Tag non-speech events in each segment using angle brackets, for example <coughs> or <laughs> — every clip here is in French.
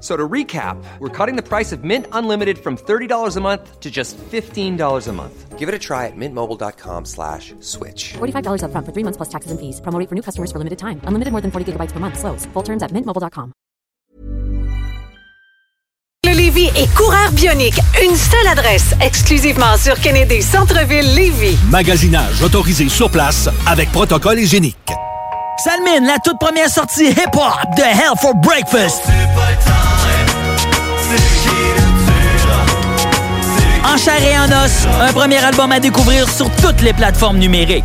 So to recap, we're cutting the price of Mint Unlimited from $30 a month to just $15 a month. Give it a try at mintmobile.com slash switch. $45 upfront for three months plus taxes and fees. Promote for new customers for limited time. Unlimited more than 40 gigabytes per month. Slows. Full terms at mintmobile.com. Le Lévis est coureur bionique. Une seule adresse, exclusivement sur Kennedy Centre-Ville Lévis. Magasinage autorisé sur place avec protocole hygiénique. Salmine, la toute première sortie hip-hop de Hell for Breakfast. En chair et en os, un premier album à découvrir sur toutes les plateformes numériques.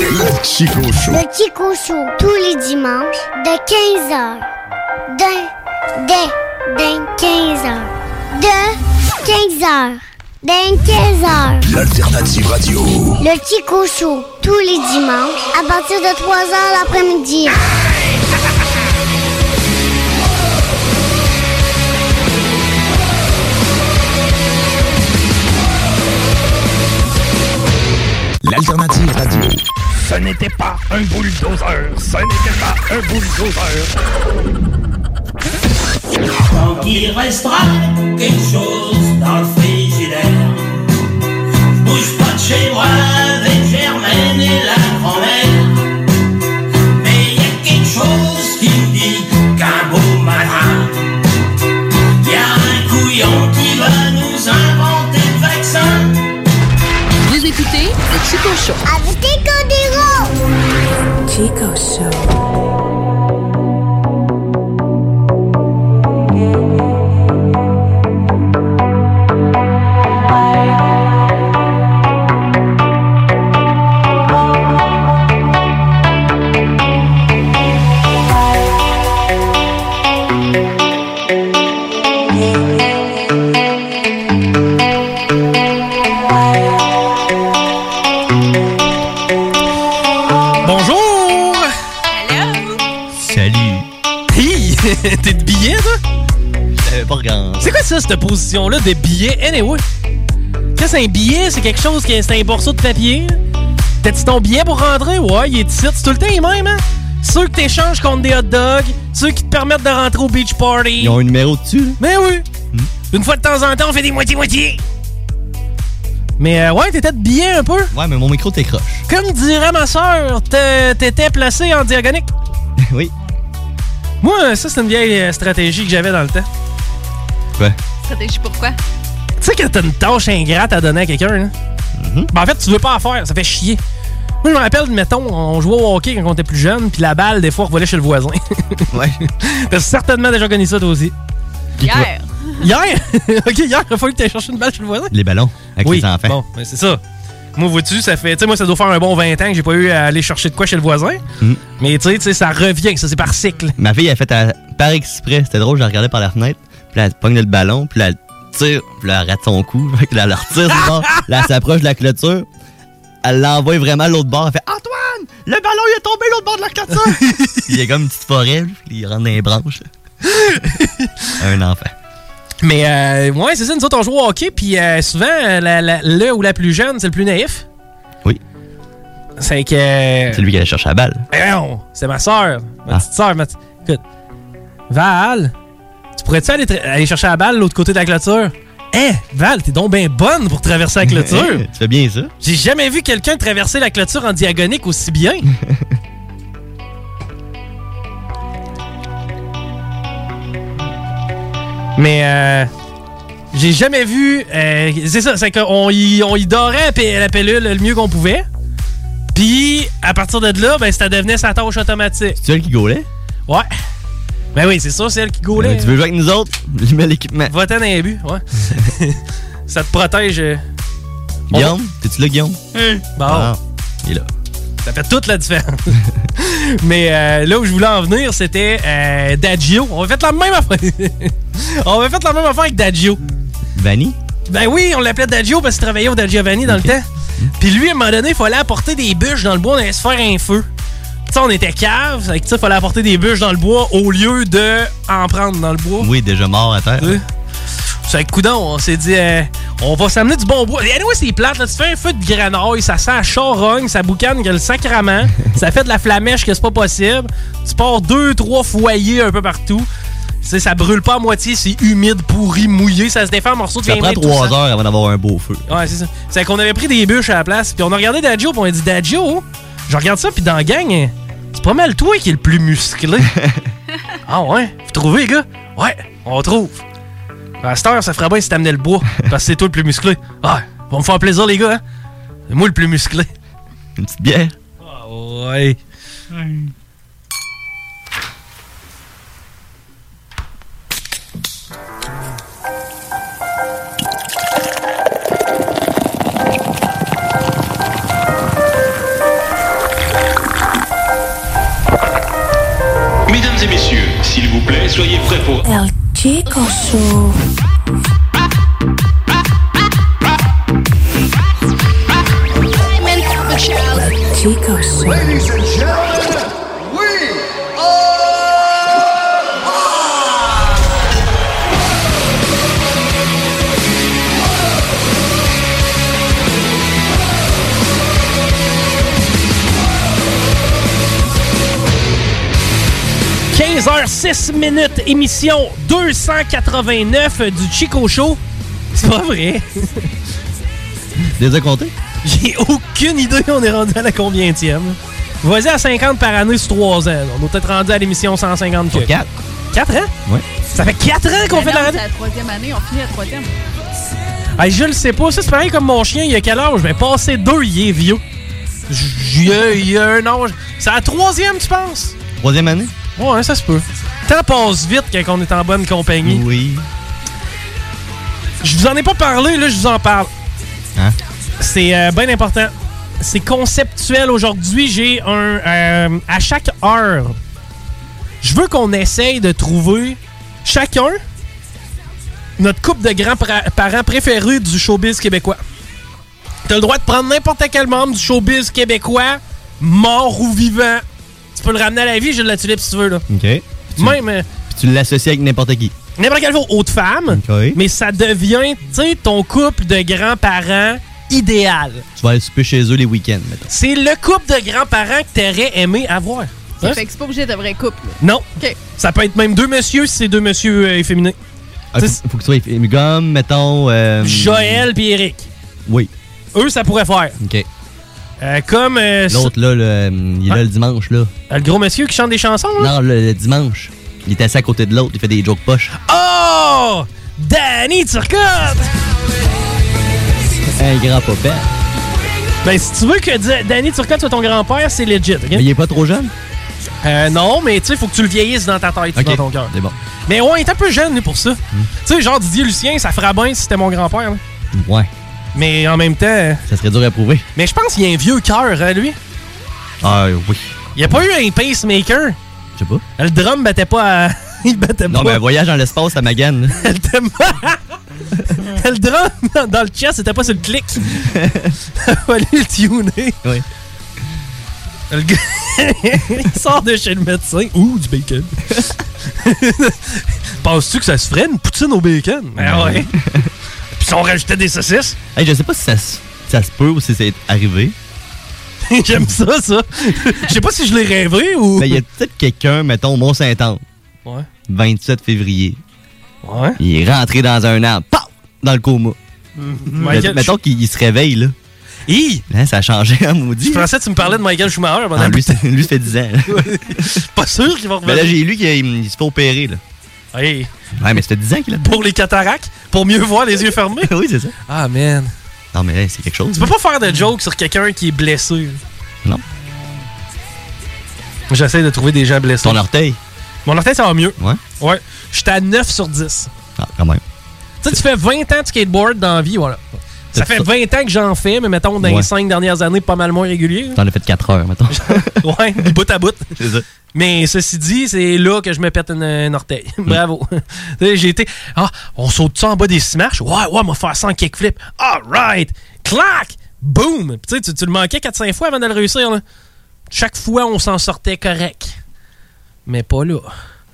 Le Chico Le Chico Show, tous les dimanches, de 15h. D'un, dès, d'un 15h. De 15h. D'un 15h. L'alternative radio. Le Chico Show, tous les dimanches, à partir de 3h l'après-midi. L'alternative radio. Ce n'était pas un bulldozer, ce n'était pas un bulldozer. Tant qu'il restera quelque chose dans le frigidaire, je bouge pas de chez moi avec Germaine et la grand-mère. Mais il y a quelque chose qui me dit qu'un beau matin, il y a un couillon qui va nous inventer le vaccin. Vous écoutez le Chico Show. Avec Chico Diro! Chico Show. Bonjour! Salut. Hi! <laughs> T'es de billet, toi? C'est quoi ça, cette position-là de billet? Anyway, ça, c'est un billet, c'est quelque chose qui est c'est un morceau de papier. T'as-tu ton billet pour rentrer? Ouais, il est ici. C'est tout le temps les mêmes, hein? Ceux que t'échanges contre des hot dogs, ceux qui te permettent de rentrer au beach party. Ils ont Hmm? un numéro dessus, là? Mais oui! Une fois de temps en temps, on fait des moitié-moitié. Mais euh, ouais, t'étais de billet un peu. Ouais, mais mon micro t'écroche. Comme dirait ma soeur, t'étais placé en diagonale. <laughs> oui. Moi, ça, c'est une vieille euh, stratégie que j'avais dans le temps. Ouais. Stratégie pourquoi? Tu sais quand t'as une tâche ingrate à donner à quelqu'un, là? Mm-hmm. Ben, en fait, tu veux pas en faire, ça fait chier. Moi, je me rappelle, mettons, on jouait au hockey quand on était plus jeune, puis la balle, des fois, revolait chez le voisin. <laughs> Ouais. <laughs> T'as certainement déjà connu ça, toi aussi. Hier. Hier! <laughs> ok, hier, il a fallu que t'ailles chercher une balle chez le voisin. Les ballons avec oui, les enfants. bon, ben, c'est ça. Moi, vois-tu, ça fait. Tu sais, moi, ça doit faire un bon 20 ans que j'ai pas eu à aller chercher de quoi chez le voisin. Mhm. Mm. Mais tu sais, tu sais, ça revient, ça, c'est par cycle. Ma fille a fait à, par exprès, c'était drôle, je la regardais par la fenêtre, puis là, elle pogne le ballon, puis là, elle tire, puis là, elle rate son coup, <laughs> fait que là, elle le retire du bord, là, elle s'approche de la clôture, elle l'envoie vraiment à l'autre bord, elle fait Ah! « Antoine, le ballon, il est tombé l'autre bord de la clôture! » Il y a comme une petite forêt, puis il rentre dans les <laughs> branches. là. Un enfant. Mais euh, ouais, c'est ça, nous autres, on joue au hockey, puis euh, souvent, euh, la- la- le ou la plus jeune, c'est le plus naïf. Oui. C'est que. C'est lui qui allait chercher la balle. Mais non, c'est ma soeur, ma Ah. petite soeur. Ma petite- Écoute, Val, tu pourrais-tu aller, tra- aller chercher la balle de l'autre côté de la clôture? Hein, Val, t'es donc bien bonne pour <laughs> traverser la clôture. tu fais bien ça. J'ai jamais vu quelqu'un traverser la clôture en diagonique <laughs> aussi bien. Mais euh, j'ai jamais vu. euh, c'est ça, c'est qu'on y, on y dorait la pe- la pellule le mieux qu'on pouvait. Puis, à partir de là, ben, ça devenait sa tâche automatique. C'est elle qui gaulait? Ouais. Ben oui, c'est sûr, c'est elle qui gaulait. Euh, tu veux jouer avec nous autres? Je mets l'équipement. Va-t'en dans les buts, <laughs> ouais. ça te protège. euh. On va- Guillaume? T'es-tu là, Guillaume? Hum. Bon. Ah, il est là. Ça fait toute la différence. <laughs> Mais euh, là où je voulais en venir, c'était euh, Dagio. On a fait la même affaire. <laughs> on a fait la même affaire avec Dagio. Vanny? Ben oui, on l'appelait Dagio parce qu'il travaillait au Dagiovanni dans le temps. Puis lui, à un moment donné, il fallait apporter des bûches dans le bois, on allait se faire un feu. Tu sais, on était cave, avec ça, il fallait apporter des bûches dans le bois au lieu de en prendre dans le bois. Oui, déjà mort à terre. C'est avec coudon, on s'est dit, euh, on va s'amener du bon bois. Et anyway, c'est plate, là, tu fais un feu de grenouille, ça sent la charogne, ça boucane que <laughs> le sacrament, ça fait de la flamèche que c'est pas possible. Tu pars deux, trois foyers un peu partout. Tu sais, ça brûle pas à moitié, c'est humide, pourri, mouillé, ça se défait en morceaux de Ça viande prend et Ben tout ça. trois heures avant d'avoir un beau feu. Ouais, c'est ça. C'est qu'on avait pris des bûches à la place, puis on a regardé Dadjo, puis on a dit Dadjo, je regarde ça, puis dans la gang, hein, c'est pas mal toi qui est le <laughs> plus musclé. ah ouais, vous trouvez, gars? Ouais, on trouve. À cette heure, ça ferait bien si t'amenais le bois, parce que c'est toi le plus musclé. Ah, va me faire plaisir, les gars, hein? C'est moi le plus musclé. Une petite bière? Ah ouais. Mesdames et messieurs, s'il vous plaît, soyez prêts pour El Chico Show. Chico Show. Ladies and gentlemen, we ouais. 15h06 minutes, émission 289 du Chico Show. C'est pas vrai. Déjà compté? J'ai aucune idée on est rendu à la combientième. Vas-y à 50 par année sur 3 ans. là. On est peut-être rendu à l'émission 150 que. 4. 4 ans? Ouais. Ça fait 4 ans qu'on Mais fait Ben de la non, radio. C'est la troisième année, on finit la troisième. Ah, je le sais pas. Ça, c'est pareil comme mon chien, il a quel âge? Ben, passé 2, il est vieux. J- Il a, il a un âge. C'est la troisième, tu penses? Troisième année? Ouais, ça se peut. Temps passe vite quand on est en bonne compagnie. Oui. Je vous en ai pas parlé, là, je vous en parle. Hein? C'est euh, bien important. C'est conceptuel aujourd'hui. J'ai un. euh, à chaque heure, je veux qu'on essaye de trouver chacun notre couple de grands-parents préférés du showbiz québécois. T'as le droit de prendre n'importe quel membre du showbiz québécois, mort ou vivant. Tu peux le ramener à la vie, j'ai de la tulipe si tu veux. Là. OK. Puis Même. euh, tu l'associes avec n'importe qui. N'importe quelle fois, haute femme, mais ça devient, tu sais, ton couple de grands-parents idéal. Tu vas aller souper chez eux les week-ends, mettons. C'est le couple de grands-parents que t'aurais aimé avoir. Hein? Fait que c'est pas obligé de vrai couple. Non. OK. Ça peut être même deux messieurs si c'est deux messieurs euh, efféminés. Ah, faut, faut que tu sois eff- comme, mettons. euh, Joël puis Eric. Oui. Eux, ça pourrait faire. OK. Euh, comme euh, Ah. L'autre, là, le, euh, il est là le dimanche, là. le gros monsieur qui chante des chansons, là? Non, le, le dimanche. Il est assis à côté de l'autre, il fait des jokes poches. Oh! Danny Turcotte! Un grand papa. Ben, si tu veux que D- Danny Turcotte soit ton grand-père, c'est legit, OK? Mais il est pas trop jeune? Euh, non, mais tu sais, faut que tu le vieillisses dans ta tête, OK. dans ton cœur. C'est bon. Hmm. Mais ouais, il est un peu jeune, lui, pour ça. Tu sais, genre Didier Lucien, ça fera bien si c'était mon grand-père. là. Ouais. Mais en même temps. euh, Ça serait dur à prouver. Mais je pense qu'il a un vieux cœur, hein, lui. Ah oui. Il a pas eu un pacemaker. Je sais pas. Le drum battait pas à- <laughs> Il battait Non, pas. mais un voyage dans l'espace, ça magane. <laughs> là. le drum dans- dans le chest, c'était pas sur <laughs> le clic. Fallait le tuner. Oui. Le gars, <laughs> il sort de chez le médecin. Ouh, du bacon. <laughs> Penses-tu que ça se ferait une poutine au bacon? Ben <laughs> ouais. Puis si on rajoutait des saucisses. Hey, je sais pas si ça, se- ça se peut ou si c'est arrivé. <laughs> J'aime ça, ça. Je sais pas si je l'ai rêvé ou. Mais Ben, il y a peut-être quelqu'un, mettons, au Mont-Saint-Anne. Ouais. 27 février. Ouais. Il est rentré dans un arbre. Paf! Dans le coma. Mm-hmm. Michael, Met- mettons qu'il il se réveille, là. Hi! ça a changé, hein, maudit. Je pensais que tu me parlais de Michael Schumacher. Ah, madame. lui, c'est- lui, ça fait 10 ans. là. <laughs> Pas sûr qu'il va Mais revenir. là, j'ai lu qu'il il se fait opérer, là. Hey, Ouais, mais ça fait 10 ans qu'il a... pour les cataractes, pour mieux voir les yeux fermés. <laughs> oui, c'est ça. Ah, man. Non, mais là, c'est quelque chose. Tu peux pas faire de joke sur quelqu'un qui est blessé. Non. J'essaie de trouver des gens blessés. Ton orteil. Mon orteil, ça va mieux. Ouais. Ouais. J'étais à 9 sur 10. Ah, quand même. Tu sais, tu fais 20 ans de skateboard dans la vie, voilà. Ça fait 20 ans que j'en fais, mais mettons, dans les Ouais. 5 dernières années, pas mal moins régulier. T'en as fait 4 heures, <laughs> mettons. ouais, du bout à bout. C'est ça. Mais ceci dit, c'est là que je me pète une- un orteil. <laughs> Bravo. Tu sais, J'ai été. Ah, on saute ça en bas des smash? Ouais, ouais, on va faire ça en kickflip. Alright! Clac! Boom! Puis Tu sais, tu- tu le manquais 4-5 fois avant de le réussir. là. Chaque fois, on s'en sortait correct. Mais pas là.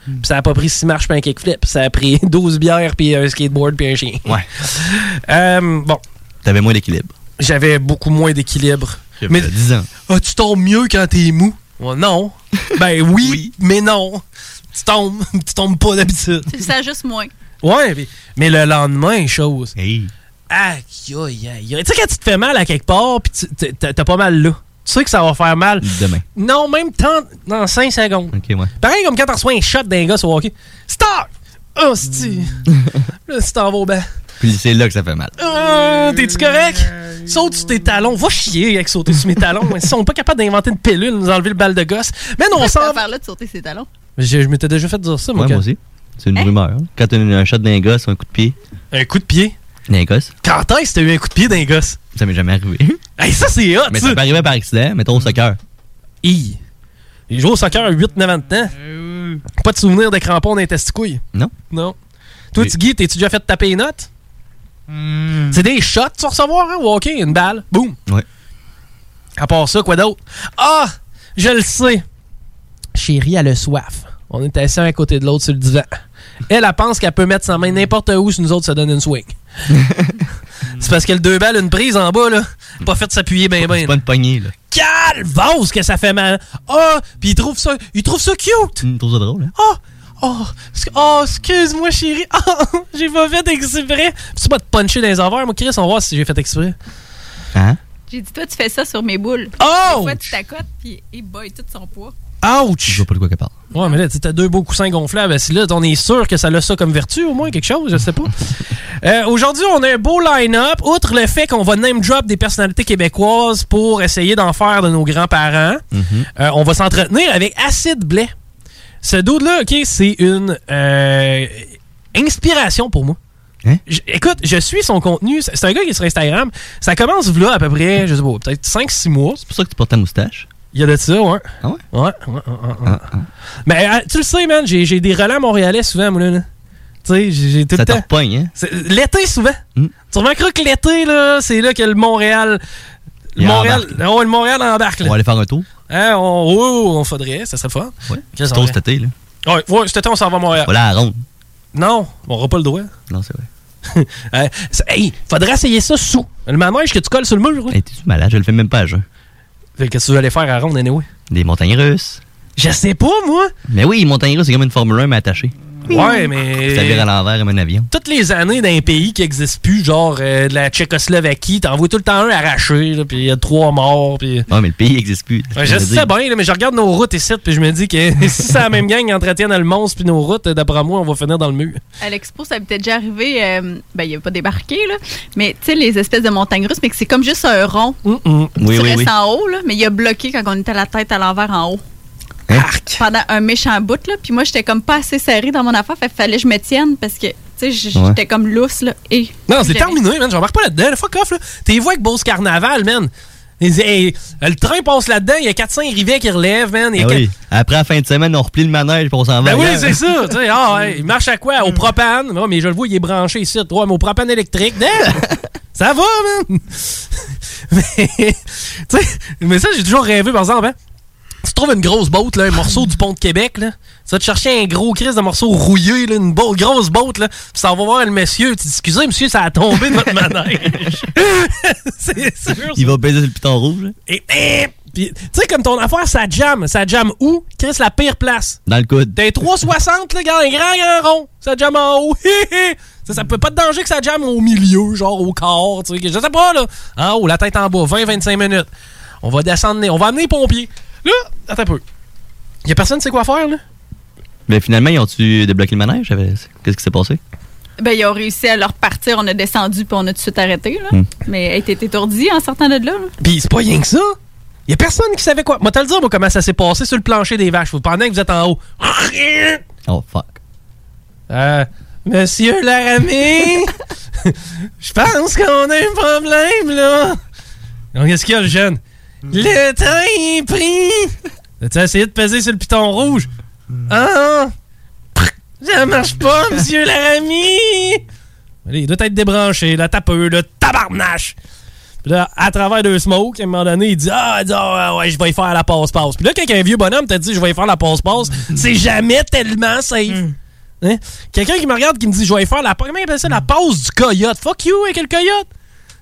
Puis ça a pas pris 6 marches puis Ah, un kickflip. Ça a pris <laughs> 12 bières puis un skateboard puis un chien. Ouais. <laughs> Euh, bon, T'avais moins d'équilibre. j'avais beaucoup moins d'équilibre. Mais 10 ans. Ah, tu tombes mieux quand t'es mou. Ouais, non. <laughs> Ben oui, mais non. Tu tombes, <laughs> tu tombes pas d'habitude. Tu le sais juste moins. Ouais, mais, mais le lendemain, chose. Hey. Aïe, aïe, aïe. aïe. Tu sais, quand tu te fais mal à quelque part, puis tu- t'as- t'as t'as pas mal là. Tu sais que ça va faire mal. Demain. Non, même temps, dans 5 secondes. OK, ouais. <laughs> Pareil comme quand t'en reçois un shot d'un gars sur le hockey. Stop! Oh, c'est-tu. Là, tu t'en vas au banc. Puis c'est là que ça fait mal. Euh, T'es-tu correct? Saute sur tes talons. Va chier avec sauter sur mes talons. Ils sont pas capables d'inventer une pilule, nous enlever le bal de gosse. Mais non, on s'en faire là de sauter ses talons. Je, je m'étais déjà fait dire ça, Ouais, moi aussi. C'est une rumeur. hein. Quand t'as une- un shot d'un gosse ou un coup de pied. Un coup de pied? D'un gosse. Quand est-ce que t'as eu un coup de pied d'un gosse? Ça m'est jamais arrivé. <laughs> Hey, ça, c'est hot, Mais ça! ça m'est arrivé par accident, mettons au soccer. <laughs> Hi! J'ai joué au soccer à 8-9 ans de temps. Pas de souvenir de crampons dans les testicouilles. Non. Non. Toi, Oui. Hmm. tu Guy, t'es-tu déjà fait taper les notes? C'est des shots, tu vas recevoir, hein? Ou OK, une balle. Boum! Ouais. À part ça, quoi d'autre? Ah! Je le sais! Chérie, elle a soif. On est assis un à côté de l'autre sur le divan. Elle, elle pense qu'elle peut mettre sa main n'importe où si nous autres se donne une swing. c'est parce que le deux balles, une prise en bas, là, pas fait de s'appuyer ben ben. C'est pas une poignée, là. Calvose que ça fait mal. Ah, puis il trouve ça, il trouve ça cute. Tu trouves ça drôle, hein? Oh, oh, sc- oh, excuse-moi chérie. Ah, <laughs> j'ai pas fait exprès. C'est pas de puncher dans les envers, moi Chris, on va voir si j'ai fait exprès. Hein? J'ai dit, toi, tu fais ça sur mes boules. Oh! Des fois, tu t'accotes, puis il boy tout son poids. Ouch. Je vois pas de quoi qu'elle parle. Ouais, mais là, tu sais, t'as deux beaux coussins gonflables. assis là, on est sûr que ça a ça comme vertu, au moins, quelque chose, <laughs> je sais pas. Euh, Aujourd'hui, on a un beau line-up. Outre le fait qu'on va name drop des personnalités québécoises pour essayer d'en faire de nos grands-parents, Mm-hmm. euh, on va s'entretenir avec Acide Blais. Ce dude-là, OK, c'est une euh, inspiration pour moi. Hein? J- écoute, je suis son contenu. C'est c'est un gars qui est sur Instagram. Ça commence là à peu près, je sais pas, peut-être 5-6 mois. C'est pour ça que tu portes ta moustache. Il y a de ça, ouais. Ah ouais? Ah, Ouais, ouais, ouais, ouais, ouais. Mais euh, tu le sais, man, j'ai j'ai des relents montréalais souvent, moi, là. là. Tu sais, j'ai j'ai tout Ça le te temps. repogne, hein? Hmm. C'est- L'été, souvent. Tu remarqueras que l'été, là, c'est là que le Montréal. Le Il Montréal, oh, le Montréal embarque, On va là. aller faire un tour. Hein, on, oh, on faudrait, ça serait fort. Ouais. Qu'est-ce C'est qu'on tour fait? cet été, là. Ouais, ouais, cet été, on s'en va à Montréal. Voilà, à ronde. Non, on n'aura pas le droit. Non, c'est vrai. Euh, c'est- hey, faudrait essayer ça sous. Le manège que tu colles sur le mur, là. Hey, T'es-tu malade? Je le fais même pas à jeun. Fait que Qu'est-ce que tu veux aller faire à ronde, anyway? Des montagnes russes. Je sais pas, moi. Mais oui, montagnes russes, c'est comme une Formule 1, mais attachée. Ouais, mais- Ça vire à l'envers comme un avion. toutes les années d'un pays qui n'existe plus, genre euh, de la Tchécoslovaquie, t'en vois tout le temps un arraché, là, puis il y a trois morts, puis... Ouais, mais le pays n'existe plus. Ouais, je veux sais dire. bien, là, mais je regarde nos routes ici, puis je me dis que <laughs> si c'est la même gang qui entretiennent le monstre puis nos routes, euh, d'après moi, on va finir dans le mur. À l'expo, ça m'était déjà arrivé. euh, ben, il a pas débarqué, là. Mais, tu sais, les espèces de montagnes russes, mais que c'est comme juste un rond. Mm. Oui, tu oui, restes oui. en haut, là, mais il a bloqué quand on était la tête à l'envers en haut. Hein? Pendant un méchant bout, là. Puis moi, j'étais comme pas assez serrée dans mon affaire. Fait que fallait que je me tienne parce que, tu sais, j- j'étais Ouais. comme lousse, là. Et Non, c'est J'avais- terminé, man, j'embarque pas là-dedans, fuck off, là. T'es vois avec Beauce Carnaval, man. Ils disent, hey, le train passe là-dedans, il y a 4-5 rivets qui relèvent, man. il y Ah a oui. Après la fin de semaine, on replie le manège pour on s'en va. Ben oui, ailleurs. c'est ça. Tu sais, ah, ouais, il marche à quoi? Au propane. Ouais, mais je le vois, il est branché ici. Trois, mais au propane électrique. Non! ça va, man! <laughs> mais, tu sais, mais ça, j'ai toujours rêvé, par exemple. hein. Tu trouves une grosse botte, là, un morceau du pont de Québec, là. Tu vas te chercher un gros crise de morceau rouillé, là, une bo- grosse botte, là. Puis ça va voir le monsieur. Tu dis, excusez, monsieur, ça a tombé de votre manège. <laughs> c'est sûr. Il va baiser sur le piton rouge. là. Et, et, Puis, tu sais, comme ton affaire, ça jam. Ça jam où? Chris, la pire place. Dans le coude. T'es 360, là, regarde, un grand, grand rond. Ça jam en haut. <laughs> Hi, hi. ça, ça peut pas te danger que ça jamme au milieu, genre au corps. Tu sais, je sais pas, là. En haut, la tête en bas, 20-25 minutes. On va descendre, on va amener les pompiers. Là, attends un peu. Y a personne qui sait quoi faire, là? Mais finalement, ils ont-tu débloqué le manège? J'avais- Qu'est-ce qui s'est passé? Ben, ils ont réussi à leur partir. On a descendu puis on a tout de suite arrêté. Là. Hmm. Mais elle était étourdie en sortant de là. là. Pis c'est pas rien que ça. Y a personne qui savait quoi. Moi, te le dire, moi, comment ça s'est passé sur le plancher des vaches. Vous- Pendant que vous êtes en haut. Oh, fuck. Euh, Monsieur Laramie, je pense qu'on a un problème, là. Donc, qu'est-ce qu'il y a, le jeune? Le train est pris. As-tu essayé de peser sur le piton rouge? Ah! Ça marche pas, monsieur Laramie! Allez, il doit être débranché, le tapeux, le tabarnache! Puis là, à travers deux smokes, à un moment donné, il dit Ah, il dit, Ah, ouais, je vais y faire la passe-passe. Puis là, quand un vieux bonhomme t'a dit Je vais y faire la passe-passe, c'est jamais tellement safe. Hein? Quelqu'un qui me regarde qui me dit Je vais y faire la passe. Comment il appelle ça La passe du coyote. Fuck you, avec le coyote.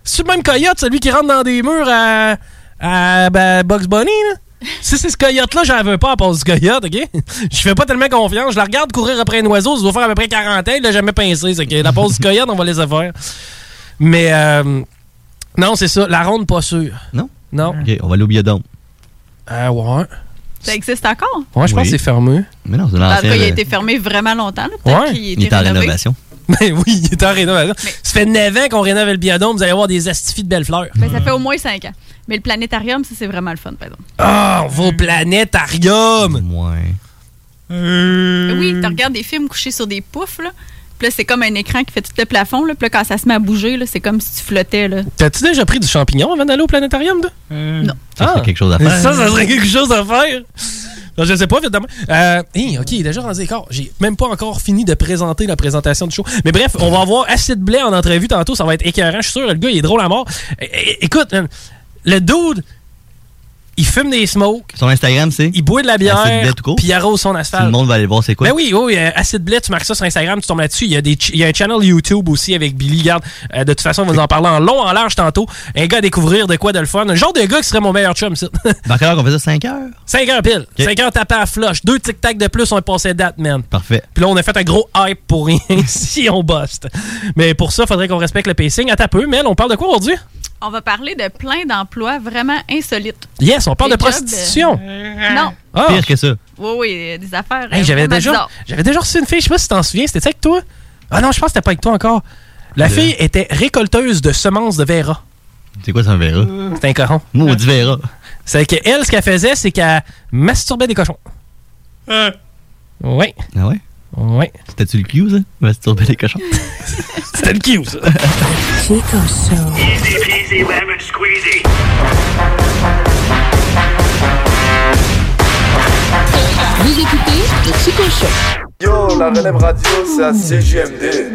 C'est le même coyote, celui qui rentre dans des murs à, à ben, Bugs Bunny, là. Si c'est ce coyote-là, j'en veux pas à passe du coyote, ok? <laughs> Je fais pas tellement confiance. Je la regarde courir après un oiseau, ça doit faire à peu près 40 ans, il l'a jamais pincé. C'est que la passe du coyote, on va les faire. Mais euh, non, c'est ça. La ronde, pas sûre. Non? Non. Ok, on va aller au biodôme. Ah ouais. Ça existe encore? Ouais, je pense que c'est fermé. Mais non, c'est En tout l'ancien. cas, il a euh, été fermé vraiment longtemps. là. Peut-être Ouais. qu'il a été rénové. <laughs> Mais oui, il est en rénovation. Ça fait 9 ans qu'on rénove le biodôme, vous allez avoir des astifies de belles fleurs. Ben, ça fait au moins 5 ans. Mais le planétarium, ça, c'est vraiment le fun, par exemple. Ah, Mm. vos planétariums! Ouais. Euh. Euh, Oui, tu regardes des films couchés sur des poufs, là. Puis là, c'est comme un écran qui fait tout le plafond, là. Puis là, quand ça se met à bouger, là, c'est comme si tu flottais, là. T'as-tu déjà pris du champignon avant d'aller au planétarium, toi? Non. Ça serait quelque chose à faire. Euh, Ça, ça serait quelque chose à faire. Non, je sais pas, évidemment. Euh, hey, ok, il est déjà rendu les corps. J'ai même pas encore fini de présenter la présentation du show. Mais bref, on va avoir assez de blé en entrevue tantôt. Ça va être écœurant, je suis sûr. Le gars, il est drôle à mort. É- é- Écoute, man, le dude, il fume des smokes. Son Instagram, c'est. Il boit de la bière. Acide blé tout court. Puis il arrose son asphalte. Tout le monde va aller voir c'est quoi. Ben oui, oui, euh, Acid Blitz, tu marques ça sur Instagram, tu tombes là-dessus. Il y, a des ch- il y a un channel YouTube aussi avec Billy. Garde, euh, de toute façon, on va vous en parler en long, en large tantôt. Un gars à découvrir de quoi de le fun. Le genre de gars qui serait mon meilleur chum, ça. <laughs> Par contre, on faisait 5 heures. 5 heures pile. 5 heures tapé à flush. Deux tic-tac de plus, on est passé date, man. Parfait. Puis là, on a fait un gros hype pour rien <laughs> si on buste. Mais pour ça, faudrait qu'on respecte le pacing. Attends un peu, Mel, on parle de quoi aujourd'hui? On va parler de plein d'emplois vraiment insolites. Yes, on parle Des de jobs, prostitution. euh, Non. Ah. Pire que ça. Oui, oui, euh, des affaires. Hey, euh, j'avais vraiment déjà, bizarres. j'avais déjà reçu une fille, je sais pas si t'en souviens, c'était avec toi? Ah non, je pense que c'était pas avec toi encore. La De- fille était récolteuse de semences de Vera. C'est quoi ça, un verra? C'est un cochon. Maudit verra. C'est que elle, ce qu'elle faisait, c'est qu'elle masturbait des cochons. Ouais. Ah ouais? Ouais. C'était-tu le cue, ça? Masturber les cochons. <laughs> C'était le cue, ça. Easy peasy lemon squeezy. Vous écoutez le Chico Show. Yo, la relève radio, c'est à CGMD.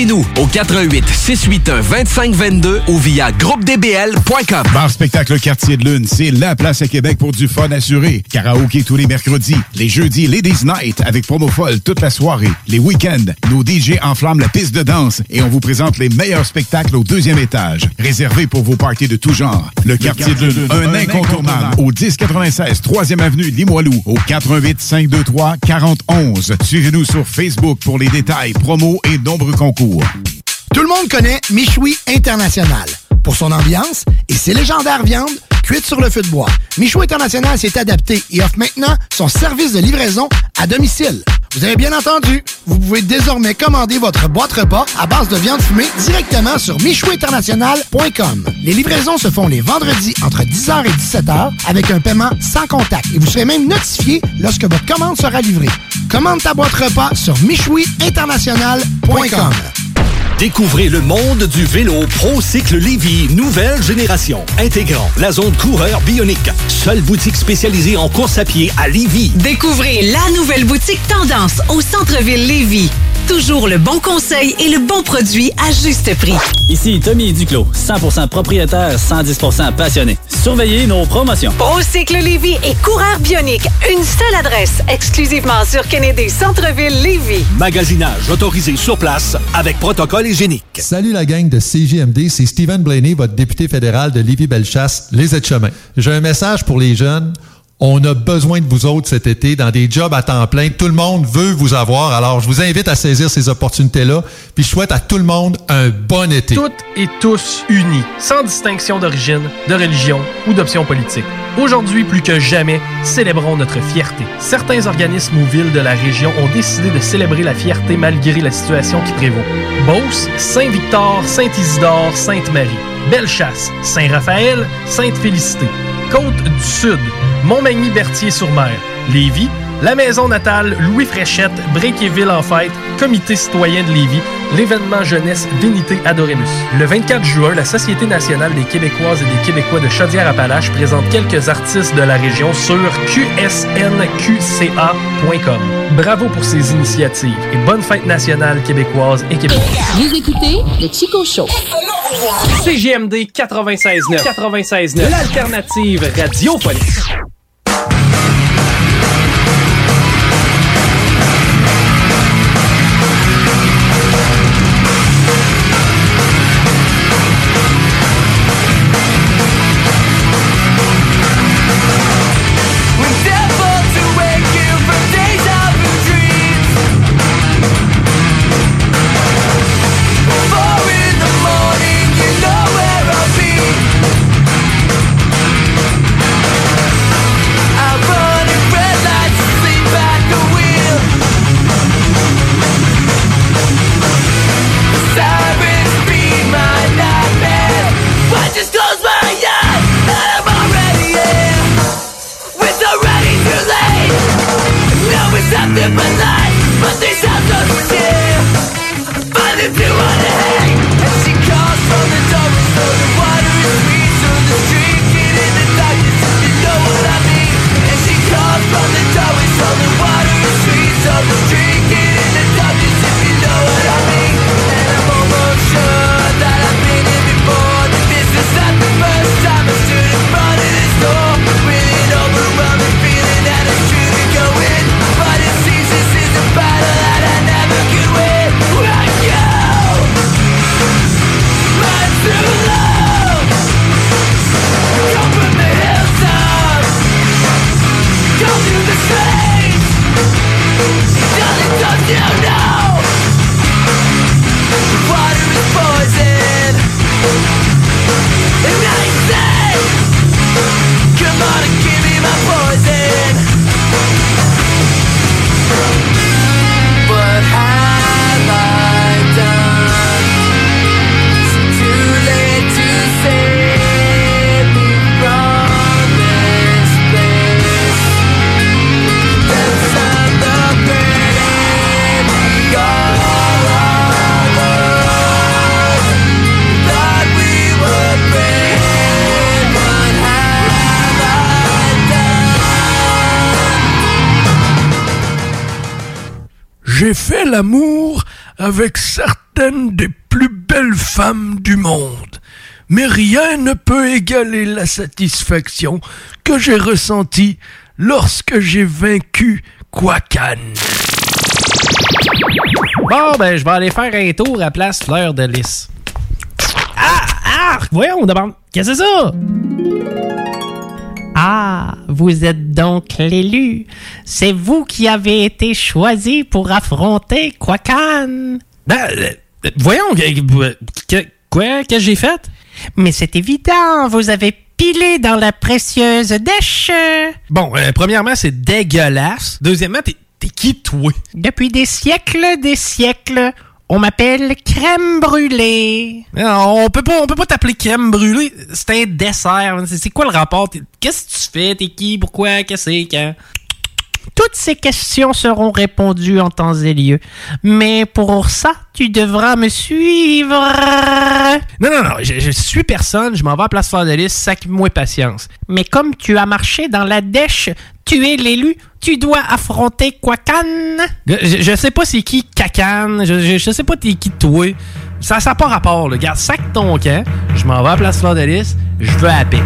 au 88 681 2522 ou via groupedbl.com. Bar Spectacle Quartier de Lune, c'est la place à Québec pour du fun assuré. Karaoké tous les mercredis, les jeudis Ladies Night avec promo folle toute la soirée, les week-ends, nos DJ enflamment la piste de danse et on vous présente les meilleurs spectacles au deuxième étage, réservés pour vos parties de tout genre. Le, Quartier, de Lune, un, incontournable, au 1096 3e avenue Limoilou, au 88 523 4011. Suivez-nous sur Facebook pour les détails, promos et nombreux concours. Tout le monde connaît Michoui International pour son ambiance et ses légendaires viandes cuites sur le feu de bois. Michoui International s'est adapté et offre maintenant son service de livraison à domicile. Vous avez bien entendu, vous pouvez désormais commander votre boîte repas à base de viande fumée directement sur michouinternational.com. Les livraisons se font les vendredis entre 10h et 17h avec un paiement sans contact et vous serez même notifié lorsque votre commande sera livrée. Commande ta boîte repas sur michouiinternational.com. Découvrez le monde du vélo ProCycle Lévy, nouvelle génération. Intégrant la zone coureur bionique. Seule boutique spécialisée en course à pied à Lévy. Découvrez la nouvelle boutique Tendance au centre-ville Lévy. Toujours le bon conseil et le bon produit à juste prix. Ici Tommy Duclos, 100% propriétaire, 110% passionné. Surveillez nos promotions. Procycle Lévy et Coureur Bionique, une seule adresse, exclusivement sur Kennedy Centre-ville Lévy. Magasinage autorisé sur place avec protocole hygiénique. Salut la gang de CJMD, c'est Stephen Blaney, votre député fédéral de Lévy-Bellechasse, les Aides-Chemins. J'ai un message pour les jeunes. On a besoin de vous autres cet été dans des jobs à temps plein. Tout le monde veut vous avoir. Alors, je vous invite à saisir ces opportunités-là. Puis, je souhaite à tout le monde un bon été. Toutes et tous unis, sans distinction d'origine, de religion ou d'option politique. Aujourd'hui, plus que jamais, célébrons notre fierté. Certains organismes ou villes de la région ont décidé de célébrer la fierté malgré la situation qui prévaut. Beauce, Saint-Victor, Saint-Isidore, Sainte-Marie, Bellechasse, Saint-Raphaël, Sainte-Félicité, Côte-du-Sud, Montmagny-Berthier-sur-Mer, Lévis, la maison natale Louis Fréchette, Bréquéville en fête, Comité citoyen de Lévis, l'événement jeunesse Vénité Adoremus. Le 24 juin, la Société nationale des Québécoises et des Québécois de Chaudière-Appalaches présente quelques artistes de la région sur qsnqca.com. Bravo pour ces initiatives et bonne fête nationale québécoise et québécoise. Vous écoutez le Chico Show. CGMD 96.9 96.9 L'alternative radiophonique. j'ai fait l'amour avec certaines des plus belles femmes du monde. Mais rien ne peut égaler la satisfaction que j'ai ressentie lorsque j'ai vaincu Kwakan. Bon, ben, je vais aller faire un tour à place Fleur de Lys. Ah! Arc! Voyons, demande. Qu'est-ce que c'est ça? Ah, vous êtes donc l'élu. C'est vous qui avez été choisi pour affronter Kwakan. Ben, euh, voyons, euh, que- quoi, qu'est-ce que j'ai fait? Mais c'est évident, vous avez pilé dans la précieuse dèche. Bon, euh, premièrement, c'est dégueulasse. Deuxièmement, t'es t'es qui, toi? Depuis des siècles, des siècles, on m'appelle crème brûlée. Non, on peut pas, on peut pas t'appeler crème brûlée. Ben, C'est un dessert. C'est c'est quoi le rapport? T'es- Qu'est-ce que tu fais? T'es qui? Pourquoi? Qu'est-ce que c'est? Quand? Toutes ces questions seront répondues en temps et lieu. Mais pour ça, tu devras me suivre. Non, non, non, je, je suis personne, je m'en vais à Place Fleur de Lys, sac-moi patience. Mais comme tu as marché dans la dèche, tu es l'élu, tu dois affronter Quacan. Je, je sais pas c'est qui Cacan, je, je, je sais pas t'es qui toi. Ça n'a pas rapport, le Garde, sac ton camp, je m'en vais à Place Fleur de Lys, je veux la paix.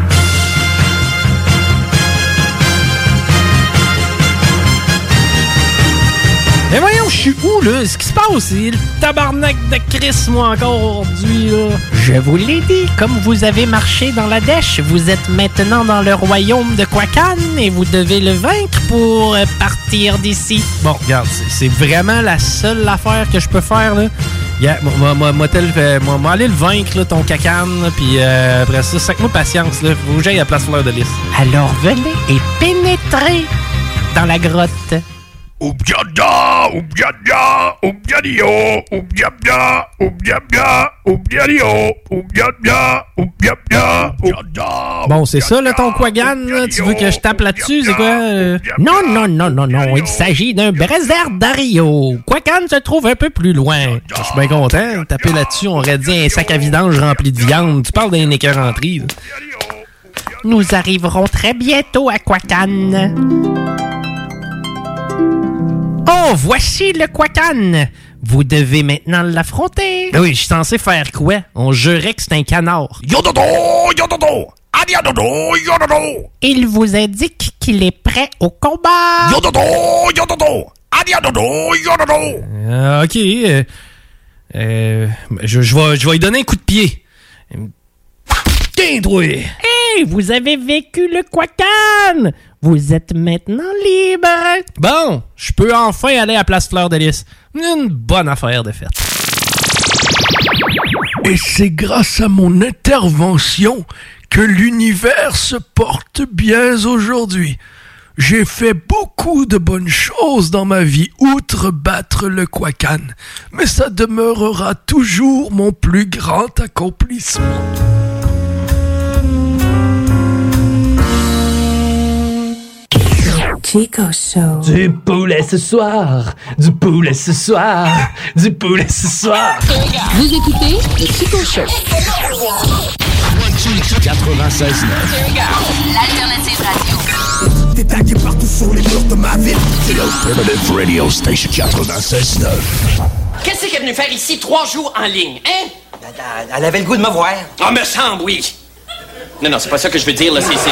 Mais voyons, je suis où, là? Ce qui se passe, c'est le tabarnak de Chris, moi, encore aujourd'hui, là. Je vous l'ai dit, comme vous avez marché dans la dèche, vous êtes maintenant dans le royaume de Quacan et vous devez le vaincre pour euh, partir d'ici. Bon, regarde, c'est- c'est vraiment la seule affaire que je peux faire, là. Yeah, moi, moi, moi, moi, tel- euh, moi, moi, aller le vaincre, là, ton cacan, là, puis euh, après ça, sac-moi patience, là. Faut que j'aille à Place Fleur de Lys. Alors venez et pénétrez dans la grotte. Oubiada, oubiada, oubiadio, oubiabia, oubiabia, oubiadio, oubiabia, oubiabia, oubiada. Bon, c'est ça, là, ton Quagan, là? Tu veux que je tape là-dessus, c'est quoi? euh? Non, non, non, non, non, il s'agit d'un brésard d'Ario. Quacan se trouve un peu plus loin. Je suis bien content. de Taper là-dessus, on aurait dit un sac à vidange rempli de viande. Tu parles d'un écœuranterie, là. Nous arriverons très bientôt à Quacan. Oh, voici le Quacan. Vous devez maintenant l'affronter. Ben oui, je suis censé faire quoi? On jurait que c'est un canard. Yododo, yododo, adiadodo, yododo, Il vous indique qu'il est prêt au combat. yododo, yododo, adiadodo, yododo. Euh, ok. euh, euh, je, je vais, je vais lui donner un coup de pied. Tiens, toi! Hey, vous avez vécu le Quacan. Vous êtes maintenant libre. Bon, je peux enfin aller à Place Fleur de Lys. Une bonne affaire de fait. Et c'est grâce à mon intervention que l'univers se porte bien aujourd'hui. J'ai fait beaucoup de bonnes choses dans ma vie, outre battre le Quacan, mais ça demeurera toujours mon plus grand accomplissement. Chico Show. Du poulet ce soir, du poulet ce soir, du poulet ce soir. Vous écoutez le Chico Show. 96.9. L'alternative radio. Détaillé partout sur les murs de ma ville. C'est l'Alternative Radio Station 96.9. Qu'est-ce qu'elle est venue faire ici trois jours en ligne, hein? Elle avait le goût de me voir. Ah, me semble, oui. Non, non, c'est pas ça que je veux dire, là, c'est. c'est-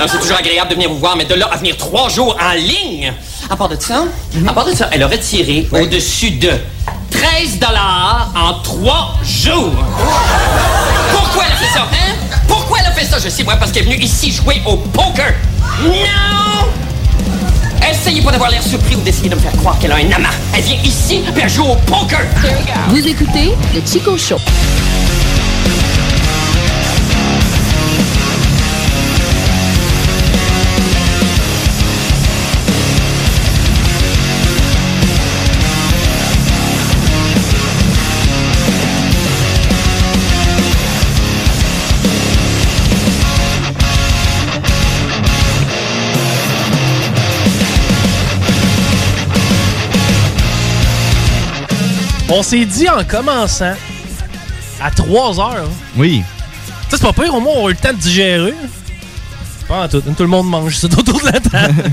Non, c'est toujours agréable de venir vous voir, mais de là à venir trois jours en ligne. À part de ça, à part de ça, elle aurait tiré au-dessus de 13 dollars en trois jours. Pourquoi elle a fait ça, hein? Pourquoi elle a fait ça? Je sais, moi, parce qu'elle est venue ici jouer au poker. Non! Essayez pas d'avoir l'air surpris ou d'essayer de me faire croire qu'elle a un amant. Elle vient ici, puis elle joue au poker. Vous écoutez le Chico Show. On s'est dit en commençant, à 3 heures, hein. Oui. Ça, c'est pas pire, au moins, on a eu le temps de digérer. Pas en tout. Tout le monde mange, c'est autour de la table.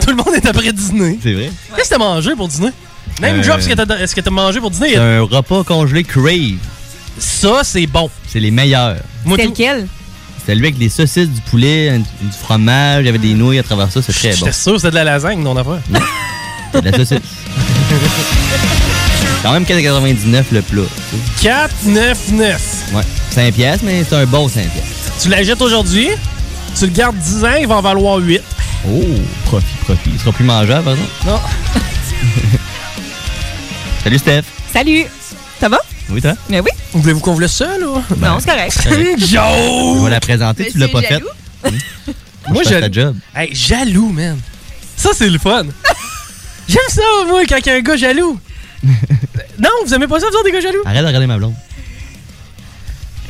tout le monde est après dîner. <laughs> C'est vrai. Qu'est-ce que t'as mangé pour dîner? Name Euh, drop ce que t'as- ce que t'as mangé pour dîner. C'est un repas congelé Crave. Ça, c'est bon. C'est les meilleurs. C'est lequel? C'était lui avec des saucisses, du poulet, un- du fromage, il y avait des nouilles à travers ça, c'est très bon. J'étais sûr que c'était de la lasagne, <laughs> non affaire. C'est de la saucisse. Quand même 4,99 le plat. tu sais. 4,99. Ouais. 5 piastres, mais c'est un bon 5 piastres. Tu la jettes aujourd'hui, tu le gardes 10 ans, il va en valoir 8. Oh, profit, profit. Il sera plus mangeable, par exemple. Non. Salut, Steph. Salut! Ça va? Oui, toi? Mais oui? Voulez-vous qu'on vous laisse ça, là? non, c'est correct. <laughs> On va la présenter, tu l'as pas faite. Hmm? Moi, je. je- fasse ta job. Hey, jaloux, man. Ça, c'est le <laughs> fun. J'aime ça, moi, quand il y a un gars jaloux. <laughs> non, vous aimez pas ça, vous autres, des gars jaloux? Arrête de regarder ma blonde.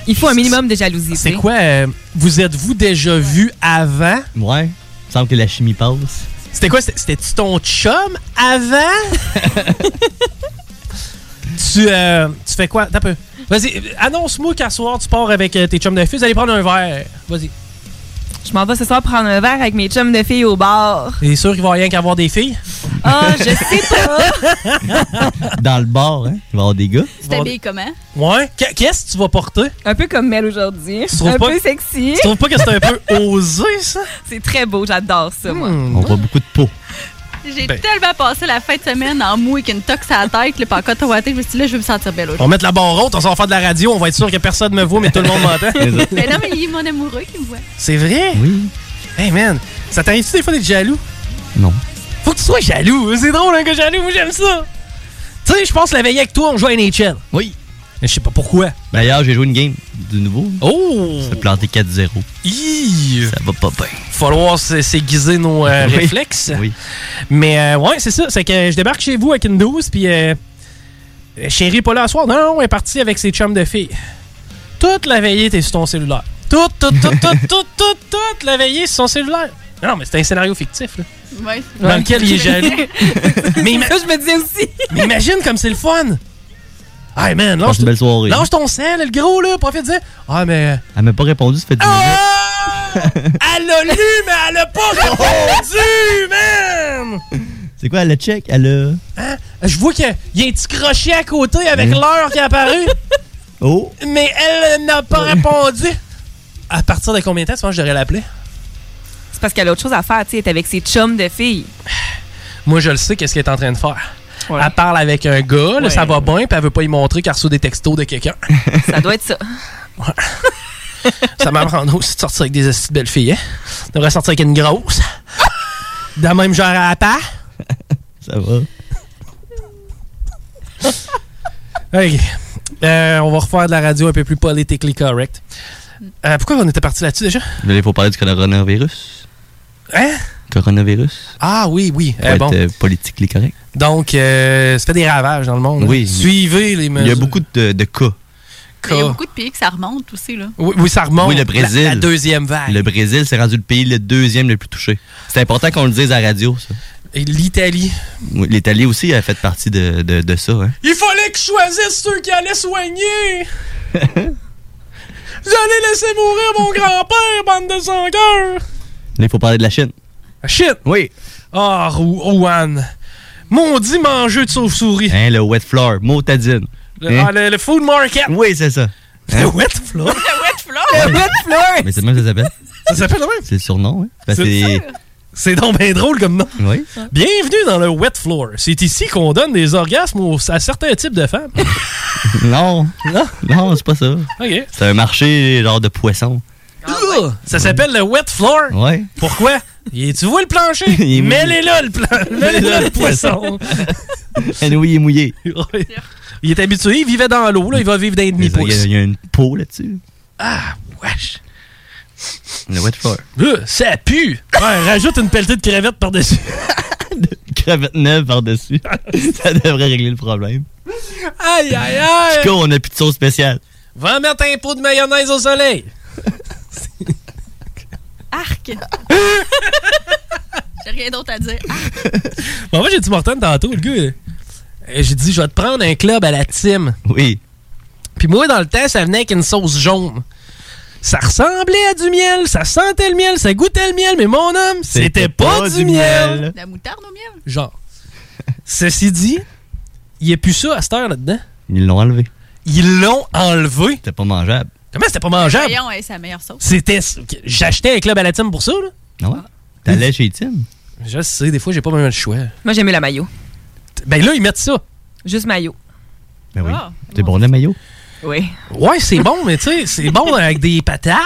Il faut un minimum de jalousie. C'est quoi? euh, vous êtes-vous déjà vu avant? Ouais. me semble que la chimie passe. C'était quoi? C'était- C'était-tu ton chum <laughs> avant? tu, euh, tu fais quoi? Attends un peu. Vas-y, euh, annonce-moi qu'à soir, tu pars avec euh, tes chums de filles. Vous allez prendre un verre. Vas-y. Je m'en vais ce soir prendre un verre avec mes chums de filles au bar. T'es sûr qu'il va rien qu'avoir des filles? Ah, je sais pas. <laughs> <laughs> Dans le bar, hein? Il va y avoir des gars. tu t'habilles comment? Ouais. Qu- Qu'est-ce que tu vas porter? Un peu comme Mel aujourd'hui. Tu trouves un pas- peu sexy. Tu trouves pas que c'est <laughs> un peu osé, ça? Hmm. C'est très beau, j'adore ça, moi. On voit beaucoup de peau. J'ai Ben. tellement passé la fin de semaine en mou avec une tox à la tête, le en coton à tête. Je me suis dit, là, je vais me sentir belle On va aujourd'hui. mettre la barre haute, on s'en va faire de la radio, on va être sûr que personne me voit, mais tout le <laughs> monde m'entend. Mais non, mais il est mon amoureux qui me voit. C'est vrai? Oui. Hey man, ça t'arrive-tu des fois d'être jaloux? Non. Faut que tu sois jaloux. C'est drôle, un gars jaloux, moi j'aime ça. Tu sais, je pense la veille avec toi, on joue à NHL. Oui. Mais je sais pas pourquoi. D'ailleurs, j'ai joué une game de nouveau. Oh! Ça a planté 4-0. Ça va pas bien. Falloir s- s'aiguiser nos euh, Oui. réflexes. Oui. Mais euh, ouais, c'est ça. C'est que je débarque chez vous avec une douce, puis euh, euh, chérie est pas là à soir. Non, non, elle est partie avec ses chums de filles. Toute la veillée, t'es sur ton cellulaire. Toute, toute, toute, toute, toute, toute, toute la veillée sur son cellulaire. Non, mais c'est un scénario fictif, là. Ouais. Dans lequel il <laughs> est <laughs> jaloux. mais ima- je me dis aussi. mais imagine comme c'est le fun. Hey man, lâche, Passe une belle soirée. lâche ton sel, le gros, là, profite-en. Ah, mais. Ah! Elle m'a pas répondu, ça fait du Elle a lu, mais elle <laughs> a pas répondu, man! C'est quoi, elle a check? Elle a. Hein? Je vois qu'il y a un petit crochet à côté avec l'heure qui est apparue, Oh! mais elle euh, n'a pas répondu. À partir de combien de temps tu penses que je devrais l'appeler? C'est parce qu'elle a autre chose à faire, tu sais, elle est avec ses chums de filles. Moi, je le sais, qu'est-ce qu'elle est en train de faire. Elle parle avec un gars, là, ça va bien, puis elle veut pas y montrer qu'elle reçoit des textos de quelqu'un. <laughs> Ça doit être ça. ça m'apprend aussi de sortir avec des esti de belles filles, hein? devrait sortir avec une grosse. De même genre à la part. Ça va. OK. Euh, on va refaire de la radio un peu plus politically correct. Euh, pourquoi on était parti là-dessus déjà? Mais là, Il faut parler du coronavirus. Hein? Coronavirus. Ah oui, oui. Faut Euh, être bon. euh, politiquement correct. Donc, euh, ça fait des ravages dans le monde. Oui. hein. Suivez les mesures. Il y a beaucoup de, de cas. Mais Il y a beaucoup de pays que ça remonte aussi, là. Oui, oui, ça remonte. Oui, le Brésil. La, la deuxième vague. Le Brésil s'est rendu le pays le deuxième le plus touché. C'est important qu'on le dise à la radio, ça. Et l'Italie. Oui, L'Italie aussi a fait partie de, de- de ça. Hein. Il fallait que je choisisse ceux qui allaient <laughs> soigner. J'allais laisser mourir mon grand-père, bande de sangueurs. Là, il faut parler de la Chine. Shit. Oui. Ah, Rou- Rouen. Maudit mangeux de sauve-souris. Hein, le wet floor, motadine. Le, Hein? ah, le- le food market. Oui, c'est ça. Hein? Le wet floor. Le wet floor. Mais c'est le même que ça s'appelle. Ça s'appelle le même. C'est le surnom, oui. Parce que c'est- C'est donc bien drôle comme nom. Oui. Bienvenue dans le wet floor. C'est ici qu'on donne des orgasmes aux- à certains types de femmes. Non. Non, non c'est pas ça. <laughs> OK. C'est un marché genre de poissons. Ugh! Ah Ça s'appelle le wet floor. <laughs> Ouais. Pourquoi? Et tu vois le plancher? <laughs> Il est mou- Mets-les là, <laughs> le, plan... mets là, le poisson. Et oui, il est mouillé. Ouais. il est habitué, il vivait dans l'eau, là, il va vivre dans les Il y, a, demi-pouces. il y a une peau là-dessus. Ah, wesh. Le wet floor. Ugh, ça pue. Ouais, rajoute une pelletée de crevettes <laughs> par-dessus. Cravate neuve <laughs> par-dessus. ça devrait régler le problème. Aïe, aïe, aïe. Du coup, on n'a plus de sauce spéciale. Va mettre un pot de mayonnaise au <laughs> soleil. Arc! <laughs> J'ai rien d'autre à dire. Arc! Bon, moi, j'ai dit Morton tantôt, le gars. euh, J'ai dit, je vais te prendre un club à la team. Oui. Puis moi, dans le temps, ça venait avec une sauce jaune. Ça ressemblait à du miel, ça sentait le miel, ça goûtait le miel, mais mon homme, c'était pas, du miel. La moutarde au miel? Genre. Ceci dit, il n'y a plus ça à cette heure là-dedans. Ils l'ont enlevé. Ils l'ont enlevé. C'était pas mangeable. Comment c'était pas mangeable? Voyons, hey, c'est la meilleure <laughs> sauce. C'était. J'achetais un club à la team pour ça, là. Non? Ah T'allais chez Tim? Je sais, des fois, j'ai pas même le choix. Moi, j'aimais la maillot. Ben là, ils mettent ça. Juste maillot. Ben oui. Ah, T'es bon, le maillot? Oui. Ouais, c'est bon, mais tu sais, c'est bon avec des patates.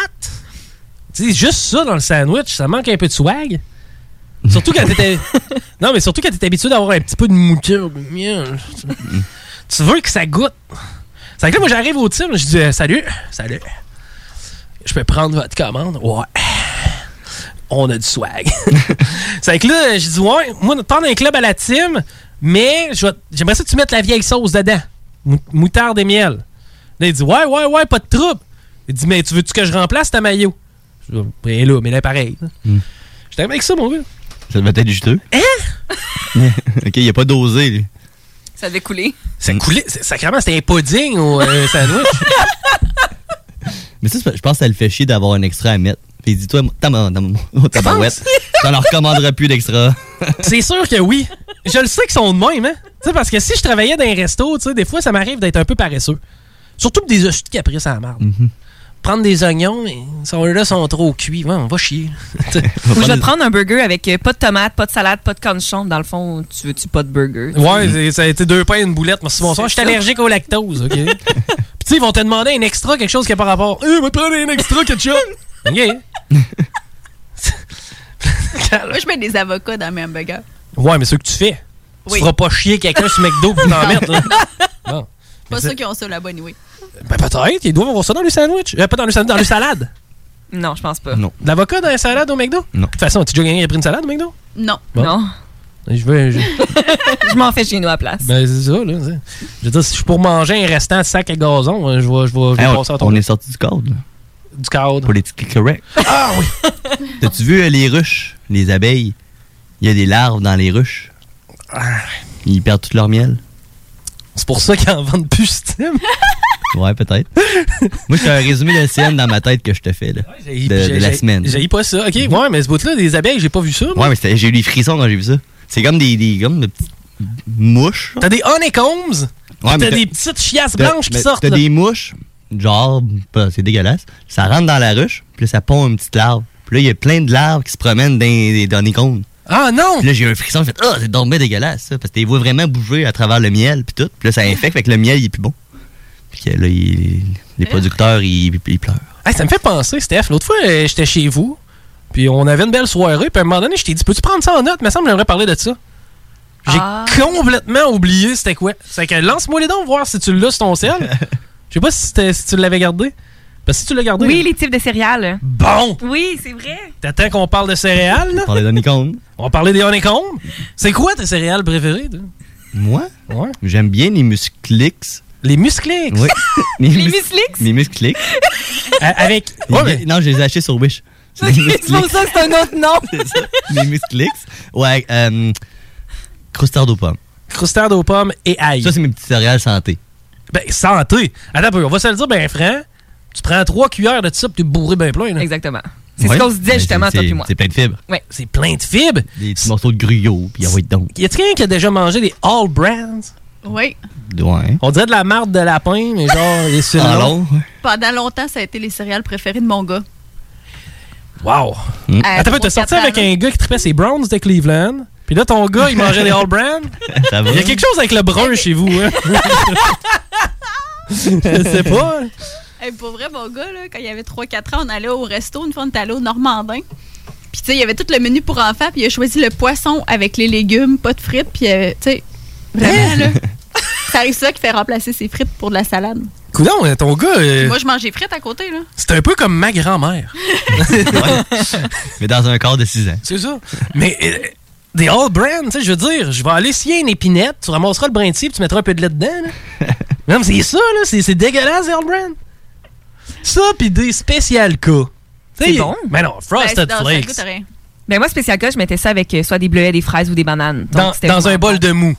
Tu sais, juste ça dans le sandwich, ça manque un peu de swag. Surtout quand t'étais. non, mais surtout quand t'es habitué d'avoir un petit peu de moutarde, de miel. tu veux que ça goûte. C'est que là, moi, j'arrive au team, je dis euh, salut, salut. Je peux prendre votre commande. Ouais. On a du swag. c'est que là, je dis ouais, moi, prendre un club à la team, mais je vais- j'aimerais ça que tu mettes la vieille sauce dedans. Mou- Moutarde et miel. Là, il dit Ouais, ouais, ouais, pas de trouble. Il dit Mais tu veux-tu que je remplace ta maillot Je dis, Ben là, mais là, pareil. là. J'étais avec ça, mon gars. Ça devait être juteux. Hein? <laughs> ok, il a pas dosé, lui. Ça devait couler. Ça coulait. c'est- Sacrément, c'était un pudding ou euh, un sandwich. <laughs> Mais ça, c'est pas- je pense que ça le fait chier d'avoir un extra à mettre. Puis il dit, toi, ta tabarouette, t'en leur recommanderais plus d'extra. C'est sûr que oui. Je le sais qu'ils sont de même, hein? Tu sais, parce que si je travaillais dans un resto, tu sais, des fois, ça m'arrive d'être un peu paresseux. Surtout pour des hosties qui après ça marde. Prendre des oignons, mais ceux-là sont trop cuits. Ouais, <laughs> on va chier. Tu sais. Ou je vais te prendre un burger avec euh, pas de tomate, pas de salade, pas de cornichon. Dans le fond, tu veux-tu pas de burger? Ouais, c'est- ça a été deux pains et une boulette. Merci, bonsoir. Je suis ça. allergique au lactose, OK? Puis, tu sais, ils vont te demander un extra, quelque chose qui n'a pas rapport. Eh, va te prendre un extra ketchup. OK. Moi, je mets des avocats dans mes hamburgers. Ouais, mais ce que tu fais, tu Oui. feras pas chier quelqu'un sur McDo hein. pour t'en mettre. là. Bon. <laughs> Pas Mais c'est- ceux qui ont ça là-bas, oui. Ben, peut-être. Ils doivent avoir ça dans le sandwich. Euh, pas dans le sandwich, dans le salade. Non, je pense pas. Non. L'avocat dans la salade au McDo? Non. De toute façon, as-tu déjà gagné pris une salade au McDo? Non. Bon. Non. Je veux. Je... <laughs> je m'en fais chez nous à place. ben, c'est ça, là. c'est- Je veux dire, si je suis pour manger un restant de sac à gazon, euh, je vais, je vais, je vais Hey, on, passer à ton. on est sorti du cadre. Du cadre. Politically correct. Ah oui! <laughs> T'as-tu vu euh, les ruches, les abeilles? Il y a des larves dans les ruches. Ah. Ils perdent tout leur miel. C'est pour ça qu'ils en vendent plus, Steam. <laughs> Ouais, peut-être. Moi, j'ai un résumé de CN dans ma tête que je te fais, là. J'ai- de, j'ai- de la j'ai- semaine. J'ai pas ça. Ok, ouais, mais ce bout-là, des abeilles, j'ai pas vu ça. Ouais, mais c'était- j'ai eu des frissons quand j'ai vu ça. C'est comme des, des, comme des petites mouches. T'as des honeycombs, Ouais, mais pis t'as t'as- des petites chiasses T'as- blanches qui mais sortent. T'as là. des mouches, genre, bah, c'est dégueulasse. Ça rentre dans la ruche, puis là, ça pond une petite larve. Puis là, il y a plein de larves qui se promènent dans, les- dans les cônes. Ah non! Puis là, j'ai eu un frisson, j'ai fait Ah, c'est dormi dégueulasse, ça. Parce que tu les vois vraiment bouger à travers le miel, puis tout. Puis là, ça infecte, fait que le miel, il est plus bon. Puis que là, il- Eh. les producteurs, ils, ils pleurent. Hey, ça me fait penser, Steph. L'autre fois, euh, j'étais chez vous, puis on avait une belle soirée, puis à un moment donné, je t'ai dit, peux-tu prendre ça en note? Il me semble que j'aimerais parler de ça. J'ai complètement oublié c'était quoi. C'est que lance-moi les dons, voir si tu l'as sur <laughs> ton sel. Je sais pas si, c'était- si tu l'avais gardé. Parce que si tu l'as gardé. Oui, les types de céréales. Bon! Oui, c'est vrai. T'attends qu'on parle de céréales, là? On parlait d'honicombes. On parlait des honeycombs. C'est quoi tes céréales préférées, toi? Moi, Ouais. j'aime bien les musclix. Les musclix? <laughs> Oui. Les mus- musclix? Les musclix. avec. Non, je les ai achetés sur <laughs> Wish. C'est des C'est pour musclix. ça que c'est un autre <laughs> nom. les musclix. Ouais, euh, croustarde aux pommes. Croustarde aux pommes et ail. Ça, c'est mes petits céréales santé. Ben, santé. Attends un peu, on va se le dire ben franc. Tu prends trois cuillères de ça, puis tu bourré ben plein. Exactement. Ouais. Ben, c'est- c'est- C'est plein de fibres. C'est plein de fibres. Des petits morceaux de gruyot, puis ah ouais, donc. Y a-t-il quelqu'un qui a déjà mangé des All Brands? Oui. Ouais. On dirait de la marde de lapin, mais genre, les sur Hein? Ah, long, Pendant longtemps, ça a été les céréales préférées de mon gars. Wow. Hmm. Mm. À Attends un peu, t'as trois, sorti quatre avec un gars qui tripait ses Browns de Cleveland. Puis là, ton gars, il mangeait des All Brands. <laughs> Ça va? Il y a quelque chose avec le brun chez vous, <laughs> hein? Je sais pas. hein. Hey, pour vrai, mon gars, là, quand il avait 3-4 ans, on allait au resto. Une fois, on était allé au Normandin. Puis, tu sais, il y avait tout le menu pour enfants. Puis, il a choisi le poisson avec les légumes, pas de frites. Puis, euh, tu sais, vraiment, là. Ça arrive ça qui fait remplacer ses frites pour de la salade. Coudon, ton gars, euh, Moi, je mangeais frites à côté, là. c'est un peu comme ma grand-mère. Mais dans un corps de 6 ans. <laughs> C'est ça. Mais euh, des all brand, tu sais, je veux dire, je vais aller scier une épinette, tu ramasseras le brin de scie, puis tu mettras un peu de lait dedans. Là. non, mais c'est ça, là, c'est c'est dégueulasse, des all brand. Ça, puis des spécial cas. Tu sais, C'est bon. Mais non, Frosted Flakes. Ben moi, spécial cas, je mettais ça avec euh, soit des bleuets, des fraises ou des bananes. Dans, Donc, c'était dans un vraiment bol bon. de mou.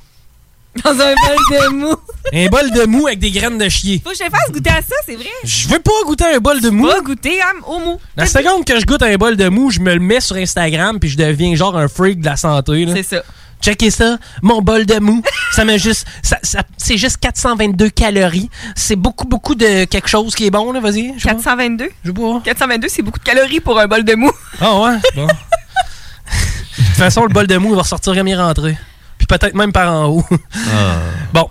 <laughs> Dans un bol de mou. Un bol de mou avec des graines de <laughs> chier. Faut que je te fasse goûter à ça, c'est vrai. Je veux pas goûter un bol de mou. Pas goûter hein, au mou. La seconde que je goûte un bol de mou, je me le mets sur Instagram puis je deviens genre un freak de la santé. C'est ça. Checkez ça, mon bol de mou, ça me juste, ça, <laughs> ça- c'est juste 422 calories. C'est beaucoup, beaucoup de quelque chose qui est bon là. Vas-y. je sais pas. 422. Je bois. 422, c'est beaucoup de calories pour un bol de mou. Ah ouais. Bon. de toute façon, le bol de mou il va ressortir à mi rentrée, puis peut-être même par en haut. Ah. Bon,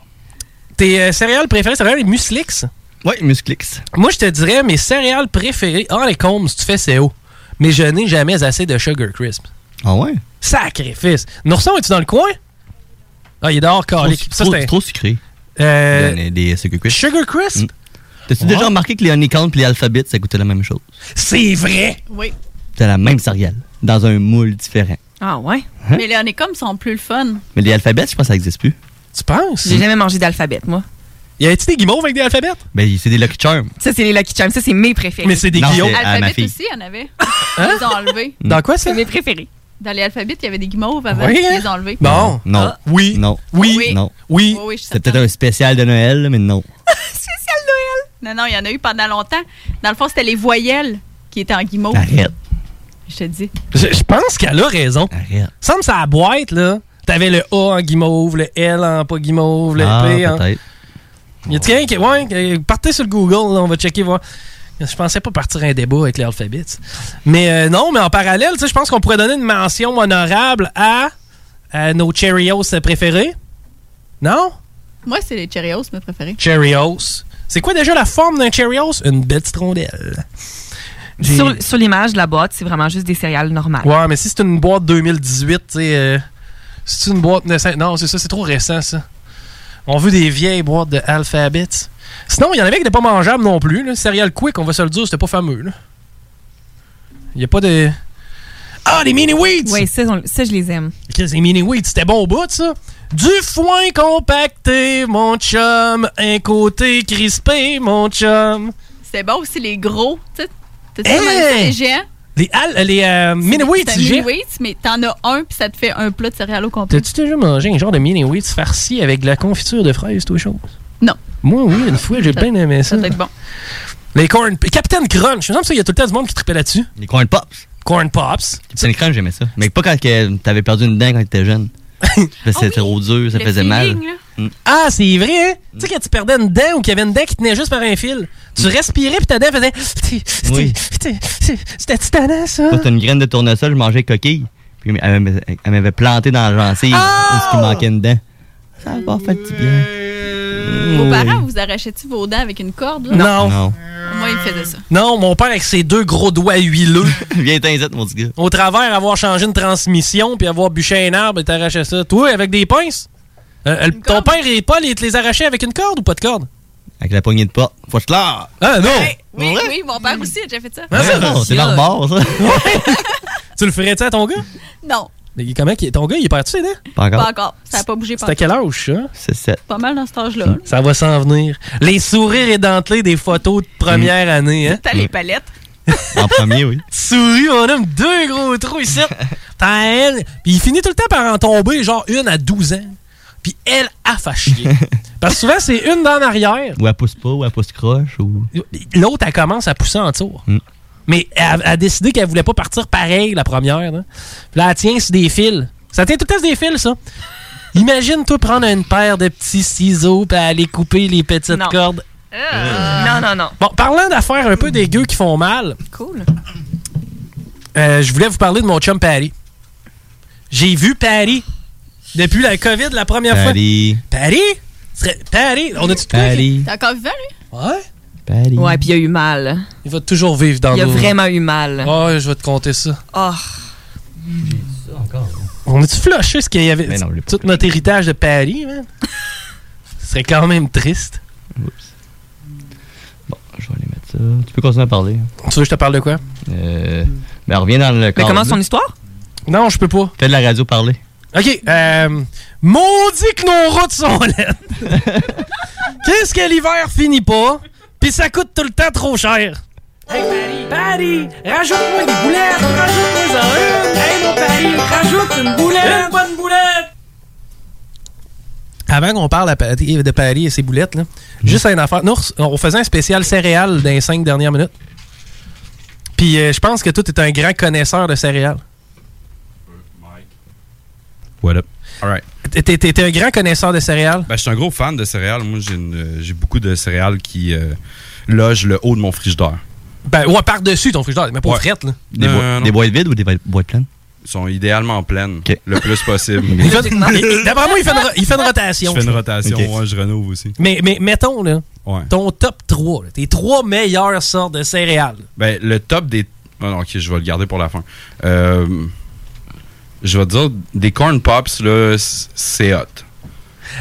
tes euh, céréales préférées, c'est vraiment les muslix. Ouais, Musclix. Moi, je te dirais mes céréales préférées. Ah, les combs, tu fais CO. Mais je n'ai jamais assez de Sugar Crisp. Ah ouais? Sacrifice. Nourson, es-tu dans le coin? Ah, il est dehors, calique. Ça, trop, c'est un- trop sucré. Euh, Il y en a des Sugar Crisp. Sugar Crisp? T'as-tu Ouais. déjà remarqué que les honeycombs et les alphabets, ça goûtait la même chose? C'est vrai! Oui. C'est la même céréale, dans un moule différent. Ah ouais? Hein? Mais les honeycombs sont plus le fun. Mais les alphabets, je pense que ça n'existe plus. Tu penses? J'ai jamais mangé d'alphabet, moi. Y a-tu des guimauves avec des alphabets? Ben, c'est des Lucky Charms. Ça, c'est les Lucky Charms. Ça, c'est mes préférés. Mais c'est des Non, guillots. c'est à ma Alphabet fille. <laughs> aussi, il y en avait. Ils les ont enlevés. Dans quoi, ça? C'est mes préférés. Dans les alphabets, il y avait des guimauves avant Oui, de hein? les enlever. Non. Non. Ah. Oui. Non. Oui. Non. Oui. Oui, oui, je suis C'est peut-être un spécial de Noël, là, mais non. <laughs> Spécial Noël. Non, non, il y en a eu pendant longtemps. Dans le fond, c'était les voyelles qui étaient en guimauve. Arrête. Je te dis. Je, je pense qu'elle a raison. Semble que ça la boîte, là. T'avais le A en guimauve, le L en pas guimauve, le Ah, P en. peut-être. Y a quelqu'un qui. Ouais, qui- partez sur le Google, là, on va checker, voir. Je pensais pas partir un débat avec l'alphabet. Mais euh, non, mais en parallèle, tu sais, je pense qu'on pourrait donner une mention honorable à, à nos Cheerios préférés. Non? Moi, c'est les Cheerios, mes préférés. Cheerios. C'est quoi déjà la forme d'un Cheerios? Une belle petite rondelle. J'ai- <laughs> Sur, sur l'image de la boîte, c'est vraiment juste des céréales normales. Ouais, mais si c'est une boîte 2018, tu sais. euh, si c'est une boîte naissante- Non, c'est ça, c'est trop récent, ça. On veut des vieilles boîtes de Alphabet. Sinon, il y en avait qui n'étaient pas mangeables non plus. Là. Cereal Quick, on va se le dire, c'était pas fameux. là. Il n'y a pas de. Ah, des mini weeds! Oui, ça, on- ça, je les aime. Chris, les mini weeds, c'était bon au bout, ça. Du foin compacté, mon chum. Un côté crispé, mon chum. C'était bon aussi les gros. Tu sais, t'as-tu Hey! vraiment vu ça, les géants? Les, al- les euh, mini weeds, C'était j'ai- mini wheats, mais t'en as un, puis ça te fait un plat de céréales au complet. T'as-tu déjà mangé un genre de mini wheats farci avec de la confiture de fraises, tout chose? Non. Moi, oui, une fois, j'ai Ça- bien aimé ça. ça doit être bon. Les corn... Captain Crunch, je me semble qu'il y a tout le temps du monde qui tripait là-dessus. Les corn pops. Corn pops. C'est une crème, j'aimais ça. Mais pas quand que t'avais perdu une dent quand t'étais <laughs> jeune. Parce que c'était trop dur, ça Le faisait mal. Mm. feeling, Ah, c'est vrai, hein? Tu sais, quand tu perdais une dent ou qu'il y avait une dent qui tenait juste par un fil, tu respirais puis ta dent faisait. Mm. Oui. <laughs> C'était- c'était- C'était titanant, ça. Quand t'as une graine de tournesol, je mangeais coquille. Puis elle m'avait- elle m'avait planté dans la gencive parce qu'il manquait une dent. Ça va faire du bien. Vos Oui. parents, vous arrachez-tu vos dents avec une corde? là? Non. Moi, ils me faisaient ça. Non, mon père avec ses deux gros doigts huileux. <laughs> Viens t'inzette, mon petit gars. Au travers, avoir changé une transmission puis avoir bûché un arbre et t'arrachais ça. Toi, avec des pinces? Euh, euh, ton père et Paul, ils te les arrachaient avec une corde ou pas de corde? Avec la poignée de porte. Faut que je l'art. Ah non! Oui, oui, mon père aussi a déjà fait ça. Ah, ça, non, c'est barbare, ça. <laughs> tu le ferais-tu à ton gars? Non, Mais comment qu'il- ton gars, il est parti, hein? Pas pas encore. Ça n'a pas bougé C'est à pas quel âge, ça? C'est 7. Pas mal dans cet âge-là. là. Ça va s'en venir. Les sourires édentelés des photos de Mm. première année, hein? T'as les palettes. En premier, oui. Souris, mon homme, deux gros trous <laughs> ici. T'as elle. Puis il finit tout le temps par en tomber, genre une à 12 ans. Puis elle a fait <laughs> chier. Parce que souvent, c'est une dans l'arrière. Ou elle pousse pas, ou elle pousse croche, ou. L'autre, elle commence à pousser en tour. Mm. Mais elle a- a décidé qu'elle voulait pas partir pareil, la première. Là, Puis là, elle tient sur des fils. Ça tient tout le temps sur des fils, ça. Imagine-toi prendre une paire de petits ciseaux puis aller couper les petites Non. cordes. Non, non, Mm. non. Bon, parlant d'affaires un peu dégueu qui font mal, Cool. euh, je voulais vous parler de mon chum Patty. J'ai vu Patty depuis la COVID la première Patty. fois. Patty? Serait- Patty? On a-tu de quoi? Patty. T'es encore vivant, lui? Ouais. Ouais, puis il a eu mal. Il va toujours vivre dans Il a nos- vraiment eu mal. Ouais, je vais te compter ça. Oh. On a-tu flashé ce qu'il y avait? Mais non, je l'ai tout notre héritage de Paris, <laughs> man? ce serait quand même triste. Ça, Tu peux continuer à parler. Tu veux que je te parle de quoi? Euh. Ben, reviens dans le cadre, là. histoire? Non, je peux pas. Ah, Fais de la radio parler. OK. Euh, maudit que nos routes sont laides. <laughs> Qu'est-ce que l'hiver finit pas, puis ça coûte tout le temps trop cher. Hey Paris, Paris, rajoute-moi des boulettes, rajoute-moi en une. Hey mon Paris, rajoute une boulette. Une bonne boulette. Avant qu'on parle à Pa- de Paris et ses boulettes, là, juste une affaire. Nous, on faisait un spécial céréales dans les cinq dernières minutes. Puis euh, je pense que toi, t'es un grand connaisseur de céréales. What up? All right. T'es- T'es t'es un grand connaisseur de céréales. Ben, je suis un gros fan de céréales. Moi, j'ai une- euh, j'ai beaucoup de céréales qui euh, logent le haut de mon frigidaire. Ben, ouais, par-dessus ton frigidaire, mais pas Ouais. frette, là. Euh, Des, boi- des boîtes vides ou des boi- boîtes pleines? Ils sont idéalement pleines, le plus <laughs> possible. Il fait- <laughs> il- D'après moi, il fait une, ro- il fait une rotation. Je fais je une crois. rotation, ouais, je renouve aussi. Mais, mais mettons, là, Ouais. ton top 3, là, tes trois meilleures sortes de céréales. Ben, le top des. Ah non, ok, je vais le garder pour la fin. Euh, je vais te dire, des corn pops, là, c- c'est hot.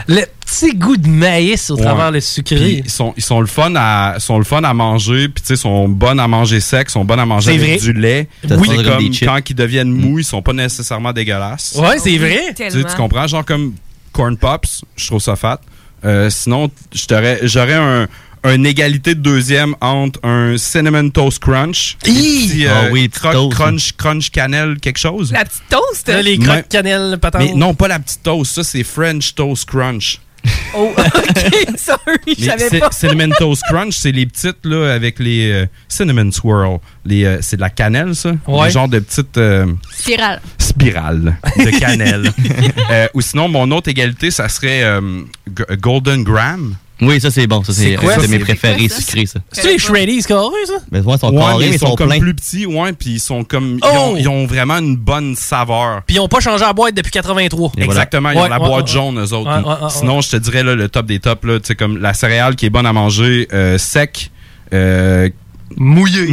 Le petit goût de maïs au Ouais. travers le sucré. Puis Ils sont, ils sont le fun à, sont le fun à manger, puis tu sais, sont bonnes à manger sec, sont bonnes à manger C'est avec vrai. du lait. Ça Oui, C'est sent comme comme des chips. Mm. quand ils deviennent mous, ils sont pas nécessairement dégueulasses. Ouais, c'est Oui, vrai. Tu, sais, tellement. tu comprends, genre comme corn pops, je trouve ça fat. Euh, sinon, je t'aurais- j'aurais un, une égalité de deuxième entre un Cinnamon Toast Crunch. et petit, Ah oui, petit croc- hein. toast. Crunch, crunch cannelle, quelque chose. La petite toast. Là, les crocs- crocs Ouais. Mais non, pas la petite toast, ça c'est French Toast Crunch. <laughs> Oh, OK, sorry, <laughs> je Mais savais c'est- pas. cinnamon Toast Crunch, c'est les petites là avec les euh, Cinnamon Swirl. Les, euh, c'est de la cannelle, ça? Ouais. Un genre de petite euh, Spiral. spirale de <laughs> cannelle. Euh, ou sinon, mon autre égalité, ça serait euh, G- Golden Graham. Oui, ça c'est bon. Ça, c'est un de mes préférés sucrés, ça. C'est les Shreddies carrés, ça? Mais moi, ils sont Ouais, carrés, mais mais ils sont, comme pleins. plus petits, ouais, puis ils sont comme. ils Oh! ont- Ils, ont, vraiment une bonne saveur. Puis ils n'ont pas changé la boîte depuis 83. Exactement, ils ont Ouais, la ouais, boîte ouais. jaune, eux autres. Ouais, ouais, ouais, Sinon, je te dirais là, le top des tops, là, tu sais, comme la céréale qui est bonne à manger, euh, sec, euh, mouillée,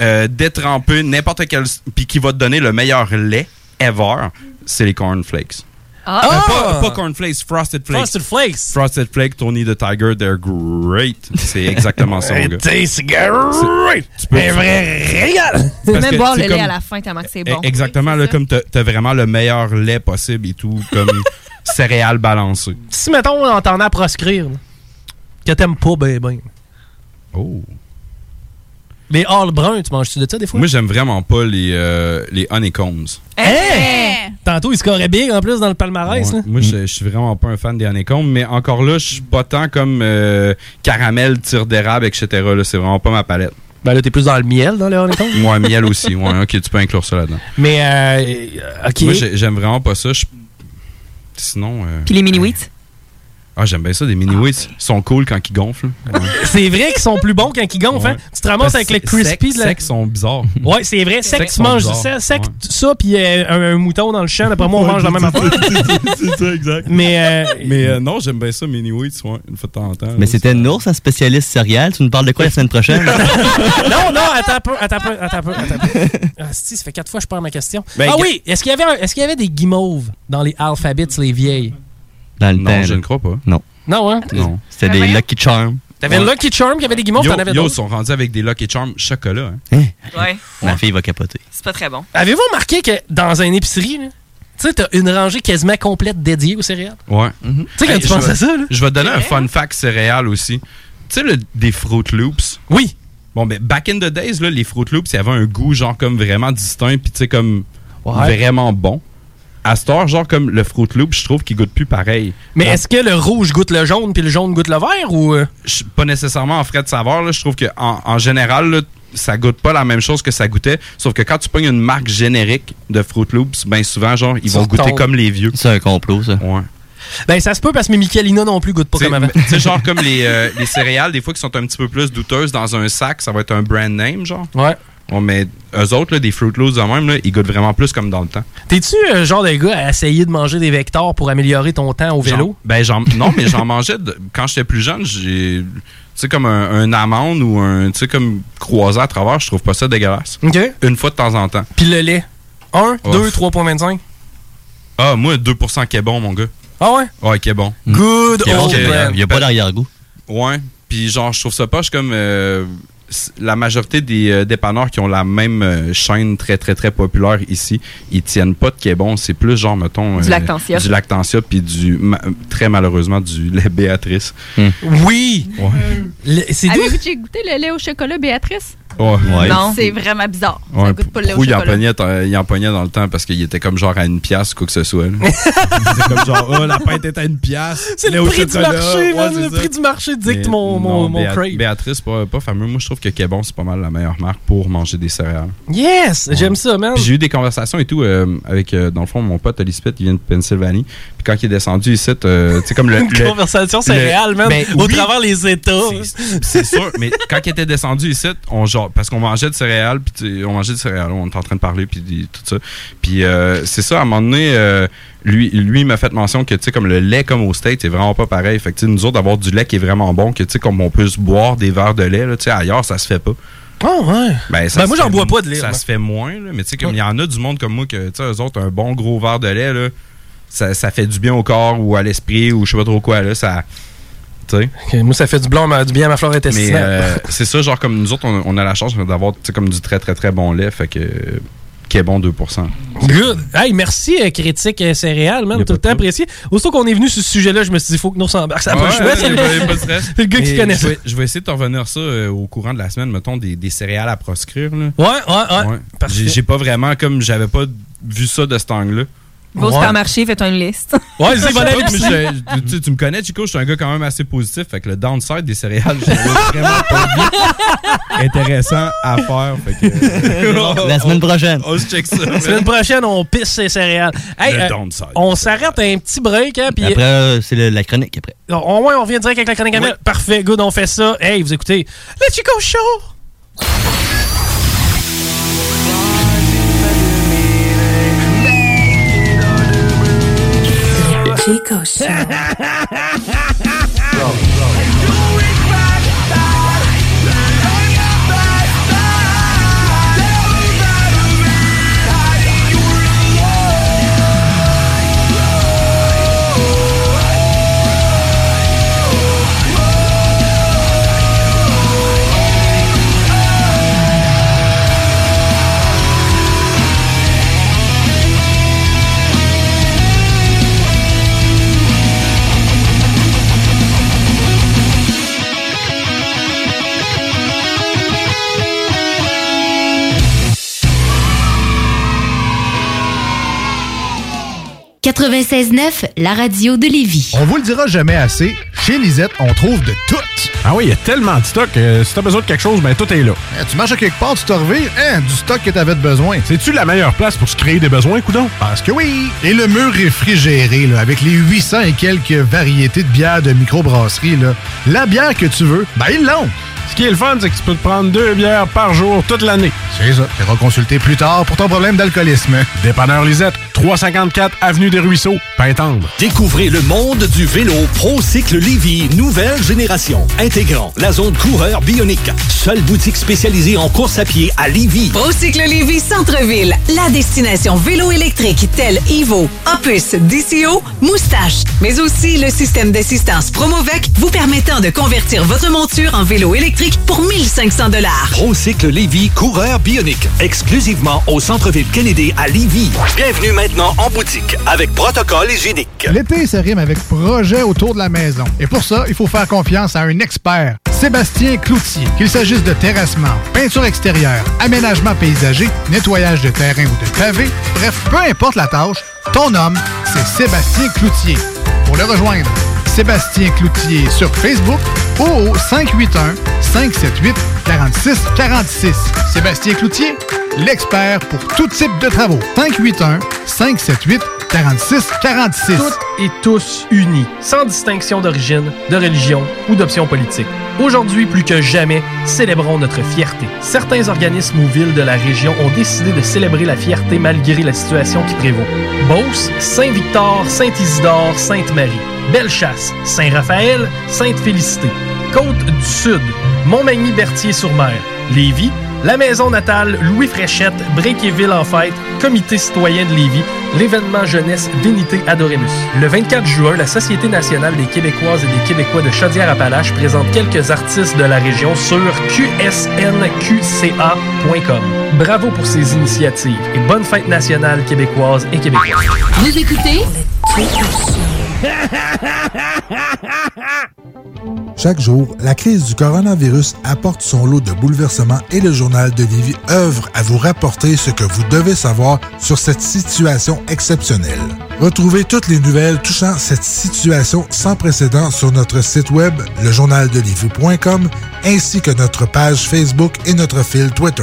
euh, détrempée, n'importe quel. Puis qui va te donner le meilleur lait ever, c'est les cornflakes. Ah! Euh, pas, pas cornflakes, frosted flakes. Frosted Flakes. Frosted Flakes, Tony the Tiger, they're great. C'est exactement ça, mon gars. Tastes great. Tu peux- Un vrai régal. Tu peux Parce même que boire c'est le lait comme- à la fin tellement que c'est bon. Eh, Exactement, là, comme t'as t'as vraiment le meilleur lait possible et tout, <laughs> comme céréales balancées. Si, mettons, on t'en a à proscrire, là, que t'aimes pas, ben, ben. Oh. Les hors bruns, tu manges-tu de ça des fois? Moi, j'aime vraiment pas les, euh, les honeycombs. Eh. Hey! Tantôt, il scorait big en plus dans le palmarès. Ouais, là. Moi, je je suis vraiment pas un fan des honeycombs, mais encore là, je suis pas tant comme euh, caramel, tire d'érable, etc. là. C'est vraiment pas ma palette. Ben là, t'es plus dans le miel, dans les honeycombs. Moi, miel aussi. Ouais, ok, tu peux inclure ça là-dedans. Mais, euh, ok. Moi, j'ai- j'aime vraiment pas ça. Je- Sinon. euh, Puis les mini-wheats. Ah, j'aime bien ça, des mini wheats. Ils sont cool quand ils gonflent. Ouais. C'est vrai qu'ils sont plus bons quand ils gonflent. hein. Ouais. Tu te ramasses Parce avec le que sec- crispy. de la- Secs sont bizarres. Ouais, c'est vrai. Sec, Secs tu sont manges bizarres. ça, sec, ça puis euh, un, un mouton dans le champ. D'après moi, on Ouais, mange la même affaire. <laughs> C'est ça, exact. Mais, mais euh, non, j'aime bien ça, mini wheats, ouais, une fois de temps en temps. Mais c'était Nours, un spécialiste céréales. Tu nous parles de quoi la semaine <laughs> prochaine? non, non, attends un peu, attends un peu, attends un peu. Attends un peu. Ah, si, ça fait quatre fois que je perds ma question. Ben, ah ga- oui, est-ce qu'il y, avait un- est-ce qu'il y avait des guimauves dans les alphabets, les vieilles? Dans le Non, temps, je là. ne crois pas. Non. Non, hein? Non. C'était des Lucky Charms. T'avais Ouais. Lucky Charm qui avait des guimauves, Yo, t'en avais yo, d'autres? ils sont rendus avec des Lucky Charms chocolat. hein. Ouais, Ma fille va capoter. c'est pas très bon. Avez-vous remarqué que dans une épicerie, là, tu sais, t'as une rangée quasiment complète dédiée aux céréales? Ouais. Mhm. Tu sais, quand tu je penses vais- à ça, là. Je vais te donner un fun fact céréal aussi. Tu sais, le- des Fruit Loops. Oui. Bon, ben, back in the days, là, les Fruit Loops, il y avait un goût, genre, comme vraiment distinct, puis tu sais, comme Ouais. vraiment bon. À cette heure, genre, comme le Fruit Loop, je trouve qu'il goûte plus pareil. Mais est-ce que le rouge goûte le jaune puis le jaune goûte le vert ou. euh? Je- pas nécessairement en frais de saveur. là. Je trouve que en, en général, là, ça goûte pas la même chose que ça goûtait. Sauf que quand tu pognes une marque générique de Fruit Loops, ben souvent, genre, ils vont Sur goûter ton- comme les vieux. C'est un complot, ça. Ouais. Ben, ça se peut parce que mes Michelina non plus goûtent pas Tu sais, comme avant. tu sais, genre comme les, euh, les céréales, des fois, qui sont un petit peu plus douteuses dans un sac, ça va être un brand name, genre. Ouais. Bon, mais eux autres, là, des Fruit Loops de même, là, ils goûtent vraiment plus comme dans le temps. T'es-tu euh, genre de gars à essayer de manger des vecteurs pour améliorer ton temps au vélo? J'en- ben, j'en- non, mais j'en mangeais de- quand j'étais plus jeune. J'ai, tu sais, comme un, un amande ou un, tu sais, comme croisé à travers, je trouve pas ça dégueulasse. OK. Une fois de temps en temps. Puis le lait. 1, Ouf. 2, 3,25. Ah, moi, 2% qui est bon, mon gars. Ah ouais? Ouais, qui est bon. Good Mm. Qui est bon, old qui est- brand. Il y a pas d'arrière-goût. Ouais. Puis, genre, je trouve ça poche comme euh, s- la majorité des euh, dépanneurs qui ont la même euh, chaîne très, très, très populaire ici, ils tiennent pas de qui est bon. C'est plus, genre, mettons. euh, Du Lactantia. Du Lactantia, puis du, ma- très malheureusement, du lait Béatrice. Oui! Mm. Hum. Ouais. Le- C'est doux. Avez-vous déjà goûté le lait au chocolat, Béatrice? Ouais. C'est vraiment bizarre. Ouais, ça goûte pas le lait au Prou, il en chocolat. pognait, euh, il en pognait dans le temps parce qu'il était comme genre à une pièce ou quoi que ce <laughs> soit. là. C'est comme genre, oh, la pinte est à une pièce. C'est lait le au prix du chocolat, marché, ouais, man. c'est Le ça. prix du marché dicte Mais non, mon, mon, mon Béa- crave. Béatrice, pas, pas fameux. Moi, je trouve que Québon, c'est pas mal la meilleure marque pour manger des céréales. Yes! J'aime ça, man. Puis j'ai eu des conversations et tout euh, avec, euh, dans le fond, mon pote Elizabeth, il vient de Pennsylvanie. Puis quand il est descendu ici, euh, tu sais, comme le. <laughs> Une le- conversation le- céréale, man. Ben au oui. travers les États. C'est sûr, mais quand il était descendu ici, on genre, parce qu'on mangeait de céréales, puis tu sais, on mangeait de céréales, on était en train de parler, puis des- tout ça. Puis euh, c'est ça, à un moment donné, euh, lui, lui il m'a fait mention que, tu sais, comme le lait, comme au States, c'est vraiment pas pareil. Fait que, tu sais, nous autres, d'avoir du lait qui est vraiment bon, que, tu sais, comme on peut se boire des verres de lait, là, tu sais, ailleurs, ça se fait pas. Oh, ouais. Ben, Ben, se moi, j'en fait- bois pas de lait, Ça moi. se fait moins, là, mais tu sais, comme il y en a du monde comme moi, que, tu sais, eux autres, un bon gros verre de lait, là, ça, ça fait du bien au corps ou à l'esprit ou je sais pas trop quoi, là, ça. Tu sais. Ok, moi, ça fait du blanc, mais du bien à ma flore Mais intestinale. euh, c'est ça, genre comme nous autres, on, on a la chance d'avoir tu sais, comme du très très très bon lait. Fait que euh, qui est bon 2%. Good. Hey, merci, euh, critique euh, céréales, man. Tout le temps apprécié. Aussitôt qu'on est venu sur ce sujet-là, je me suis dit, il faut que nous s'embarque. Ça a pas le Ouais, choix, ouais, c'est y a pas- y a pas de stress. c'est <laughs> le gars qui Mais connaît je ça. vais- Je vais essayer de te revenir ça euh, au courant de la semaine, mettons, des, des céréales à proscrire. Là. Ouais, ouais, ouais. J'ai j'ai pas vraiment, comme j'avais pas vu ça de cet angle-là. Va au supermarché, fais-toi une liste. eh, <laughs> Ouais, c'est <laughs> pas tout, mais je- tu, tu me connais, Chico, je suis un gars quand même assez positif. Fait que le downside des céréales, je l'ai vraiment pas vu intéressant à faire. Fait que, euh, La semaine prochaine. On se check ça. La semaine prochaine, on pisse ses céréales. Hey, Le euh, downside. on s'arrête à un petit break, hein, puis Après, euh, c'est le- la chronique après. Non, Au moins, on revient direct avec la chronique à Mel. Parfait, good, on fait ça. Hey, vous écoutez, le Chico Show! Chico Show. la radio de Lévis. On vous le dira jamais assez, chez Lisette, on trouve de tout. Ah oui, il y a tellement de stock. si t'as besoin de quelque chose, ben tout est là. tu marches à quelque part, tu te revires, hein, du stock que t'avais de besoin. C'est-tu la meilleure place pour se créer des besoins, coudon? Parce que oui! Et le mur réfrigéré, là, avec les 800 et quelques variétés de bières de microbrasserie, là, la bière que tu veux, ben ils l'ont! Ce qui est le fun, c'est que tu peux te prendre deux bières par jour toute l'année. C'est ça. Tu consulter plus tard pour ton problème d'alcoolisme. Dépanneur Lisette, 354 Avenue des Ruisseaux, Pintendre. Découvrez le monde du vélo ProCycle Lévy nouvelle génération, intégrant la zone coureur bionique. Seule boutique spécialisée en course à pied à Lévy. Procycle Lévis Centre-Ville, la destination vélo électrique telle Evo, Opus, DCO, Moustache, mais aussi le système d'assistance Promovec vous permettant de convertir votre monture en vélo électrique pour 1500 dollars. ProCycle Lévy coureur bionique, exclusivement au centre-ville Kennedy à Lévy. Bienvenue maintenant en boutique avec protocole hygiénique. L'été se rime avec projet autour de la maison. Et pour ça, il faut faire confiance à un expert, Sébastien Cloutier. Qu'il s'agisse de terrassement, peinture extérieure, aménagement paysager, nettoyage de terrain ou de pavé, bref, peu importe la tâche, ton homme, c'est Sébastien Cloutier. Pour le rejoindre, Sébastien Cloutier sur Facebook ou au 581 578 46 46. Sébastien Cloutier, l'expert pour tout type de travaux. 581 578 46 46. Toutes et tous unis, sans distinction d'origine, de religion ou d'option politique. Aujourd'hui, plus que jamais, célébrons notre fierté. Certains organismes ou villes de la région ont décidé de célébrer la fierté malgré la situation qui prévaut. Beauce, Saint-Victor, Saint-Isidore, Sainte-Marie, Bellechasse, Saint-Raphaël, Sainte-Félicité, Côte-du-Sud, Montmagny-Berthier-sur-Mer, Lévis, la maison natale Louis Fréchette, Bréquéville en fête, Comité citoyen de Lévis, l'événement jeunesse Vénité Adoremus. Le 24 juin, la Société nationale des Québécoises et des Québécois de Chaudière-Appalaches présente quelques artistes de la région sur qsnqca.com. Bravo pour ces initiatives et bonne fête nationale québécoise et québécoise. Vous écoutez Chico Chaque jour, la crise du coronavirus apporte son lot de bouleversements et le journal de Livy œuvre à vous rapporter ce que vous devez savoir sur cette situation exceptionnelle. Retrouvez toutes les nouvelles touchant cette situation sans précédent sur notre site web, lejournaldelivy.com, ainsi que notre page Facebook et notre fil Twitter.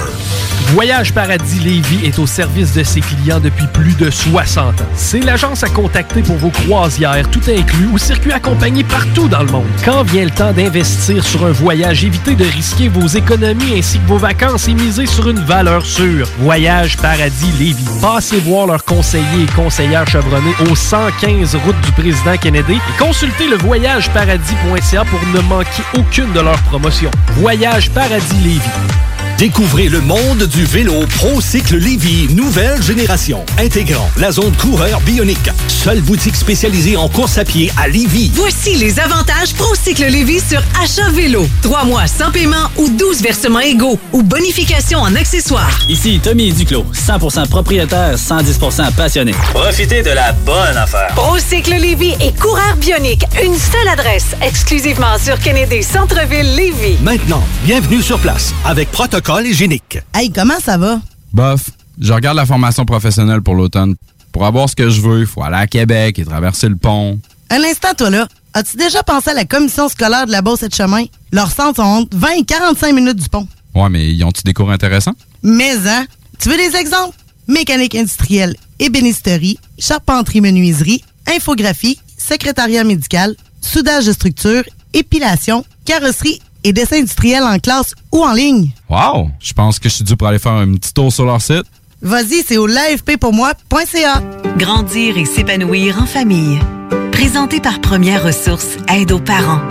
Voyage Paradis Lévis est au service de ses clients depuis plus de 60 ans. C'est l'agence à contacter pour vos croisières, tout inclus ou circuits accompagnés partout dans le monde. Quand vient le temps d'investir sur un voyage, évitez de risquer vos économies ainsi que vos vacances et misez sur une valeur sûre. Voyage Paradis Lévis. Passez voir leurs conseillers et conseillères chevronnés au 115 route du président Kennedy et consultez le voyageparadis.ca pour ne manquer aucune de leurs promotions. Voyage Paradis Lévis. Découvrez le monde du vélo ProCycle Lévy nouvelle génération, intégrant la zone coureur bionique, seule boutique spécialisée en course à pied à Lévy. Voici les avantages Procycle Lévis sur achat vélo. Trois mois sans paiement ou 12 versements égaux ou bonification en accessoires. Ici Tommy Duclos, 100% propriétaire, 110% passionné. Profitez de la bonne affaire. Procycle Lévis et Coureur Bionique, une seule adresse, exclusivement sur Kennedy Centre-ville Lévis. Maintenant, bienvenue sur place avec protocole hygiénique. Hey, comment ça va? Bof, je regarde la formation professionnelle pour l'automne. Pour avoir ce que je veux, il faut aller à Québec et traverser le pont. Un instant, toi là. As-tu déjà pensé à la commission scolaire de la Beauce et de Chemin? Leurs centres sont entre 20 et 45 minutes du pont. Ouais, mais ils ont-tu des cours intéressants? Mais, hein? Tu veux des exemples? Mécanique industrielle, ébénisterie, charpenterie menuiserie, infographie, secrétariat médical, soudage de structure, épilation, carrosserie et dessin industriel en classe ou en ligne. Wow! Je pense que je suis dû pour aller faire un petit tour sur leur site. Vas-y, c'est au lafppourmoi.ca. Grandir et s'épanouir en famille. Présenté par Première Ressource, aide aux parents.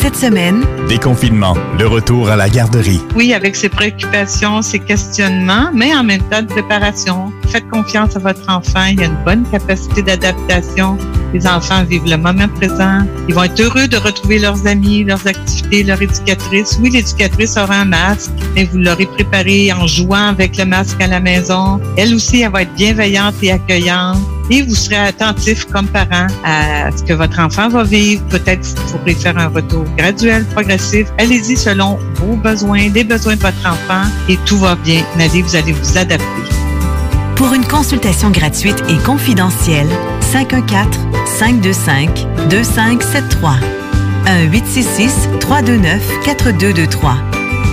Cette semaine, Déconfinement, le retour à la garderie. Oui, avec ses préoccupations, ses questionnements, mais en même temps de préparation. Faites confiance à votre enfant, il a une bonne capacité d'adaptation. Les enfants vivent le moment présent. Ils vont être heureux de retrouver leurs amis, leurs activités, leur éducatrice. Oui, l'éducatrice aura un masque, mais vous l'aurez préparé en jouant avec le masque à la maison. Elle aussi, elle va être bienveillante et accueillante. Et vous serez attentif comme parent à ce que votre enfant va vivre. Peut-être vous pourrez faire un retour graduel, progressif. Allez-y selon vos besoins, les besoins de votre enfant et tout va bien. Allez, vous allez vous adapter. Pour une consultation gratuite et confidentielle, 514-525-2573. 1-866-329-4223.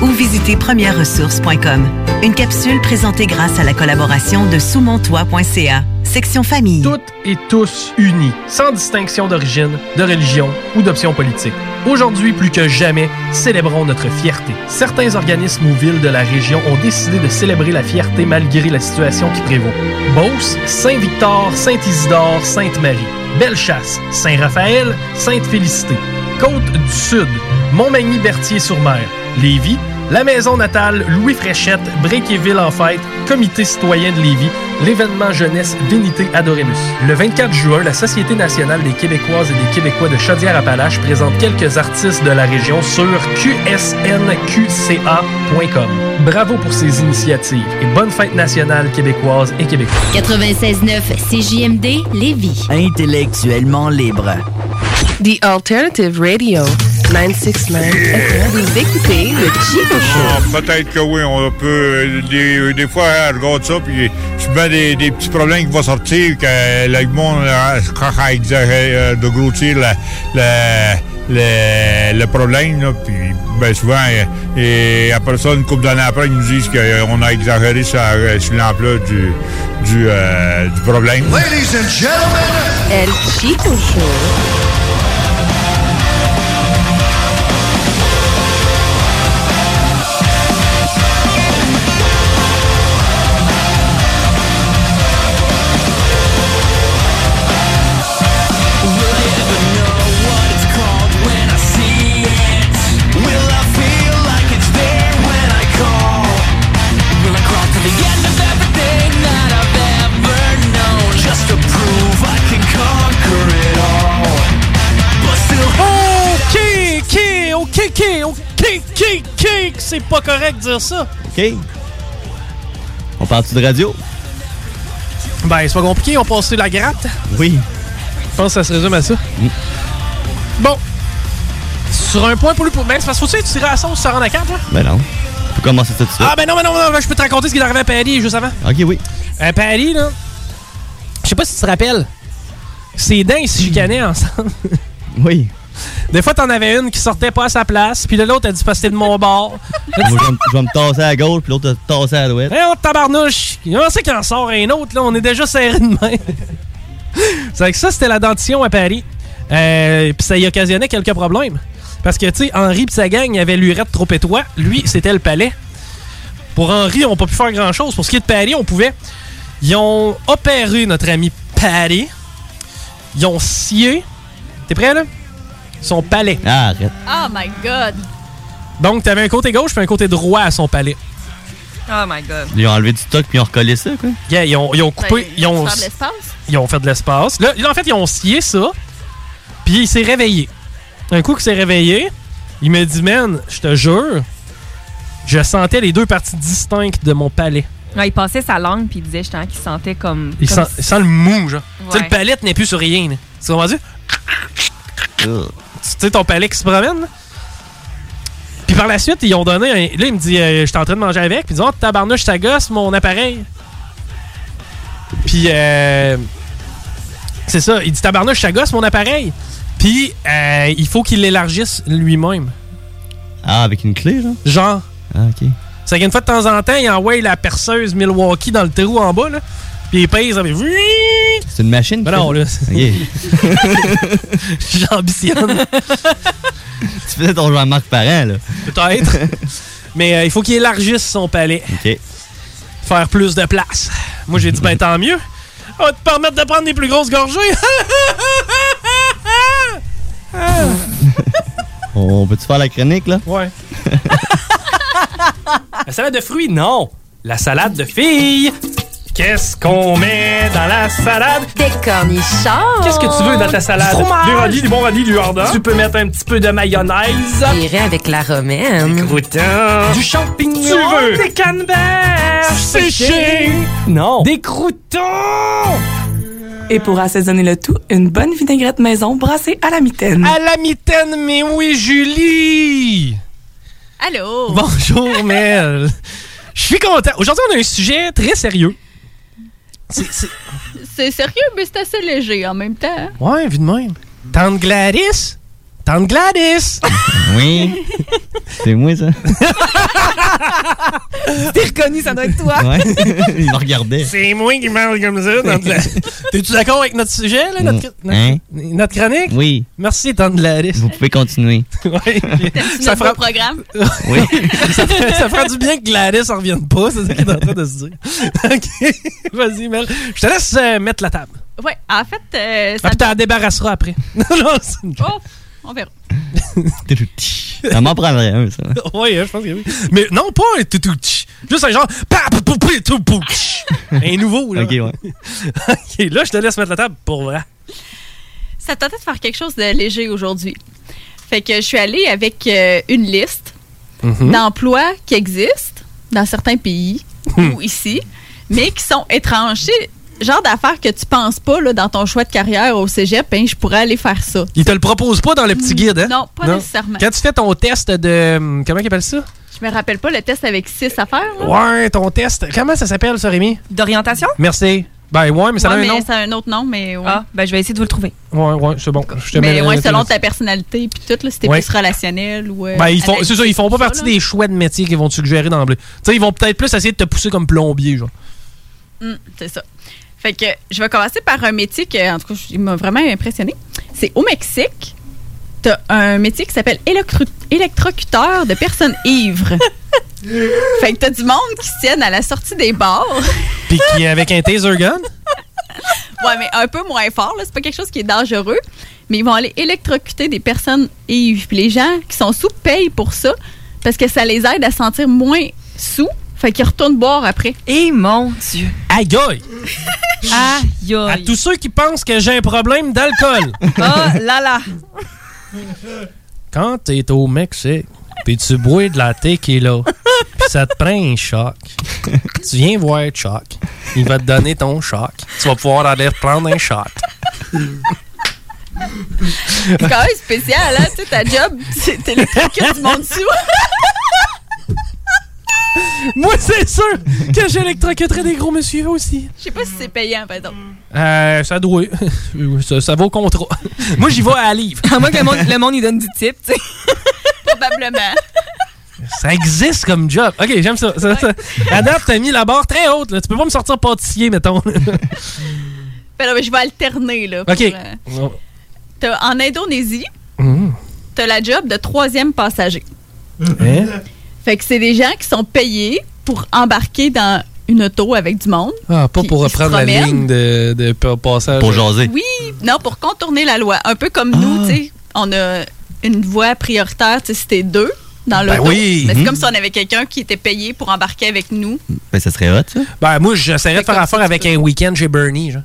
Ou visitez premièreressources.com. Une capsule présentée grâce à la collaboration de sousmontois.ca. Section famille. Toutes et tous unis, sans distinction d'origine, de religion ou d'option politique. Aujourd'hui plus que jamais, célébrons notre fierté. Certains organismes ou villes de la région ont décidé de célébrer la fierté malgré la situation qui prévaut. Beauce, Saint-Victor, Saint-Isidore, Sainte-Marie, Bellechasse, Saint-Raphaël, Sainte-Félicité, Côte-du-Sud, Montmagny-Berthier-sur-Mer, Lévis, la maison natale, Louis Fréchette, Bréquéville en fête, Comité citoyen de Lévis, l'événement jeunesse Vénité Adoremus. Le 24 juin, la Société nationale des Québécoises et des Québécois de Chaudière-Appalaches présente quelques artistes de la région sur qsnqca.com. Bravo pour ces initiatives et bonne fête nationale québécoise et québécois. 96.9 CJMD Lévis. Intellectuellement libre. The Alternative Radio 969 yeah. Vous écoutez le Chico Show. Ah, Peut-être que oui, on peut. Euh, des, des, fois, elle regarde ça, puis tu mets des, des petits problèmes qui vont sortir, que le monde, hein, quand elle exagère euh, de grossir la, la, la, le problème, là, puis ben, souvent, et, et, après ça, une couple d'années après, ils nous disent qu'on a exagéré sur, sur l'ampleur du, du, euh, du problème. Ladies and gentlemen, El Chico Show. c'est pas correct de dire ça. OK. On parle-tu de radio? Ben, c'est pas compliqué, on passe la gratte. Oui. Je pense que ça se résume à ça. Hmm. Mm. Bon. Sur un point pour lui, pour Max, parce que tu sais, tu tirais à la sauce, ça rend à quatre, là? Ben non. Faut commencer tout ça. Ah, ben non, ben non, ben non, je peux te raconter ce qui est arrivé à Paris juste avant. OK, oui. À Paris, là, je sais pas si tu te rappelles, ces dingues se chicanaient ensemble. oui. Des fois, t'en avais une qui sortait pas à sa place, puis l'autre a dû passer de mon bord. Moi, je vais me tasser à gauche, puis l'autre a tassé à droite. Hé, Eh, on tabarnouche! On sait qu'il en sort un autre, là, on est déjà serré de main. <laughs> C'est que ça, c'était la dentition à Paris. Euh, puis ça y occasionnait quelques problèmes. Parce que, tu sais, Henri pis sa gang, il avait l'urette trop étroit. Lui, c'était le palais. Pour Henri, on n'a pas pu faire grand-chose. Pour ce qui est de Paris, on pouvait. Ils ont opéré notre ami Paris. Ils ont scié. T'es prêt, là? son palais. Ah, arrête. Oh my god. Donc, t'avais un côté gauche puis un côté droit à son palais. Oh my god. Ils ont enlevé du stock puis ils ont recollé ça, quoi. Yeah, ils, ont, ils ont coupé. Ben, ils, ont, faire de l'espace. ils ont fait de l'espace. Là, là, en fait, ils ont scié ça. Puis il s'est réveillé. Un coup qu'il s'est réveillé, il me dit Man, je te jure, je sentais les deux parties distinctes de mon palais. Ouais, il passait sa langue puis il disait justement qu'il sentait comme. Il, comme sent, il sent le mou, genre. Tu sais, Ouais. le palais n'est plus sur rien. là. Tu comprends Tu Ah. sais, ton palais qui se promène. là. Puis par la suite, ils ont donné. un- Là, il me dit euh, J'étais en train de manger avec. Puis ils disent Oh, tabarnouche, ça gosse mon appareil. Puis, euh, c'est ça. Il dit Tabarnouche, ça gosse mon appareil. Puis, euh, il faut qu'il l'élargisse lui-même. Ah, avec une clé, genre? Genre. Ah, ok. C'est qu'une fois de temps en temps, il envoie la perceuse Milwaukee dans le trou en bas, là. Puis il pèse avec. C'est une machine? Ben qui <laughs> non, fait- là. Ok. <laughs> J'ambitionne. tu faisais ton Jean-Marc Parent, <laughs> là. Peut-être. Mais euh, il faut qu'il élargisse son palais. Ok. Faire plus de place. Moi, j'ai dit, ben tant mieux. On va te permettre de prendre des plus grosses <laughs> gorgées. On peut-tu faire la chronique, là? Ouais. La salade de fruits, non. La salade de filles. Qu'est-ce qu'on met dans la salade? Des cornichons. Qu'est-ce que tu veux dans ta salade? Du fromage. radis, du bon radis, du hardin. Tu peux mettre un petit peu de mayonnaise. J'irai avec la romaine. Des croûtons. Du champignon. Tu veux. Des Ben! canneberges. séchées. Non. Des croûtons! Et pour assaisonner le tout, une bonne vinaigrette maison brassée à la mitaine. À la mitaine, mais oui, <laughs> Julie! Allô? Bonjour, Mel. Je suis content. Aujourd'hui, on a un sujet très sérieux. C'est- c'est- C'est sérieux, mais c'est assez léger en même temps. hein? Ouais, vu de même. Tante Gladys? Tante Gladys? Oui. C'est moi, ça? <laughs> T'es reconnu, ça doit être toi. <laughs> Ouais. Il me regardait. C'est moi qui parle comme ça. <laughs> Tante Gladys. T'es-tu d'accord avec notre sujet, là? Notre, notre- Hein? notre chronique? Oui. Merci, Tante Gladys. Vous pouvez <laughs> continuer. Ouais. Ça fera fera- programme. Oui. <laughs> ça, fera- ça fera du bien que Gladys en revienne pas, c'est ce qu'il est en train de se dire. <laughs> OK, vas-y, Mel. Je te laisse euh, mettre la table. Ouais, en fait, euh, Ah, ça. puis t'en débarrasseras après. <laughs> non, non, c'est une Oh, on verra. Ça m'en prendrait un, ça. Oui, hein, je pense que oui. Mais non, pas un toutouch. Juste un genre. pa, pou, pou, pou, tou, pou, tch. Un nouveau, là. Ok, ouais. <laughs> OK, là, je te laisse mettre la table pour vrai. Ça tentait de faire quelque chose de léger aujourd'hui. Fait que je suis allée avec euh, une liste Mhm. Hmm? d'emplois qui existent dans certains pays Hmm. ou ici, mais qui sont étranges. C'est genre d'affaires que tu penses pas là, dans ton choix de carrière au cégep, hein, je pourrais aller faire ça. Il te le propose pas dans le petit guide, hein? Mm, Non, pas nécessairement. Quand tu fais ton test de. hum, Comment ils appellent ça? Je me rappelle pas le test avec six affaires. là. Ouais, ton test. Comment ça s'appelle, ça, Rémi? D'orientation? Merci. Ben, ouais, mais ça Ouais, a un mais nom. ça a un autre nom, mais ouais. Ah, ben je vais essayer de vous le trouver. Ouais, ouais, c'est bon. Je te mets mais le- ouais, le- selon ta personnalité puis tout, là, si t'es Ouais. plus relationnel ou. euh, Ben, ils font, c'est ça, ils font pas ça, partie là. des choix de métier qu'ils vont te suggérer d'emblée. Tu sais, ils vont peut-être plus essayer de te pousser comme plombier, genre. Hum, c'est ça. Fait que je vais commencer par un métier que, en tout cas, il m'a vraiment impressionné. C'est au Mexique. T'as un métier qui s'appelle électro- électrocuteur de personnes ivres. fait que t'as du monde qui se tiennent à la sortie des bars. Puis qui, avec un taser gun, Ouais, mais un peu moins fort, là. C'est pas quelque chose qui est dangereux. Mais ils vont aller électrocuter des personnes ivres. Puis les gens qui sont sous payent pour ça parce que ça les aide à sentir moins sous. Fait qu'ils retournent boire après. Et Eh, mon Dieu! aïe aïe! Aïe, À aïe. tous ceux qui pensent que j'ai un problème d'alcool. Oh là là! Quand t'es au Mexique, puis tu bois de la tequila, puis ça te prend un choc, tu viens voir Chuck, il va te donner ton choc. Tu vas pouvoir aller prendre un choc. C'est quand même spécial, hein? Tu sais, ta job, c'est t'électrocutes du monde sous. <laughs> Moi, c'est sûr que j'électrocuterai des gros monsieur aussi. Je sais pas si c'est payant, par exemple. Euh, ça doit. <laughs> ça, ça va au <laughs> contrat. Moi, j'y vais à la livre. À moins Ah, que le monde, le monde, il donne du type, tu sais. <laughs> Probablement. Ça existe comme job. OK, j'aime ça. ça, ça. À date, t'as mis la barre très haute. Là. Tu peux pas me sortir pâtissier, mettons. Fait là, Ben mais je vais alterner, là. pour, <laughs> OK. Oh. euh, t'as- en Indonésie, Mmh. t'as la job de troisième passager. Hein? Fait que c'est des gens qui sont payés pour embarquer dans une auto avec du monde. Ah, pas pour reprendre la promènent. ligne de, de pa- passage. Pour jaser. Oui, non, pour Ah. contourner la loi. Un peu comme nous, tu sais, on a une voie prioritaire, tu sais, si t'es deux. dans Ben l'auto. oui. Mais c'est Mhm. comme si on avait quelqu'un qui était payé pour embarquer avec nous. Ben, ça serait hot, ça. Ben, moi, j'essaierais de faire affaire avec un week-end chez Bernie, genre.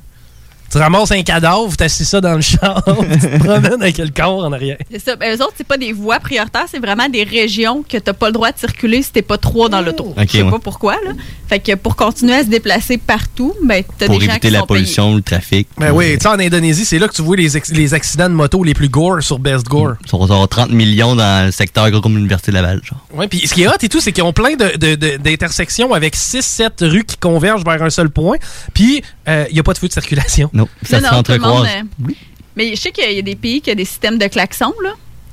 Tu ramasses un cadavre, t'assis ça dans le char, <laughs> tu te promènes avec le corps en arrière. C'est ça. Ben, eux autres, c'est pas des voies prioritaires, c'est vraiment des régions que t'as pas le droit de circuler si t'es pas trois Mmh. dans l'auto. Ok, Je sais ouais. pas pourquoi, là. Fait que pour continuer à se déplacer partout, ben, t'as Pour des gens éviter qui la sont payés. pollution, le trafic. Ben oui, tu sais, en Indonésie, c'est là que tu vois les, ex- les accidents de moto les plus gore sur Best Gore. Ils sont genre 30 millions dans le secteur gros comme l'Université Laval, genre. Mm. Ouais, puis ce qui est hot et tout, c'est qu'ils ont plein de- de- de- d'intersections avec 6-7 rues qui convergent vers un seul point. Puis, il n'y a pas de feu de circulation. Non, Non, non, tout le monde, euh, Mais je sais qu'il y a des pays qui ont des systèmes de klaxons, là.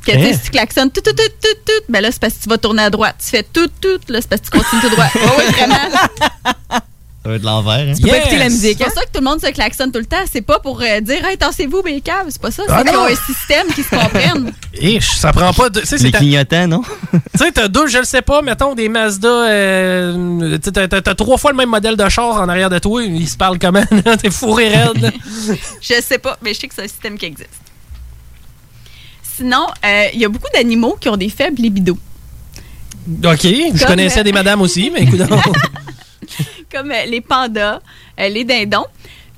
Que, tu sais, Hein? si tu klaxonnes tout, tout, tout, tout, tout, ben là, c'est parce que tu vas tourner à droite. Tu fais tout, tout, là, c'est parce que tu <laughs> continues tout droit. Oui, oui, vraiment. Ça va être l'envers, hein? C'est pour ça que tout le monde se klaxonne tout le temps. C'est pas pour euh, dire, hey, tassez-vous, mes caves. C'est pas ça. Ah C'est qu'ils non! ont un système qui se comprenne. Ish, ça prend pas de. tu sais, c'est Les ta- clignotants, non? <laughs> Tu sais, t'as deux, je le sais pas, mettons des Mazda. euh, tu sais, t'as- t'as t'as trois fois le même modèle de char en arrière de toi. Ils se parlent comment? là? T'es fourré raide. <laughs> là. Je sais pas, mais je sais que c'est un système qui existe. Sinon, euh, il y a beaucoup d'animaux qui ont des faibles libidos. OK, je Comme- connaissais des madames aussi, mais écoute. comme euh, les pandas, euh, les dindons.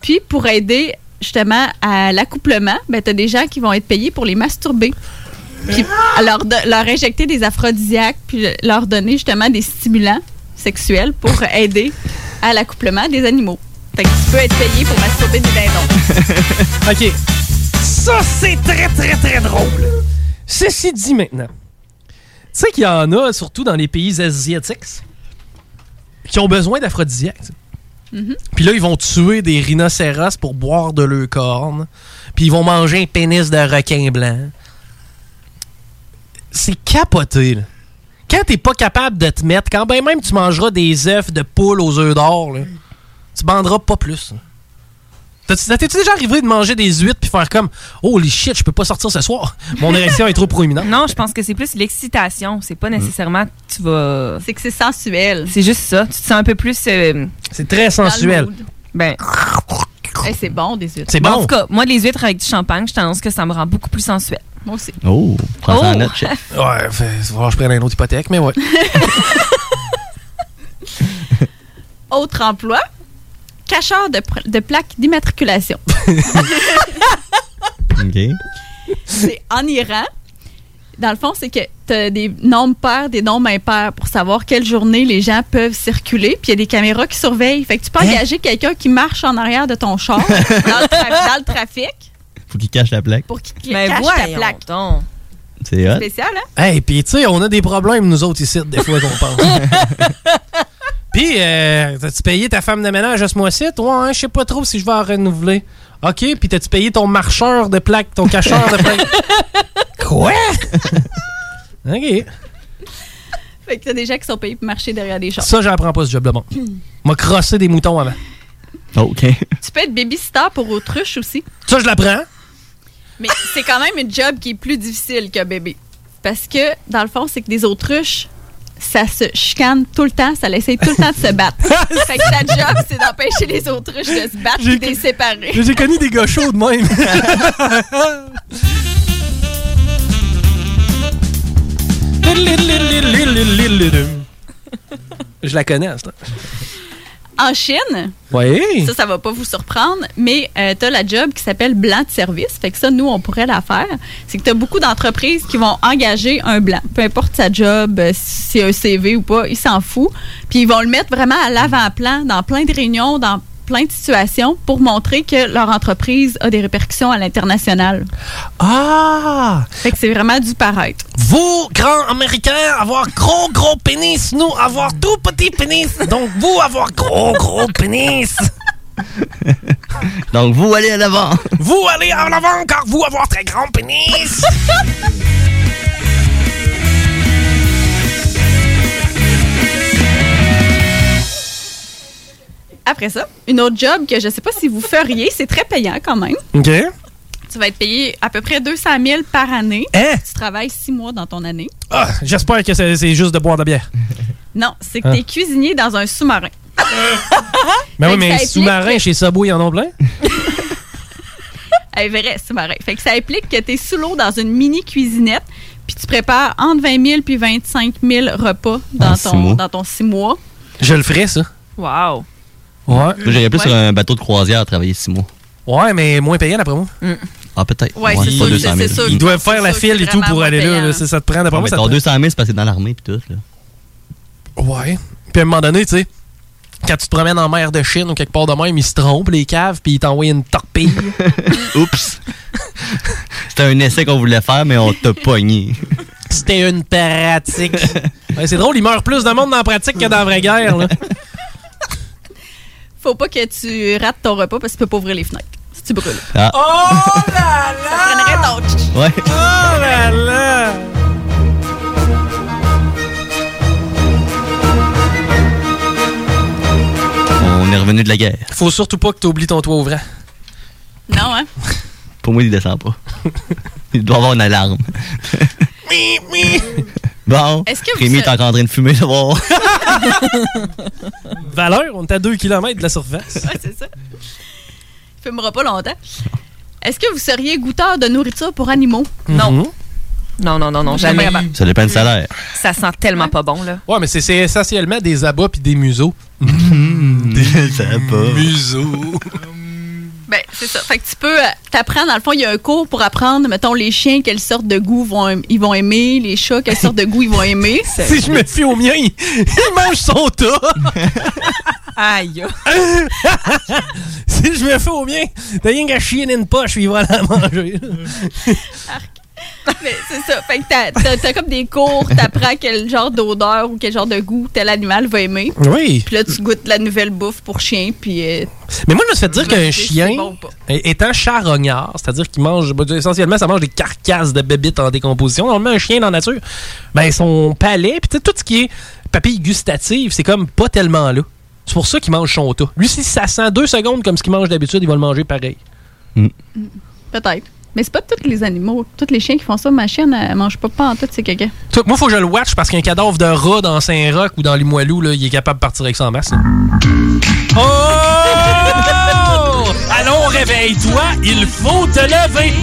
Puis pour aider justement à l'accouplement, ben, tu as des gens qui vont être payés pour les masturber. Puis à leur, do- leur injecter des aphrodisiaques, puis euh, leur donner justement des stimulants sexuels pour aider à l'accouplement des animaux. Fait que tu peux être payé pour masturber des dindons. OK. Ça, c'est très, très, <laughs> très drôle. Ceci dit maintenant, tu sais qu'il y en a, surtout dans les pays asiatiques, qui ont besoin d'aphrodisiaques. tu sais. Mhm. Puis là, ils vont tuer des rhinocéros pour boire de leurs cornes. Puis ils vont manger un pénis de requin blanc. C'est capoté, là. Quand t'es pas capable de te mettre, quand ben même tu mangeras des œufs de poule aux œufs d'or, là, tu banderas pas plus. là. T'as- t'as- T'es-tu déjà arrivé de manger des huîtres puis faire comme Holy shit, je peux pas sortir ce soir. Mon érection est trop proéminente. Non, je pense que c'est plus l'excitation. C'est pas nécessairement que tu vas. C'est que c'est sensuel. C'est juste ça. Tu te sens un peu plus. euh, c'est très sensuel. Ben. Hey, Eh, c'est bon, des huîtres. C'est bon. En tout cas, moi, les huîtres avec du champagne, je t'annonce que ça me rend beaucoup plus sensuel. Moi aussi. Oh, prends ça en Oh! note, chef. Ouais, fait, il va falloir que je prenne une autre hypothèque, mais ouais. Autre emploi, cacheur de, pr- de plaques <laughs> d'immatriculation. OK. c'est en Iran. Dans le fond, c'est que tu as des nombres pairs, des nombres impairs pour savoir quelle journée les gens peuvent circuler. Puis il y a des caméras qui surveillent. Fait que tu peux Hein? engager quelqu'un qui marche en arrière de ton char dans, le tra- <laughs> dans le trafic Faut qu'il cache la plaque. pour qu'il Mais cache ta Ben, voyons plaque. C'est hot. Spécial, hein? Hey, puis tu sais, on a des problèmes, nous autres, ici, des fois qu'on pense. puis, euh, t'as-tu payé ta femme de ménage à ce mois-ci? Ouais, hein, je sais pas trop si je vais en renouveler. OK, puis t'as-tu payé ton marcheur de plaques, ton cacheur de plaques? Quoi? OK. Fait que tu as des gens qui sont payés pour marcher derrière des chars. Ça, j'apprends pas ce job-là. Bon. M'a crossé des moutons avant. OK. Tu peux être babysitter pour autruche aussi. Ça, je l'apprends. Mais c'est quand même une job qui est plus difficile que bébé. Parce que, dans le fond, c'est que des autruches, ça se chicane tout le temps, ça l'essaie tout le temps de se battre. fait que ta job, c'est d'empêcher les autruches de se battre et de les séparer. J'ai connu des gars chauds de même. <laughs> Je la connais, ça. En Chine, Oui. ça, ça va pas vous surprendre, mais tu as la job qui s'appelle blanc de service. Fait que ça, nous, on pourrait la faire. C'est que tu as beaucoup d'entreprises qui vont engager un blanc. Peu importe sa job, euh, si c'est un CV ou pas, ils s'en foutent. Puis ils vont le mettre vraiment à l'avant-plan dans plein de réunions, dans plein de situations pour montrer que leur entreprise a des répercussions à l'international. Ah! Fait que c'est vraiment du paraître. Vous, grands américains, avoir gros gros pénis, nous avoir tout petit pénis. Donc vous avoir gros gros <laughs> pénis. Donc, vous allez à l'avant. Vous allez en avant car vous avoir très grand <laughs> pénis. Après ça, une autre job que je sais pas si vous feriez, c'est très payant quand même. OK. Tu vas être payé à peu près 200 000 par année. Hein? Tu travailles six mois dans ton année. Ah, j'espère que c'est c'est juste de boire de la bière. Non, c'est que t'es Ah. cuisinier dans un sous-marin. Mais Fait oui, que ça mais implique sous-marin chez Subway, ils en ont plein. Eh, Un vrai sous-marin. Fait que ça implique que t'es sous l'eau dans une mini cuisinette. Puis tu prépares entre 20 000 puis 25 000 repas dans, En six ton, mois. dans ton 6 mois. Je le ferais, ça. Wow! Ouais. J'irais plus Ouais. sur un bateau de croisière travailler six mois. Ouais, mais moins payant, d'après moi. Mm. Ah, peut-être. Ouais, c'est pas sûr, 200 000. c'est sûr. Ils doivent faire la C'est sûr file que et tout c'est pour vraiment aller là. payant. là. C'est- Ça te prend, d'après Ouais, moi, mais ça ton te 200 000, c'est parce que c'est dans l'armée puis tout. Là. prend- Ouais. Puis à un moment donné, tu sais, quand tu te promènes en mer de Chine ou quelque part de même, ils se trompent, les caves, puis ils t'envoient <laughs> une torpille. Oups! <laughs> C'était un essai qu'on voulait faire, mais on t'a pogné. C'était <laughs> une pratique. Ouais, c'est drôle, il meurt plus de monde dans la pratique que dans la vraie guerre. Là. Faut pas que tu rates ton repas parce que tu peux pas ouvrir les fenêtres. Si tu brûles. Ah. Oh là là! <laughs> Ça prendrait ton... Ouais. Oh là là! On est revenu de la guerre. Faut surtout pas que tu oublies ton toit ouvrant. Non, hein? Pour moi, il descend pas. <laughs> il doit avoir une alarme. Oui, oui! Bon, Est-ce que vous Oh. Rémi sa- est encore en train de fumer dehors. <laughs> Valeur, on est à 2 km de la surface. <laughs> Ouais, c'est ça. Il fumera pas longtemps. Est-ce que vous seriez goûteur de nourriture pour animaux? Mm-hmm. Non. Non, non, non, non, jamais. ben, Ça dépend du salaire. Ça sent tellement pas bon, là. Ouais, mais c'est- c'est essentiellement des abats puis des museaux. Mm-hmm. Mm-hmm. <laughs> des abats. Museaux. Ben, c'est ça. Fait que tu peux. euh, T'apprends, dans le fond, il y a un cours pour apprendre, mettons, les chiens, quelle sorte de goût vont, aim- ils vont aimer, les chats, quelle sorte de goût ils vont aimer. <laughs> si je me fie au mien, il, il mange son tas. <laughs> Aïe! <laughs> si je me fie au mien, t'as rien qu'à chier dans une poche puis il va <laughs> la manger. Mais c'est ça. Fait que t'as- t'as t'as comme des cours, t'apprends quel genre d'odeur ou quel genre de goût tel animal va aimer. Oui. Puis là, tu goûtes la nouvelle bouffe pour chien, puis. euh, Mais moi, je me suis fait dire tu qu'un vas décider chien, c'est bon ou pas. é- étant charognard, c'est-à-dire qu'il mange, bah, essentiellement, ça mange des carcasses de bébites en décomposition. Normalement, un chien dans la nature, ben, son palais, puis tu sais, tout ce qui est papille gustative, c'est comme pas tellement là. C'est pour ça qu'il mange son tas. Lui, si ça sent deux secondes comme ce qu'il mange d'habitude, il va le manger pareil. Peut-être. Mais c'est pas tous les animaux, tous les chiens qui font ça. Ma chienne, elle mange pas pas en tout, c'est caca. Toi, moi, faut que je le watch parce qu'un cadavre de rat dans Saint-Roch ou dans Limoilou, là, il est capable de partir avec ça en masse. là. Oh! Allons, réveille-toi, il faut te lever.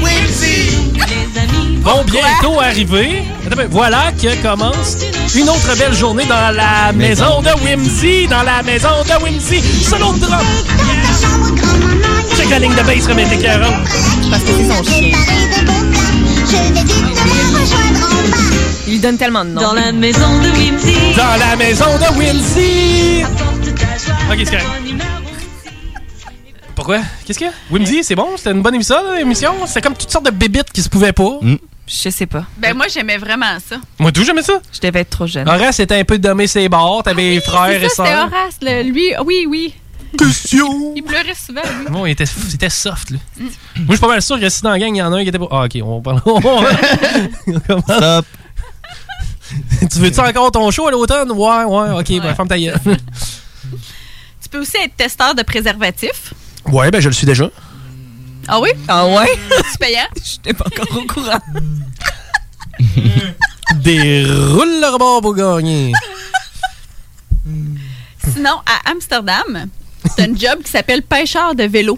Vont bientôt arriver. Attends, ben, Voilà que commence une autre belle journée dans la maison, Maison. de Whimsy. Dans la maison de Whimsy. Solo de drop. Check la ligne de base, remet tes Parce que c'est son chien. Il lui donne tellement de noms. Dans la maison de Whimsy. Dans la maison de Whimsy. Ok, c'est correct. Pourquoi? Qu'est-ce que? Whimsy, c'est bon? C'était une bonne émission, là, émission? C'était comme toutes sortes de bébites qui se pouvaient pas. Je sais pas. Ben, moi, j'aimais vraiment ça. Moi, d'où j'aimais ça? Je devais être trop jeune. Ah Horace était un peu dommé ses bords. T'avais les frères C'est et ça, c'était sœurs. Horace, là. lui. Oui, oui. Question! Il pleurait souvent, lui. Bon, il était, il était soft, là. Moi, je suis pas mal sûr que si dans la gang, il y en a un qui était pas. Ah, ok, on parle. <laughs> on commence. Stop. tu veux-tu encore ton show à l'automne? Ouais, ouais, ok, ben, ferme ta gueule. Tu peux aussi être testeur de préservatif. ouais, ben, je le suis déjà. Ah oui? <laughs> Ah ouais? C'est <laughs> payant? J'étais pas encore au courant. Déroule le rebord pour gagner. Sinon, à Amsterdam, c'est un job qui s'appelle pêcheur de vélo.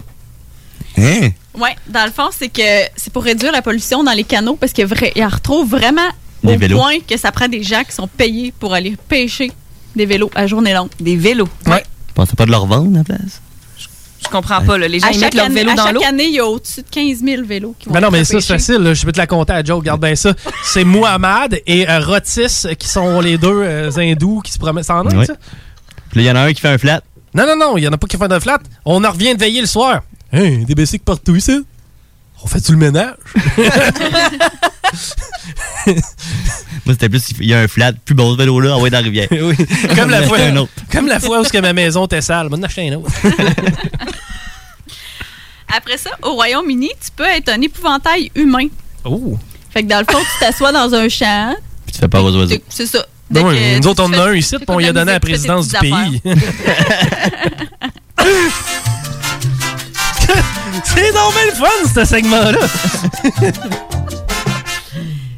Hein? Ouais, dans le fond, c'est que c'est pour réduire la pollution dans les canaux parce qu'il en retrouve vraiment Des au vélos. point que ça prend des gens qui sont payés pour aller pêcher des vélos à journée longue. Des vélos. Ouais. Pensez pas de leur vendre, à la place? Je comprends pas, là. Les gens à ils chaque, mettent leur année, vélo à dans chaque l'eau. année, il y a au-dessus de 15 000 vélos qui vont Ben non, mais être ça, c'est pêchés. facile. là. Je peux te la compter à Joe. Regarde bien ça. C'est Muhammad et euh, Rotis euh, qui sont les deux euh, hindous qui se promènent. Ça en a, Ouais. ça? Puis là, il y en a un qui fait un flat. Non, non, non. Il n'y en a pas qui font de flat. On en revient de veiller le soir. Hein, des bicycles partout ici. On fait-tu le ménage? Moi, c'était plus, il y a un flat, plus beau ce vélo-là, envoyé dans la rivière. <laughs> oui. Comme <laughs> la, fois, Un autre. <laughs> comme la fois où ce que ma maison était sale. Maintenant, acheter un <laughs> autre. Après ça, au Royaume-Uni, tu peux être un épouvantail humain. Oh! Fait que dans le fond, tu t'assois dans un champ. Puis tu fais peur aux oiseaux. tu- C'est ça. Dès Ben oui, que nous euh, tu autres, on en fais- a un ici, puis on t'écoutes lui la a donné la musique, tu fais tes présidence du pays. petites <laughs> C'est donc bien le <laughs> fun, ce segment-là!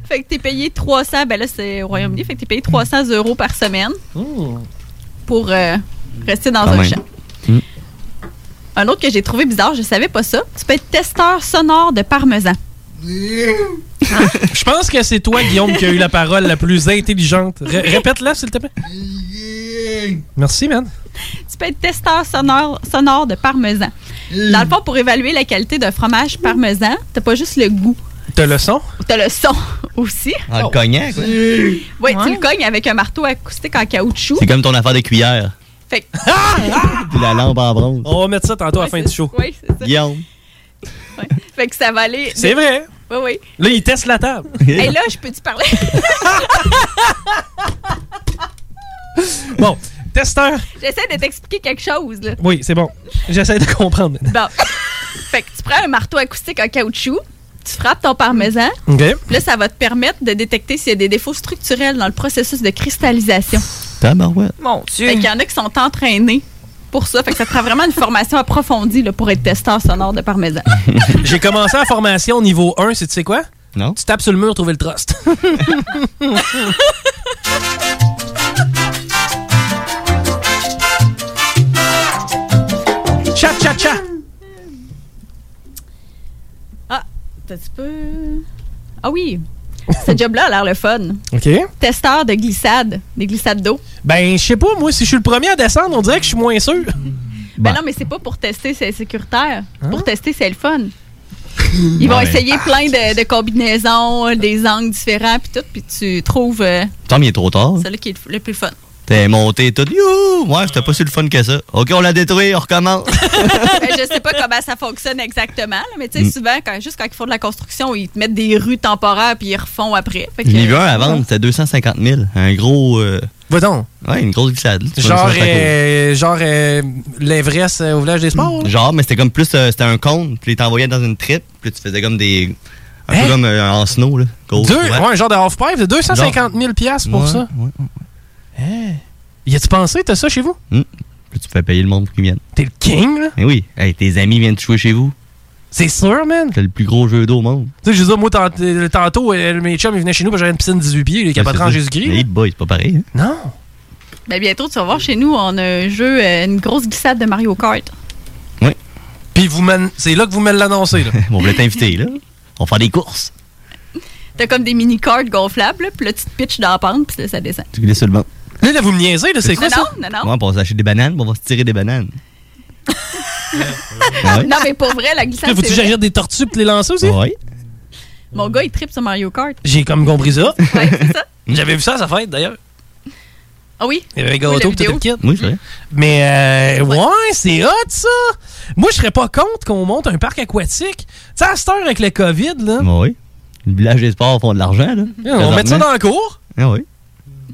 Fait que t'es payé 300, ben là c'est au Royaume-Uni, fait que t'es payé 300 euros par semaine pour euh, rester dans Quand un même. champ. Mm. Un autre que j'ai trouvé bizarre, je savais pas ça. Tu peux être testeur sonore de parmesan. Je pense que c'est toi, Guillaume, qui a eu la parole la plus intelligente. Ré- Répète-la, s'il te plaît. Merci, man. Tu peux être testeur sonore, sonore de parmesan. Dans le fond, pour évaluer la qualité d'un fromage parmesan, t'as pas juste le goût, T'as le son? t'as le son <laughs> aussi. En Ah, le cognant, quoi. Oui, tu le cognes avec un marteau acoustique en caoutchouc. C'est comme ton affaire de cuillère. Fait que- <laughs> Puis la lampe en bronze. On va mettre ça tantôt à la fin du show. Oui, c'est ça. Guillaume. Fait que ça va aller. C'est vrai. hein? Oui, oui. Là, il teste la table. <laughs> Et là, je peux-tu parler? <laughs> Bon, testeur. J'essaie de t'expliquer quelque chose, là. Oui, c'est bon. J'essaie de comprendre. Bon. fait que tu prends un marteau acoustique en caoutchouc, tu frappes ton parmesan, OK. puis là, ça va te permettre de détecter s'il y a des défauts structurels dans le processus de cristallisation. Tabarouette. Mon Dieu! Fait qu'il y en a qui sont entraînés pour ça. Fait que ça te prend vraiment une formation approfondie là, pour être testeur sonore de <laughs> parmesan. J'ai commencé la formation au niveau 1, c'est tu sais quoi? Non. Tu tapes sur le mur, trouver le trust. Chat, chat, chat! Ah, t'as un petit peu... Ah oui! Ce job-là a l'air le fun. OK. Testeur de glissade, des glissades d'eau. Ben, je sais pas, moi, si je suis le premier à descendre, on dirait que je suis moins sûr. Bah. Ben non, mais c'est pas pour tester, c'est sécuritaire. Hein? Pour tester, c'est le fun. Ils vont Ouais. essayer plein de, de combinaisons, des angles différents, puis tout, puis tu trouves euh, Tom, il est trop tard. celui qui est le, le plus <laughs> fun. T'es monté tout. Youhou! Ouais, c'était pas si le fun que ça. Ok, on l'a détruit, on recommence. Ben, je sais pas comment ça fonctionne exactement, là, mais tu sais, Mm. souvent, quand, juste quand ils font de la construction, ils te mettent des rues temporaires, puis ils refont après. Fait que- euh, J'en ai vu un à vendre, c'était 250 000. Un gros. euh, Va donc. Ouais, une grosse glissade. là. Tu vois, Genre, ça, c'est à côté. euh, genre euh, l'Everest euh, au village des sports. là. Mm, Genre, mais c'était comme plus. euh, c'était un cône, puis il t'envoyait dans une trip, puis tu faisais comme des. Un Hein? peu comme euh, en snow, là. Gros, Deux, ouais, un genre de half-pipe, de 250 000 piastres pour Ouais, ça. Hein? Y a-tu pensé, t'as ça chez vous? Hum. Puis tu fais payer le monde pour qu'ils viennent. T'es le king, là? Eh oui. Hey, tes amis viennent te jouer chez vous. C'est sûr, man. C'est le plus gros jeu d'eau au monde. Tu sais, je veux dire, moi, tant- euh, tantôt, euh, mes chums, ils venaient chez nous, parce que j'avais une piscine 18 pieds, les capatrons en Jésus-Christ. Hey boy, c'est pas pareil. hein. Non. Ben, bientôt, tu vas voir chez nous, on a un jeu, euh, une grosse glissade de Mario Kart. Puis vous m'en- c'est là que vous me <laughs> l'annoncez, là. on voulait t'inviter, là. On va faire des courses. T'as comme des mini-cartes gonflables, là, puis là, tu te pitches dans la pente, puis là, ça descend. Tu glisses sur le banc. Là, là, vous me niaisez, là, c'est quoi non, ça? non, non, non. Ouais, on va s'acheter des bananes, puis on va se tirer <laughs> des bananes. Ah ouais. Non, mais pour vrai, la glissade, Faut-tu que c'est vrai. j'achète des tortues pour les lancer aussi? Oui. Mon gars, il tripe sur Mario Kart. J'ai comme compris ça. Ouais, c'est ça. <laughs> J'avais vu ça à sa fête, d'ailleurs. Ah oui? Il y avait un Oui, la gâteau pis vidéo. tout le kit. Oui, c'est vrai. Mais euh, ouais, c'est hot ça! Moi, je serais pas contre qu'on monte un parc aquatique. Tu sais, à cette heure avec le COVID, là, Bah Oui. Le village des sports font de l'argent, là. Ah, on met ça dans la cour. Ah oui.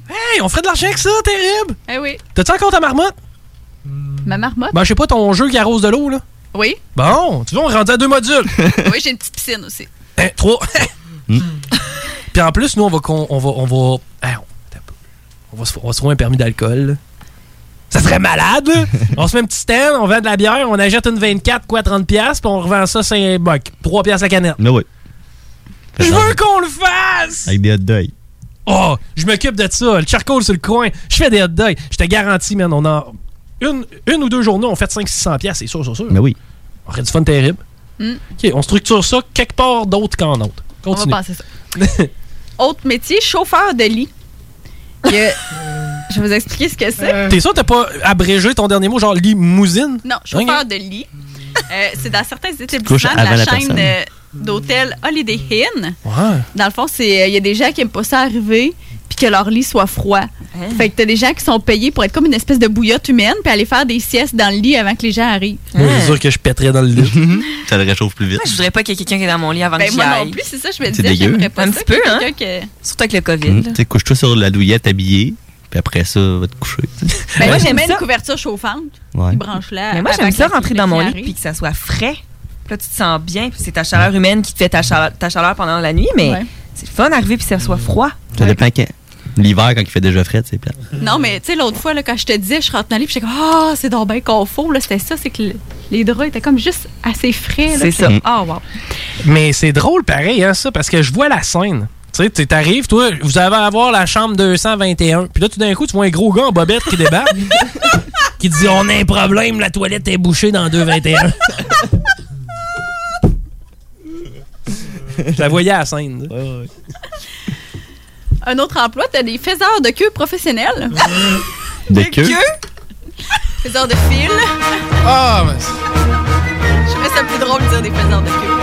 Hey, on ferait de l'argent avec ça, terrible! Eh oui. T'as-tu encore ta marmotte? Ma marmotte? Ben, je sais pas, ton jeu qui arrose de l'eau, là. Oui. Bon, tu vois, on est rendu à <laughs> deux modules. oui, j'ai une petite piscine aussi. Hein, trois. <laughs> Hmm. Puis en plus, nous, on va. con- On va, on va, hein, on- t'as pas- on va se, on va se trouver un permis d'alcool. là. Ça serait malade, <laughs> là. On se met un petit stand, on vend de la bière, on achète une 24, quoi, 30$, piastres, puis on revend ça 5 bucks. 3$ piastres la canette. Mais Ah oui. Je veux qu'on le fasse! Avec des hot dogs. Oh, je m'occupe de ça. Le charcoal sur le coin. Je fais des hot dogs. Je te garantis, man, on en. Une, une ou deux journées, on fait 500-600$, piastres, c'est sûr, c'est sûr. Mais oui. On aurait du fun terrible. Mm. OK, on structure ça quelque part d'autre qu'en autre. On va Continue. passer ça. Autre métier, chauffeur de lit. Il y a- je vais vous expliquer ce que c'est. T'es sûr que t'as pas abrégé ton dernier mot, genre limousine? Non, chauffeur Ok. de lit. Euh, c'est dans certains couches établissements de avant la, la chaîne personne. euh, d'hôtel Holiday Inn. Ouais. Dans le fond, c'est euh, il y a des gens qui aiment pas ça arriver puis que leur lit soit froid. Hein? Fait que t'as des gens qui sont payés pour être comme une espèce de bouillotte humaine puis aller faire des siestes dans le lit avant que les gens arrivent. Moi, c'est sûr que je pèterais dans le <laughs> lit. Ça le réchauffe plus vite. Je voudrais pas qu'il y ait quelqu'un qui est dans mon lit avant Ben, que j'y moi aille. non plus, c'est ça je me C'est disais, dégueu. j'aimerais pas Un ça petit peu, que hein? quelqu'un que- Surtout avec le COVID. Hum, là. Tu sais, couche-toi sur la douillette habillée, puis après ça, va te coucher. tu sais. Ben, moi, Ouais. j'aimais Ça- une couverture chauffante. Ouais. Ils branchent là. Mais moi, avant j'aime que ça la- rentrer le dans mon client lit arrive. puis que ça soit frais. Puis là, tu te sens bien. Puis c'est ta chaleur humaine qui te fait ta chaleur, ta chaleur pendant la nuit. Mais Ouais. c'est le fun d'arriver puis que ça Mm. soit froid. Ça dépend quand. L'hiver, quand il fait déjà frais, c'est plat. Non, mais tu sais, l'autre fois, là, quand je te disais, je rentre dans le lit, puis j'étais comme, ah, c'est donc bien confort. Là, c'était ça, c'est que le- les draps étaient comme juste assez frais. là, C'est puis ça. là, Ah, wow. Mais c'est drôle pareil, hein, ça, parce que je vois la scène. Tu sais, tu t'arrives, toi, vous avez à voir la chambre 221. Puis là, tout d'un coup, tu vois un gros gars en bobette qui <laughs> débarque, qui dit On a un problème, la toilette est bouchée dans 221. Je la voyais à la scène. Un autre emploi, t'as des faiseurs de queue <laughs> professionnels. De queue? faiseurs de fil. Ah, mais... Je trouvais ça plus drôle de dire des faiseurs de queue.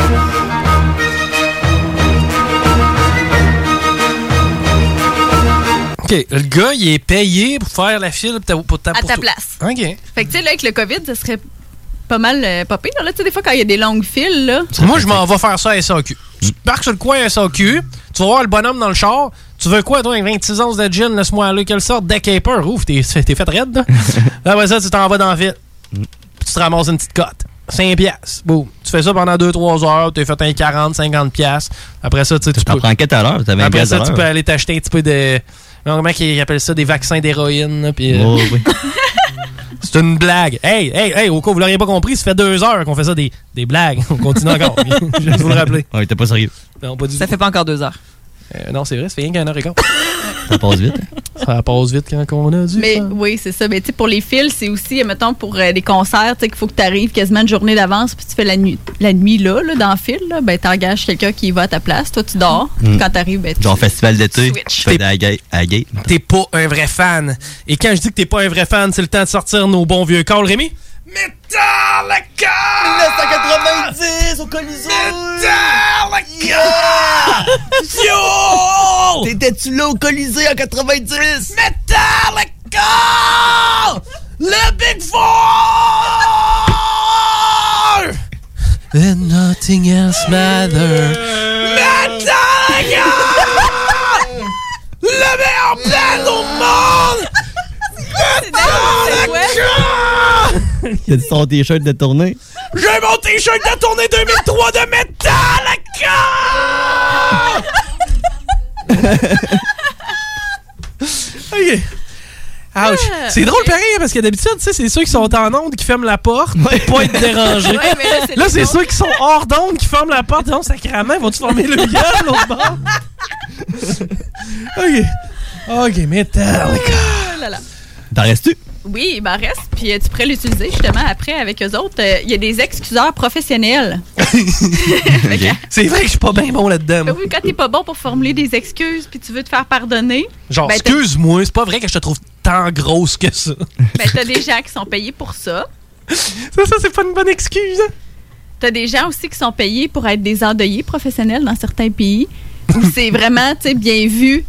OK. Le gars, il est payé pour faire la file pour ta, pour ta, À pour ta toi. place. OK. Fait que, tu sais, là, avec le COVID, ça serait pas mal euh, pas pire. Là, tu sais, des fois, quand il y a des longues files, là. Moi, je m'en vais faire ça à SAQ. Tu parques sur le coin à SAQ, tu vas voir le bonhomme dans le char. Tu veux quoi, toi, avec 26 onces de gin, laisse-moi aller, quelle sorte de caper? Ouf, t'es <laughs> t'es fait <laughs> raide, là. Là, Après ça, tu t'en vas dans la ville. Puis tu te ramasses une petite cote. 5 piastres. Boum. Tu fais ça pendant 2-3 heures, t'es fait un 40, 50 piastres. Après ça, tu sais, tu T'en peux... prends 4 à l'heure, t'avais un Après gaz à ça, tu peux l'heure. aller t'acheter un petit peu de... non, Comment ils appellent ça? Des vaccins d'héroïne, là, puis... euh, Oh, oui. C'est une blague. Hey, hey, hey, au cas où vous l'auriez pas compris, ça fait deux heures qu'on fait ça des, des blagues. On continue <laughs> encore. <laughs> Je vais vous le rappeler. On était pas sérieux. Non, pas du ça fait pas encore deux heures. non, c'est vrai, ça fait rien qu'un heure et quart. Ça passe vite. hein? Ça passe vite quand on a dit. Mais oui, c'est ça. Mais tu sais, pour les files, c'est aussi, euh, mettons, pour euh, les concerts, tu sais, qu'il faut que tu arrives quasiment une journée d'avance, puis tu fais la nuit, la nuit là, là, dans le fil, là, ben, t'engages quelqu'un qui va à ta place. Toi, tu dors. Mm. Quand t'arrives, ben, tu. Genre <laughs> festival d'été, Switch. tu fais à la gate. à la gate. T'es pas un vrai fan. Et quand je dis que t'es pas un vrai fan, c'est le temps de sortir nos bons vieux calls, Rémi. Métal la carte! 1990 au Colisée! Métal la carte! Yo! T'étais-tu là au Colisée en 90? Métal la carte! Le Big Four! And nothing else matters. Metallica! Le meilleur band au monde! Metallica! Il a dit son t-shirt de tournée. J'ai mon t-shirt de la tournée 2003 de Metallica! OK. Ouch. Ah. C'est drôle pareil, hein, parce que d'habitude, tu sais, c'est ceux qui sont en onde qui ferment la porte pour pas être dérangés. Ouais, mais là, c'est là, les c'est autres. ceux qui sont hors d'onde qui ferment la porte. Non, sacrément, vont-tu fermer le gueule, l'autre bord? OK. OK, Metallica. Oh là là. T'en <laughs> restes-tu? Oui, il m'en reste. Puis euh, tu pourrais l'utiliser justement après avec eux autres. Euh, Il y a des excuseurs professionnels. C'est vrai que je suis pas bien bon là-dedans. Ben moi. Oui, quand t'es pas bon pour formuler des excuses, puis tu veux te faire pardonner. Genre, ben, t'as- excuse-moi, c'est pas vrai que je te trouve tant grosse que ça. Ben, t'as des gens qui sont payés pour ça. Ça, ça, c'est pas une bonne excuse. T'as des gens aussi qui sont payés pour être des endeuillés professionnels dans certains pays où c'est vraiment, tu sais, bien vu.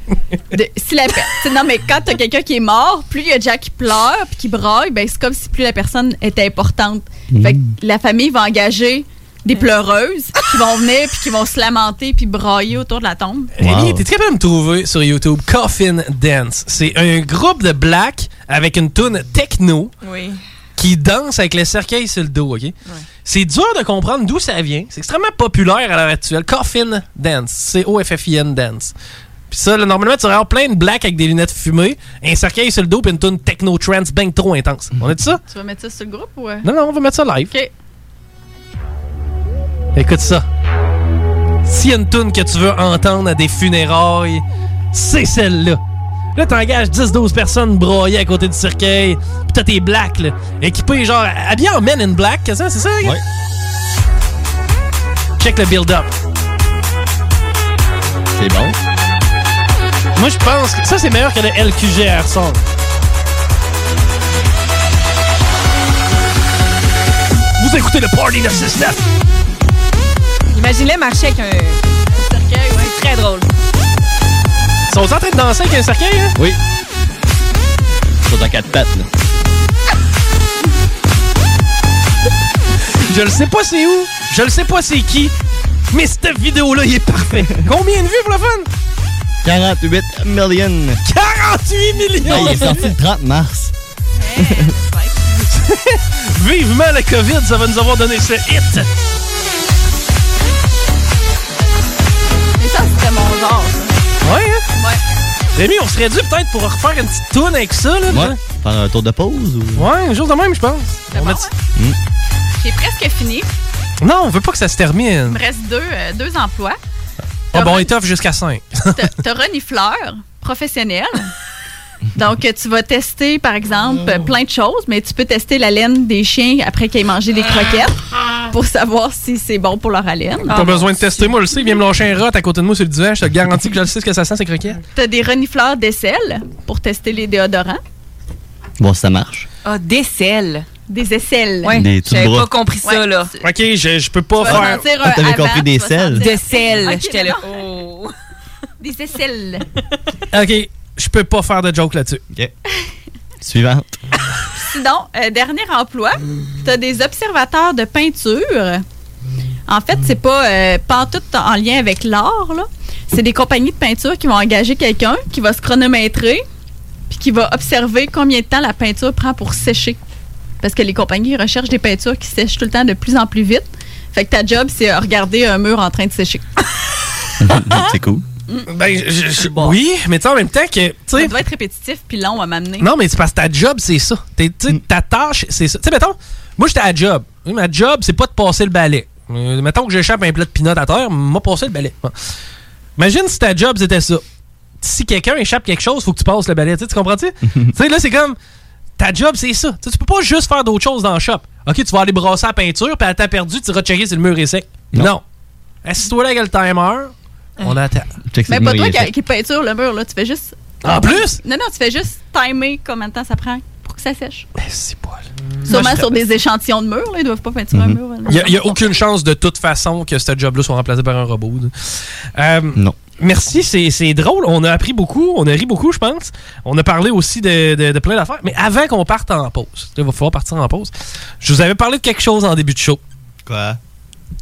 de- si la per- tu sais, non, mais quand t'as quelqu'un qui est mort, plus il y a des gens qui pleurent puis qui braillent, ben c'est comme si plus la personne était importante. Mm-hmm. Fait que la famille va engager des pleureuses qui vont venir puis qui vont se lamenter puis brailler autour de la tombe. Rémi, Eh t'es capable de me trouver sur YouTube Coffin Dance. C'est un groupe de black avec une tune techno Oui. qui danse avec le cercueil sur le dos, OK? C'est dur de comprendre d'où ça vient. C'est extrêmement populaire à l'heure actuelle. Coffin Dance. C-O-F-F-I-N Dance. Puis ça, là, normalement, tu vas avoir plein de blacks avec des lunettes fumées, un cercueil sur le dos, puis une tune techno trance bien trop intense. On a dit ça? Tu vas mettre ça sur le groupe ou. euh? Non, non, on va mettre ça live. OK. Écoute ça. S'il y a une tune que tu veux entendre à des funérailles, c'est celle-là. Là, t'engages 10-12 personnes broyées à côté du cercueil, pis t'as tes blacks, là, équipés genre, habillés en men in black, que ça, c'est ça? Ouais. Check le build-up. C'est bon. Moi, je pense que ça, c'est meilleur que le LQGR song. Vous écoutez le Party 969! Imaginez marcher avec un un cercueil, ouais. C'est très drôle. Ils sont en train de danser avec un cercueil, hein? Oui. Sur ta quatre pattes, là. Je le sais pas c'est où, je le sais pas c'est qui, mais cette vidéo-là, il est parfait. Combien de vues pour le fun? 48 millions. 48 millions! Ouais, il est sorti le 30 <laughs> mars. Vivement la COVID, ça va nous avoir donné ce hit! Mais ça, c'était mon genre. Ouais, hein? ça. Ouais. Rémi, on serait dû peut-être pour refaire une petite toune avec ça, là. Ouais. Faire un tour de pause ou. Ouais, un jour de même, je pense. On a dit- J'ai presque fini. Non, on veut pas que ça se Il termine. me reste deux, euh, deux emplois. Ah bon, étoffe jusqu'à 5. T'as- T'as renifleur professionnel. Donc, euh, tu vas tester, par exemple, euh, plein de choses, mais tu peux tester la laine des chiens après qu'ils aient mangé des croquettes. pour savoir si c'est bon pour leur haleine. Ah. Pas Ah, besoin de tester, moi je le sais. Viens me lâcher un rot à côté de moi sur le divan. Je te garantis que je le sais ce que ça sent, ces croquettes. T'as des renifleurs d'aisselle pour tester les déodorants. Bon, ça marche. Ah, d'aisselle. Des aisselles. Ouais. Des tout J'avais bras. pas compris ça, là. Ok, je, je peux pas Tu vas faire. sentir un Ah, t'avais avant, compris des tu vas selles. sentir- Des selles. Ok, J'étais là. oh. Des aisselles. Ok, je peux pas faire de joke là-dessus. Ok. Suivante. <laughs> Sinon, euh, dernier emploi, tu as des observateurs de peinture. En fait, c'est pas, euh, pas tout en lien avec l'art. là. C'est des compagnies de peinture qui vont engager quelqu'un qui va se chronométrer puis qui va observer combien de temps la peinture prend pour sécher. Parce que les compagnies recherchent des peintures qui sèchent tout le temps de plus en plus vite. Fait que ta job, c'est euh, regarder un mur en train de sécher. C'est cool. Ben, je- je- je- oui, mais tu sais, en même temps que. tu sais, Ça doit être répétitif puis long à m'amener. Non, mais c'est parce que ta job, c'est ça. T'es- tu sais, Ta tâche, c'est ça. Tu sais, mettons, moi, j'étais à la job. Oui, Ma job, c'est pas de passer le balai. Euh, mettons que j'échappe un plat de pinot à terre, m'a passé le balai. Ouais. Imagine si ta job, c'était ça. Si quelqu'un échappe quelque chose, faut que tu passes le balai. Tu sais, tu comprends-tu? tu sais, là, c'est comme. Ta job, c'est ça. Tu sais, tu peux pas juste faire d'autres choses dans le shop. OK, tu vas aller brasser la peinture, puis à temps perdu, tu iras checker si le mur est sec. Non. Assis-toi là avec le timer. On attend. Mais pas toi qui, qui peinture le mur, là. Tu fais juste. En plus? Non, non, tu fais juste timer combien de temps ça prend pour que ça sèche. Eh, c'est pas Moi, Sûrement je sur ferais- des échantillons de murs, là. Ils doivent pas peinturer un mur. là. Il n'y a, aucune chance de toute façon que ce job-là soit remplacé par un robot. non. Merci, c'est c'est drôle. On a appris beaucoup, on a ri beaucoup, je pense. On a parlé aussi de, de- de plein d'affaires. Mais avant qu'on parte en pause, il va falloir partir en pause. Je vous avais parlé de quelque chose en début de show. Quoi?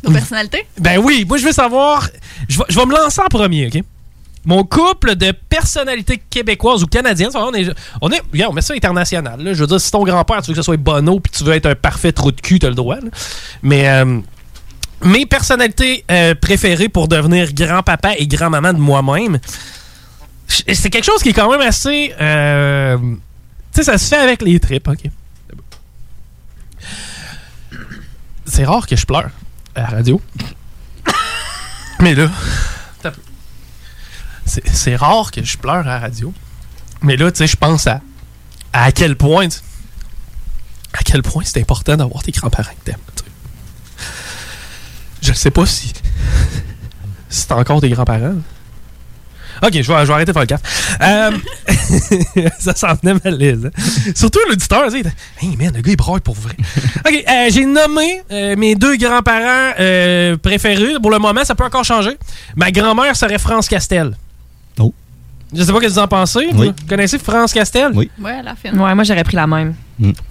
Nos personnalités? Ben oui, moi je veux savoir. Je vais, je vais me lancer en premier, ok? Mon couple de personnalités québécoises ou canadiennes, on est, on est, regarde, on met ça international. là. Je veux dire, si ton grand-père, tu veux que ce soit Bono puis tu veux être un parfait trou de cul, t'as le droit. là. Mais euh, mes personnalités euh, préférées pour devenir grand-papa et grand-maman de moi-même, j- c'est quelque chose qui est quand même assez. euh, tu sais, ça se fait avec les tripes, ok? C'est rare que je pleure à la radio. Mais là, t'as peu. c'est c'est rare que je pleure à la radio. Mais là, tu sais, je pense à à quel point tu- à quel point c'est important d'avoir tes grands-parents que t'aimes. tu sais. Je ne sais pas si <laughs> si t'as encore tes grands-parents. Ok, je vais, je vais arrêter de faire le caf. Euh, <laughs> ça s'en venait malaise. hein. Surtout l'auditeur, tu sais, Hey man, le gars il broye pour vrai. OK, euh, j'ai nommé euh, mes deux grands-parents euh, préférés. Pour le moment, ça peut encore changer. Ma grand-mère serait France Castel. Oh. Je sais pas ce que vous en pensez. Oui. Vous connaissez France Castel? Oui. Ouais, la fin. Ouais, moi, j'aurais pris la même.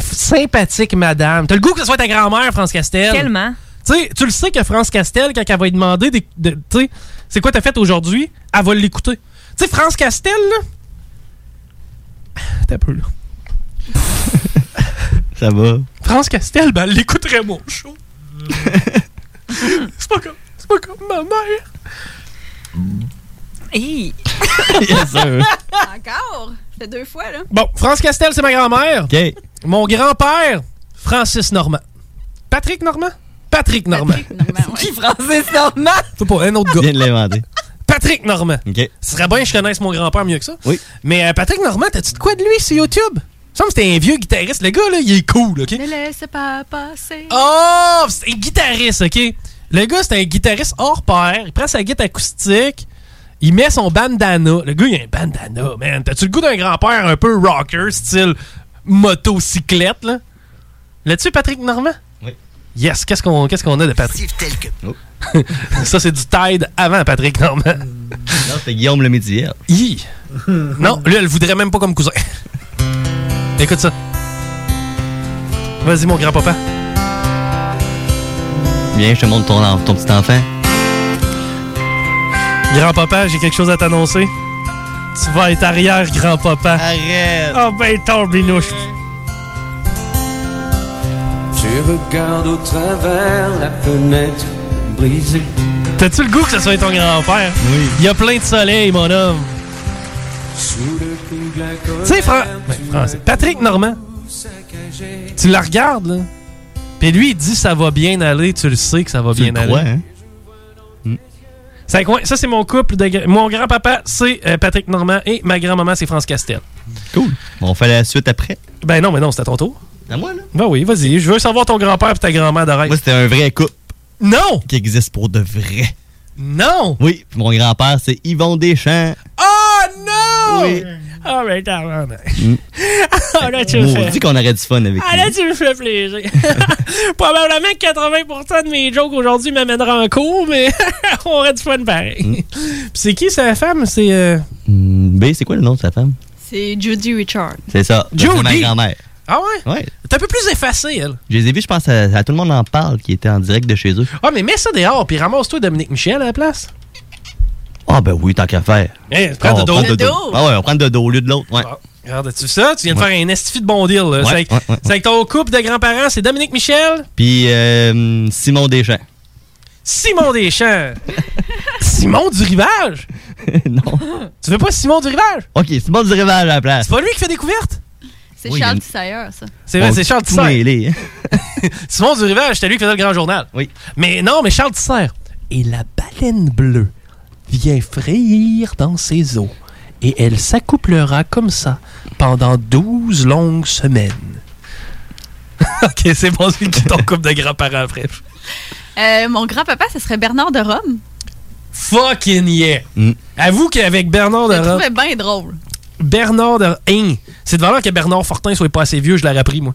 Sympathique madame. T'as le goût que ce soit ta grand-mère, France Castel? Tellement. Tu sais, tu le sais que France Castel, quand elle va lui demander, des- de- tu sais, c'est quoi t'as fait aujourd'hui, elle va l'écouter. Tu sais, France Castel, là. T'as peu, là. Ça va. France Castel, ben, elle l'écouterait mon show. c'est pas comme. C'est pas comme ma mère. Hey. Yes, sir. Encore? Fait deux fois, là. Bon, France Castel, c'est ma grand-mère. Mon grand-père, Francis Normand. Patrick Normand? Patrick Normand. Qui, Francis Normand? Faut pas, un autre gars. Viens de l'inventer. Patrick Normand. OK. Ce serait bien que je connaisse mon grand-père mieux que ça. Oui. Mais euh, Patrick Normand, t'as-tu de quoi de lui sur YouTube? Il me semble que c'était un vieux guitariste. Le gars, là, il est cool, OK? Ne laisse pas passer. Oh! C'est un guitariste, OK? Le gars, c'est un guitariste hors pair. Il prend sa guitare acoustique. Il met son bandana. Le gars, il a un bandana, man. T'as-tu le goût d'un grand-père un peu rocker, style motocyclette, là? Là-dessus, Patrick Normand? Oui. Oh. Yes, qu'est-ce qu'on qu'est-ce qu'on a de Patrick? tel que. <laughs> ça, c'est du Tide avant Patrick Normand. <laughs> Non, c'est Guillaume le Médier. Hi. Non, lui, elle le voudrait même pas comme cousin. <laughs> Écoute ça. Vas-y, mon grand-papa. Viens, je te montre ton, en- ton petit enfant. Grand-papa, j'ai quelque chose à t'annoncer. Tu vas être arrière-grand-papa. Arrête. Oh ben, ton binouche. Tu regardes au travers la fenêtre brisée. T'as-tu le goût que ce soit ton grand-père? Oui. Il y a plein de soleil, mon homme. Sous le coup de la colère, Tu sais, Fran... ben, Français. Patrick Normand, tu la regardes, là. Puis lui, il dit ça va bien aller. Tu le sais que ça va Tu bien le aller. crois, hein? Mm. C'est un coin- Ça, c'est mon couple. De... gra- Mon grand-papa, c'est euh, Patrick Normand et ma grand-maman, c'est France Castel. Bon, on fait la suite après. Ben non, mais non, c'était à ton tour. À moi, là? Ben oui, vas-y. Je veux savoir ton grand-père et ta grand-mère d'oreille. Moi, c'était un vrai couple. Non! Qui existe pour de vrai. Non! Oui, puis mon grand-père, c'est Yvon Deschamps. Oh non! Oh, mais t'as Oh là, tu me On fais. dit qu'on aurait du fun avec Ah lui. là, tu me fais plaisir. <laughs> Probablement que 80% de mes jokes aujourd'hui m'amèneront en cours, mais <laughs> on aurait du fun pareil. Mm. Puis c'est qui sa femme? C'est. euh, Hmm, B, c'est quoi le nom de sa femme? C'est Judy Richard. C'est ça. Ben, c'est Judy! Ma grand-mère. Ah ouais? Ouais. T'es un peu plus effacé, elle. Je les ai vus, je pense, à, à tout le monde en parle qui était en direct de chez eux. Ah, mais mets ça dehors, puis ramasse-toi Dominique Michel à la place. Ah, ben oui, tant qu'à faire. Eh, prends Ah. On de dos. prend De dos. Ah ouais, on prend de dos au lieu de l'autre. Ouais. Regarde-tu ça? Tu viens de faire un estifi de bon deal. là. Ouais, c'est avec, ouais, ouais, c'est avec ton couple de grands-parents, c'est Dominique Michel, Puis euh, Simon Deschamps. <laughs> Simon Deschamps. Simon du Rivage? non. Tu veux pas Simon du Rivage? Ok, Simon du Rivage à la place. C'est pas lui qui fait découverte? C'est Oui, Charles il- Tissayeur, ça. C'est vrai, On c'est Charles tout Tissère. mêlé. <laughs> Simon du Rivage, c'était lui qui faisait le grand journal. Oui. Mais non, mais Charles Tissère. Et la baleine bleue vient frayir dans ses eaux. Et elle s'accouplera comme ça pendant 12 longues semaines. <laughs> ok, c'est bon, c'est qui ton couple de grands-parents après. Euh, mon grand-papa, ce serait Bernard de Rome. Fucking yeah! Mm. Avoue qu'avec Bernard de Je le Rome- trouvais bien drôle. Bernard de Hein! C'est de valeur que Bernard Fortin soit pas assez vieux, je l'aurais appris, moi.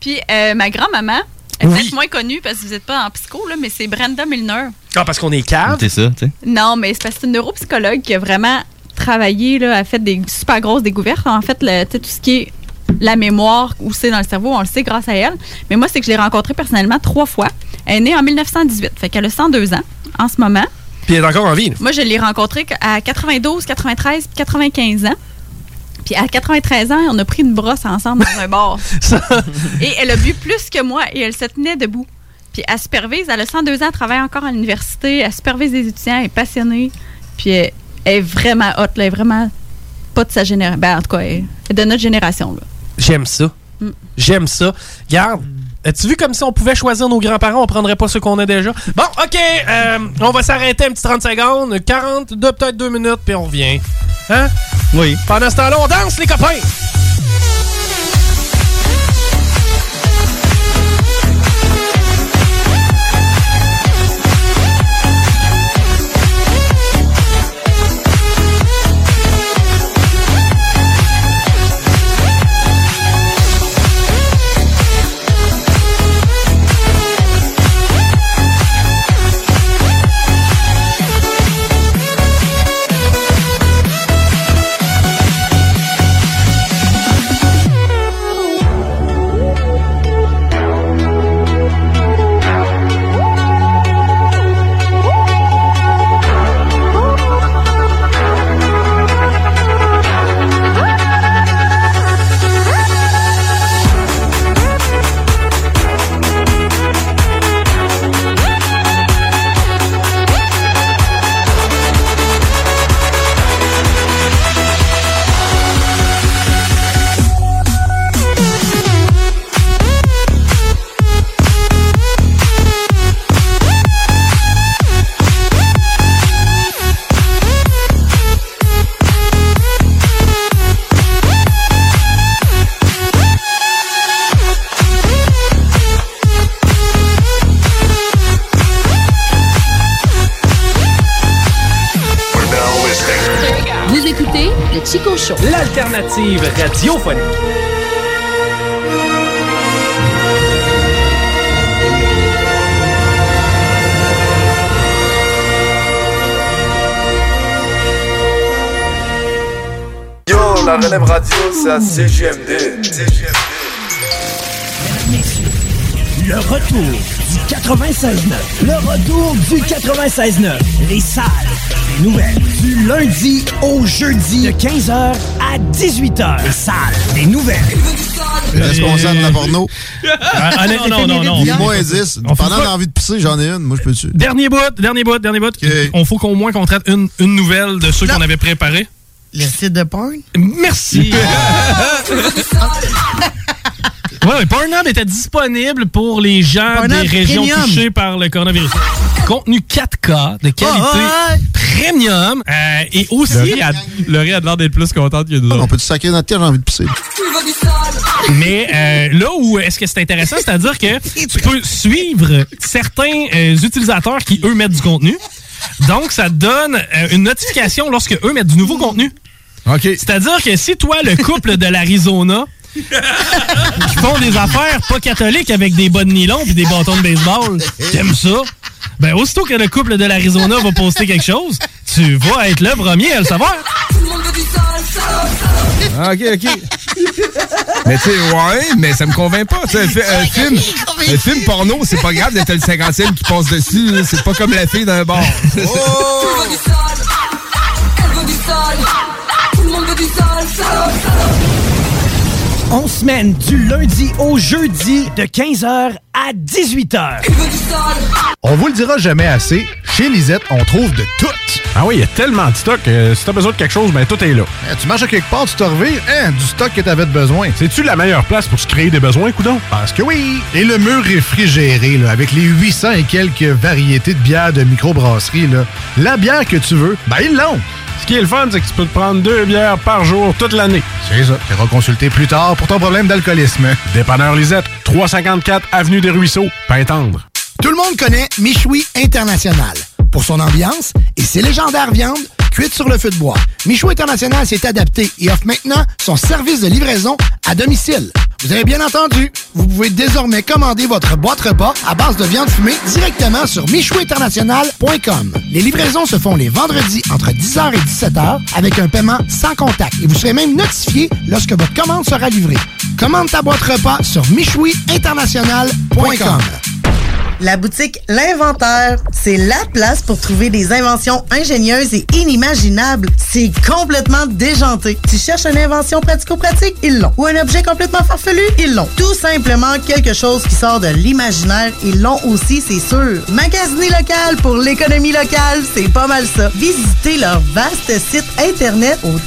Puis euh, ma grand-maman, elle est Oui. peut-être moins connue parce que vous n'êtes pas en psycho, là, mais c'est Brenda Milner. Ah, parce qu'on est cave. C'est ça, tu sais. Non, mais c'est parce que c'est une neuropsychologue qui a vraiment travaillé, là, a fait des super grosses découvertes. En fait, le- tu sais, tout ce qui est la mémoire, où c'est dans le cerveau, on le sait grâce à elle. Mais moi, c'est que je l'ai rencontrée personnellement trois fois. Elle est née en 1918, fait qu'elle a 102 ans en ce moment. Puis elle est encore en vie. là. Moi, je l'ai rencontrée à 92, 93, 95 ans. Puis à 93 ans, on a pris une brosse ensemble dans un <laughs> bar. et elle a bu plus que moi et elle se tenait debout. Puis elle supervise, elle a 102 ans, elle travaille encore à l'université, elle supervise des étudiants, elle est passionnée. Puis elle, elle est vraiment hot, là, elle est vraiment pas de sa génération. Ben, en tout cas, elle elle est de notre <laughs> génération. Là. J'aime ça. Mm. J'aime ça. Garde. As-tu vu comme si on pouvait choisir nos grands-parents, on prendrait pas ceux qu'on a déjà? Bon, OK, euh, on va s'arrêter un petit 30 secondes, 40, deux- peut-être 2 minutes, puis on revient. Hein? Oui. Pendant ce temps-là, on danse, les copains! Vous écoutez le Chico Show. L'alternative radiophonique. Yo, la relève radio, c'est à CGMD. Le retour du 96.9. Le retour du 96.9. Les salles des nouvelles. Du lundi au jeudi. De 15h à 18h. Les salles des nouvelles. Responsable de la porno. Ah, non, non, non, non. Dis-moi, Isis, On fait pas- pendant que t'as envie de pisser, j'en ai une. Moi, je peux dessus. Dernier bout, dernier bout, dernier bout. On faut qu'au moins qu'on traite une, une nouvelle de ceux qu'on avait préparés. Le site de porn? Merci! Oui, Pornhub était disponible pour les gens Pornhub des régions Premium. touchées par le coronavirus. Contenu 4K de qualité Ah, Ouais, premium euh, et aussi... à- Laurie a l'air d'être plus contente que nous Ah, On peut-tu sacrer notre terre, j'ai envie de pisser. Mais euh, là où est-ce que c'est intéressant, c'est-à-dire que tu peux suivre certains euh, utilisateurs qui, eux, mettent du contenu. Donc, ça te donne euh, une notification lorsque eux mettent du nouveau contenu. C'est-à-dire que si toi, le couple de l'Arizona, qui font des affaires pas catholiques avec des bas de nylon puis des bâtons de baseball, t'aimes ça, ben aussitôt que le couple de l'Arizona va poster quelque chose, tu vas être le premier à le savoir. Ah, OK, OK. Mais tu sais, ouais, mais ça me convainc pas. tu sais, Un, fi- un film, un film porno, c'est pas grave d'être le cinquantième qui passe dessus. là. C'est pas comme la fille d'un Oh. bar. Oh! <laughs> On semaine du lundi au jeudi de 15h à 18h. On vous le dira jamais assez, chez Lisette, on trouve de tout. Ah oui, il y a tellement de stock. euh, si t'as besoin de quelque chose, ben tout est là. tu marches à quelque part, tu te revives, hein, du stock que t'avais de besoin. C'est-tu la meilleure place pour se créer des besoins, coudon? Parce que oui! Et le mur réfrigéré, là, avec les 800 et quelques variétés de bières de microbrasserie, là, la bière que tu veux, ben ils l'ont! Ce qui est le fun, c'est que tu peux te prendre deux bières par jour toute l'année. C'est ça. Tu consulter plus tard pour ton problème d'alcoolisme. Dépanneur Lisette, 354 Avenue des Ruisseaux, Pintendre. Tout le monde connaît Michoui International. Pour son ambiance et ses légendaires viandes cuites sur le feu de bois, Michoui International s'est adapté et offre maintenant son service de livraison à domicile. Vous avez bien entendu, vous pouvez désormais commander votre boîte repas à base de viande fumée directement sur michouinternational.com. Les livraisons se font les vendredis entre 10h et 17h avec un paiement sans contact et vous serez même notifié lorsque votre commande sera livrée. Commande ta boîte repas sur michouiinternational.com. La boutique L'Inventaire, c'est la place pour trouver des inventions ingénieuses et inimaginables. C'est complètement déjanté. Tu cherches une invention pratico-pratique? Ils l'ont. Ou un objet complètement farfelu? Ils l'ont. Tout simplement quelque chose qui sort de l'imaginaire, ils l'ont aussi, c'est sûr. Magasiner local pour l'économie locale, c'est pas mal ça. Visitez leur vaste site internet au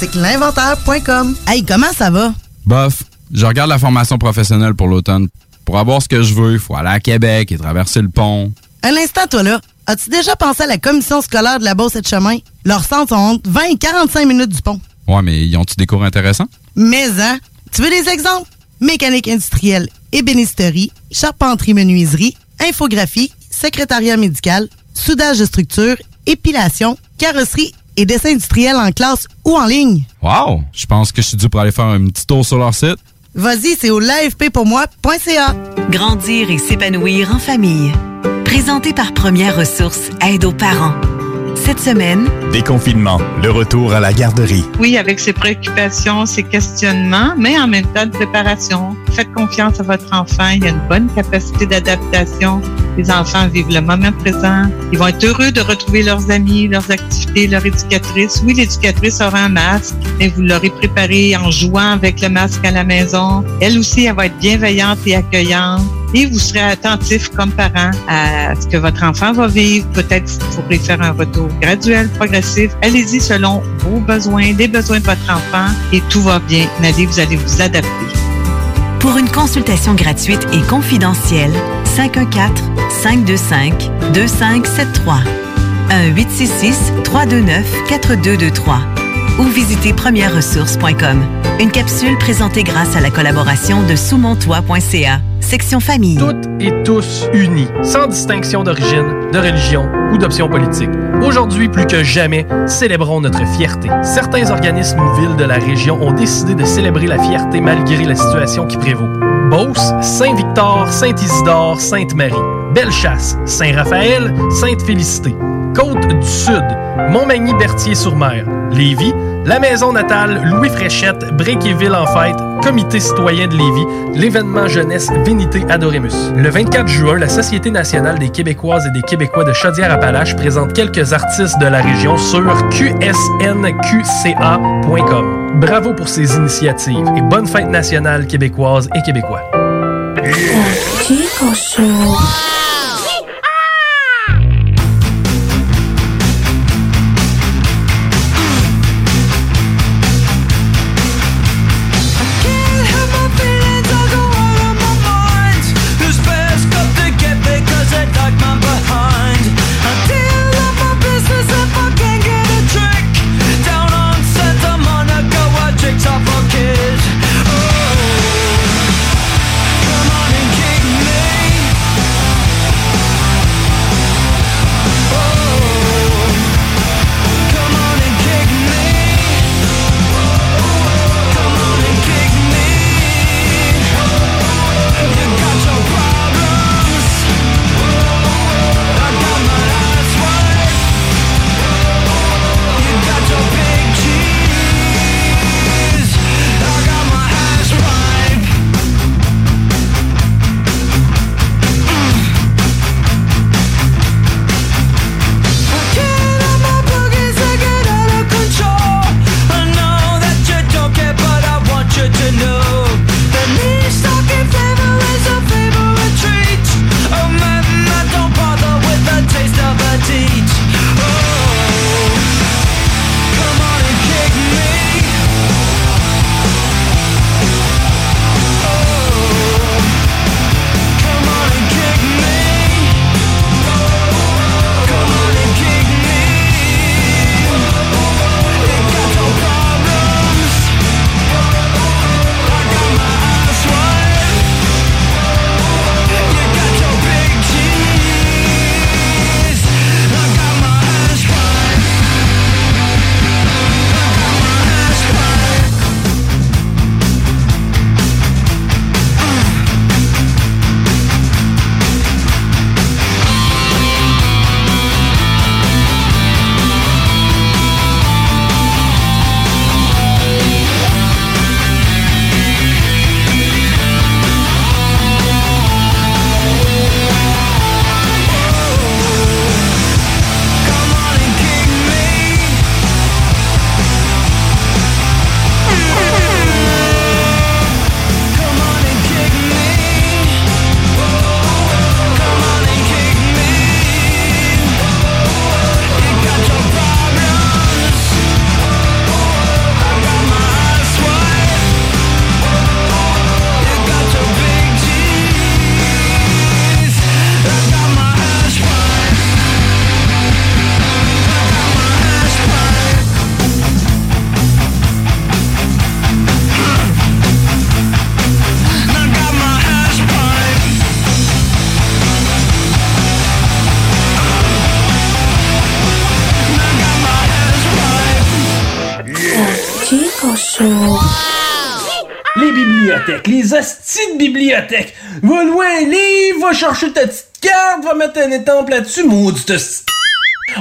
www.boutiquelinventaire.com. Hey, comment ça va? Bof, je regarde la formation professionnelle pour l'automne. Pour avoir ce que je veux, il faut aller à Québec et traverser le pont. Un instant, toi là. As-tu déjà pensé à la commission scolaire de la Beauce et de Chemin? Leurs centres sont entre 20 et 45 minutes du pont. Ouais, mais ils ont-tu des cours intéressants? Mais, hein? Tu veux des exemples? Mécanique industrielle, ébénisterie, charpenterie menuiserie, infographie, secrétariat médical, soudage de structure, épilation, carrosserie et dessin industriel en classe ou en ligne. Wow! Je pense que je suis dû pour aller faire un petit tour sur leur site. Vas-y, c'est au lafppourmoi.ca. Grandir et s'épanouir en famille. Présenté par Première Ressource, aide aux parents. Cette semaine, Déconfinement, le retour à la garderie. Oui, avec ses préoccupations, ses questionnements, mais en même temps de préparation. Faites confiance à votre enfant. Il a une bonne capacité d'adaptation. Les enfants vivent le moment présent. Ils vont être heureux de retrouver leurs amis, leurs activités, leur éducatrice. Oui, l'éducatrice aura un masque, mais vous l'aurez préparé en jouant avec le masque à la maison. Elle aussi, elle va être bienveillante et accueillante. Et vous serez attentif comme parent à ce que votre enfant va vivre. Peut-être vous pourrez faire un retour graduel, progressif. Allez-y selon vos besoins, les besoins de votre enfant et tout va bien. Nadie, vous allez vous adapter. pour une consultation gratuite et confidentielle, 514-525-2573. 1-866-329-4223. Ou visitez premièreressources.com. Une capsule présentée grâce à la collaboration de sousmontois.ca. Section famille. et tous unis, sans distinction d'origine, de religion ou d'option politique. Aujourd'hui plus que jamais, célébrons notre fierté. Certains organismes ou villes de la région ont décidé de célébrer la fierté malgré la situation qui prévaut. Beauce, Saint-Victor, Saint-Isidore, Sainte-Marie, Bellechasse, Saint-Raphaël, Sainte-Félicité, Côte du Sud, Montmagny-Berthier-sur-Mer, Lévis, la maison natale Louis Fréchette, Bréquéville en fête, Comité citoyen de Lévis, l'événement jeunesse Vénité Adoremus. Le 24 juin, la Société nationale des Québécoises et des Québécois de Chaudière-Appalaches présente quelques artistes de la région sur qsnqca.com. Bravo pour ces initiatives et bonne fête nationale québécoise et québécois. Can't help but Oh. Mm. Oh, Oh. Les bibliothèques, les hosties de bibliothèques. Va loin un livre, va chercher ta petite carte, va mettre un étampe là-dessus, maudite hostie.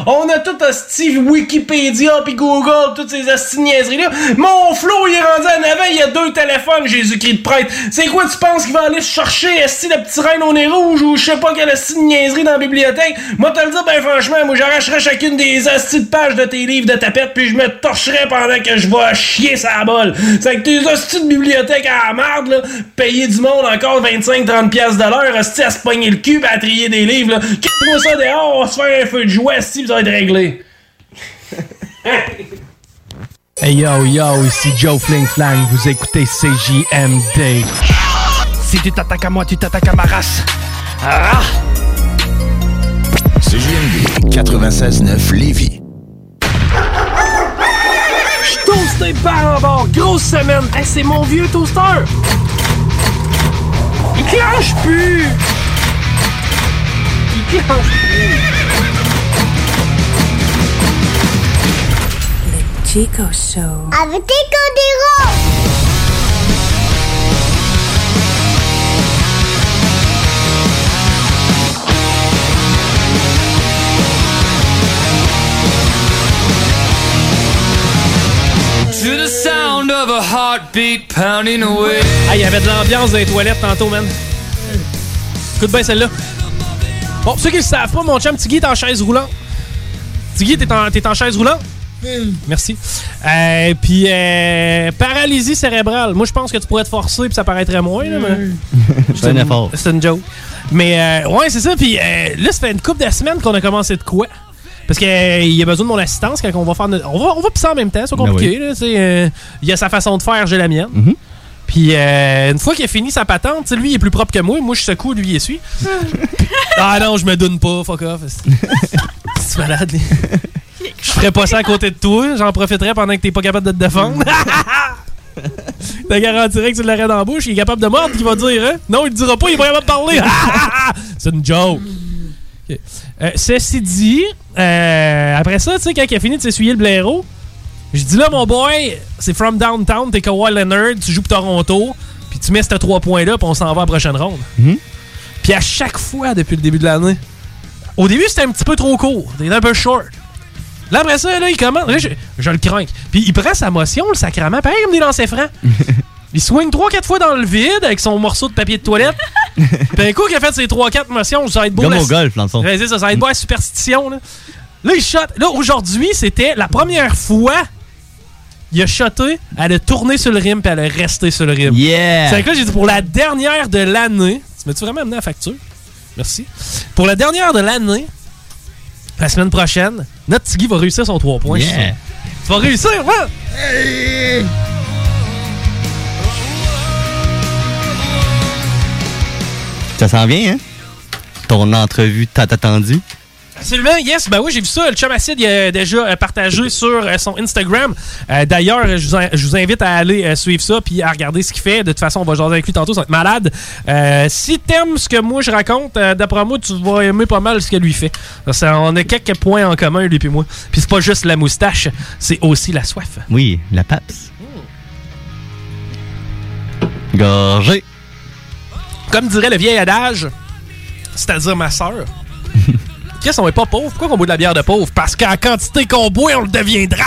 On a tout hostie Wikipédia puis Google, toutes ces hosties de niaiseries-là. Mon Flo, il est rendu en avant, il y a deux téléphones, Jésus-Christ de prêtre. C'est quoi tu penses qu'il va aller chercher hostie la petite reine au nez rouge ou je sais pas quelle hostie de niaiserie dans la bibliothèque? Moi, te le dis, ben franchement, moi, j'arracherais chacune des hosties de pages de tes livres de tapette puis je me torcherais pendant que je vais chier sa bol. C'est que tes hosties de bibliothèque à la marde, là, payer du monde encore 25-30 piastres de l'heure, hostie à se pogner le cul pis à trier des livres, là. Quitte-moi ça dehors, on va se faire un feu de joie, si vous allez être réglé. Hey yo Oh, yo, ici Joe Fling Flang, vous écoutez CJMD. Si tu t'attaques à moi, tu t'attaques à ma race. Ah! CJMD 96.9 Lévis. Je toasté par en bord, grosse semaine. Hey, c'est mon vieux toaster. Il clenche plus. Il clenche plus. Chico Show. Avec Tico To the sound of a heartbeat pounding away. Ah, il y avait de l'ambiance dans les toilettes tantôt, man. Écoute bien celle-là. Bon, pour ceux qui le savent pas, mon chum Tiggy est en chaise roulante. Tiggy, t'es en, t'es en chaise roulante? Merci. Euh, puis, euh, paralysie cérébrale. Moi, je pense que tu pourrais te forcer puis ça paraîtrait moins. là, mais... C'est un effort. C'est une joke. Mais euh, ouais, c'est ça. Puis euh, là, ça fait une couple de semaines qu'on a commencé de quoi? Parce qu'il y a besoin de mon assistance quand on va faire notre- On va, on va pisser en même temps, c'est pas Ben compliqué. oui. Mm-hmm. là, tu sais, euh, Il y a sa façon de faire, j'ai la mienne. Puis euh, une fois qu'il a fini sa patente, tu sais, lui, il est plus propre que moi. Moi, je secoue, lui, il essuie. <laughs> ah non, je me donne pas, fuck off. C'est malade, lui. Je ferais pas ça à côté de toi. J'en profiterais pendant que t'es pas capable de te défendre. <laughs> T'as garantirais que tu l'aurais dans la bouche, il est capable de mordre, il va dire, hein? Non, il le dira pas, il va capable de parler. <laughs> c'est une joke. Ok. Euh, ceci dit, euh, après ça, tu sais, quand il a fini de s'essuyer le blaireau, je dis là, mon boy, c'est from downtown, t'es Kawhi Leonard, tu joues pour Toronto, puis tu mets ces trois points-là, puis on s'en va à la prochaine ronde. Puis à chaque fois, depuis le début de l'année, au début, c'était un petit peu trop court, c'était un peu short. Là, après ça, là, il commence. Là, je, je le crains. Puis il prend sa motion, le sacrament, pareil comme des lancers francs. il swing 3-4 fois dans le vide avec son morceau de papier <laughs> de toilette. Puis un coup qu'il a fait ses 3-4 motions, ça va être beau. Comme la- au golf, dans le fond. Ouais, c'est ça, ça va être beau la superstition. Là, là il shot. Là, aujourd'hui, c'était la première fois. Il a shoté, elle a tourné sur le rim, puis elle a resté sur le rim. Yeah! C'est que là, j'ai dit pour la dernière de l'année. Tu m'as-tu vraiment amené la facture? Merci. Pour la dernière de l'année, la semaine prochaine, notre Tiggy va réussir son 3 points. Yeah. je suis sûr. Tu vas réussir, hein? Ça s'en vient, hein? Ton entrevue tant attendue. Absolument, yes. Ben oui, j'ai vu ça. Le chum acide il a déjà euh, partagé sur euh, son Instagram. Euh, D'ailleurs, euh, je vous, in- je vous invite à aller euh, suivre ça puis à regarder ce qu'il fait. De toute façon, on va jaser avec lui tantôt, ça va être malade. Euh, si t'aimes ce que moi je raconte, euh, d'après moi, tu vas aimer pas mal ce que lui fait. Parce que on a quelques points en commun, lui et moi. Puis c'est pas juste la moustache, c'est aussi la soif. Oui, la PAPS. Gorgé. Comme dirait le vieil adage, c'est-à-dire <laughs> ma sœur. Chris, on est pas pauvre. Pourquoi on boit de la bière de pauvre? Parce qu'en quantité qu'on boit, on le deviendra.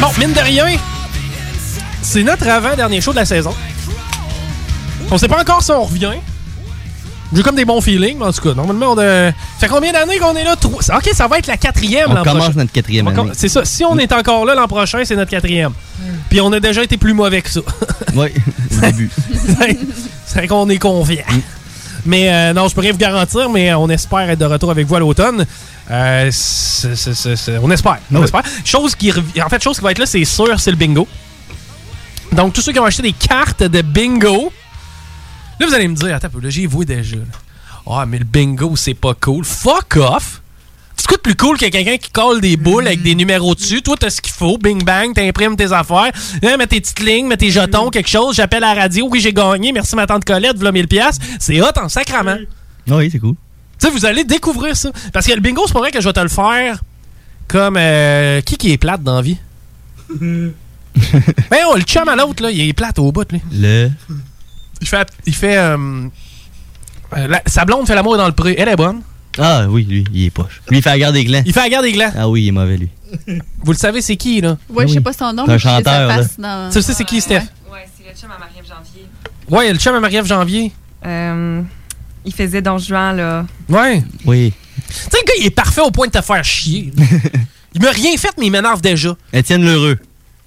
Bon, mine de rien, c'est notre avant-dernier show de la saison. On sait pas encore si on revient. J'ai comme des bons feelings, mais en tout cas, normalement, on a... Fait combien d'années qu'on est là? Trois- Ok, ça va être la quatrième On l'an commence prochain. notre quatrième On com- année. C'est ça. Si on est encore là l'an prochain, c'est notre quatrième. Puis on a déjà été plus mauvais que ça. Oui, <laughs> au début. Mm. C'est- c'est qu'on est confiant. Mais euh, non, je pourrais vous garantir, mais on espère être de retour avec vous à l'automne. Euh, c'est- c'est- c'est- c'est- on espère. on Oui. espère. Chose qui, rev- en fait, chose qui va être là, c'est sûr, c'est le bingo. Donc, tous ceux qui ont acheté des cartes de bingo, là, vous allez me dire, attends, un peu, là, j'y vois déjà. là. Ah, mais le bingo, c'est pas cool. Fuck off! C'est quoi de plus cool que quelqu'un qui colle des boules avec des numéros dessus? Toi, t'as ce qu'il faut. Bing bang, t'imprimes tes affaires. Hein, mets tes petites lignes, mets tes jetons, quelque chose. J'appelle à la radio. Oui, j'ai gagné. Merci, ma tante Colette. V'là 1000$. piastres. C'est hot en sacrament. Ah Oui, c'est cool. Tu sais, vous allez découvrir ça. Parce que le bingo, c'est pas vrai que je vais te le faire comme. euh, qui qui est plate dans la vie? Ben, oh, le chum à l'autre, là, il est plate au bout, lui. Le. Il fait. Il fait euh, euh, la- sa blonde fait l'amour dans le pré. Elle est bonne. Ah oui, lui, il est poche. Lui, il fait la garde des glands. Il fait la garde des glands. Ah oui, il est mauvais, lui. Vous le savez, c'est qui, là? Ouais, je sais pas son nom, Ah C'est un mais je sais chanteur, sa là. face dans. Tu le sais, c'est qui, Steph? Ouais, le chum à Marie-Ève Janvier. Euh, il faisait Don Juan, là. Ouais. Oui. Tu sais, le gars, il est parfait au point de te faire chier. <laughs> là. il m'a rien fait, mais il m'énerve déjà. Étienne Lheureux.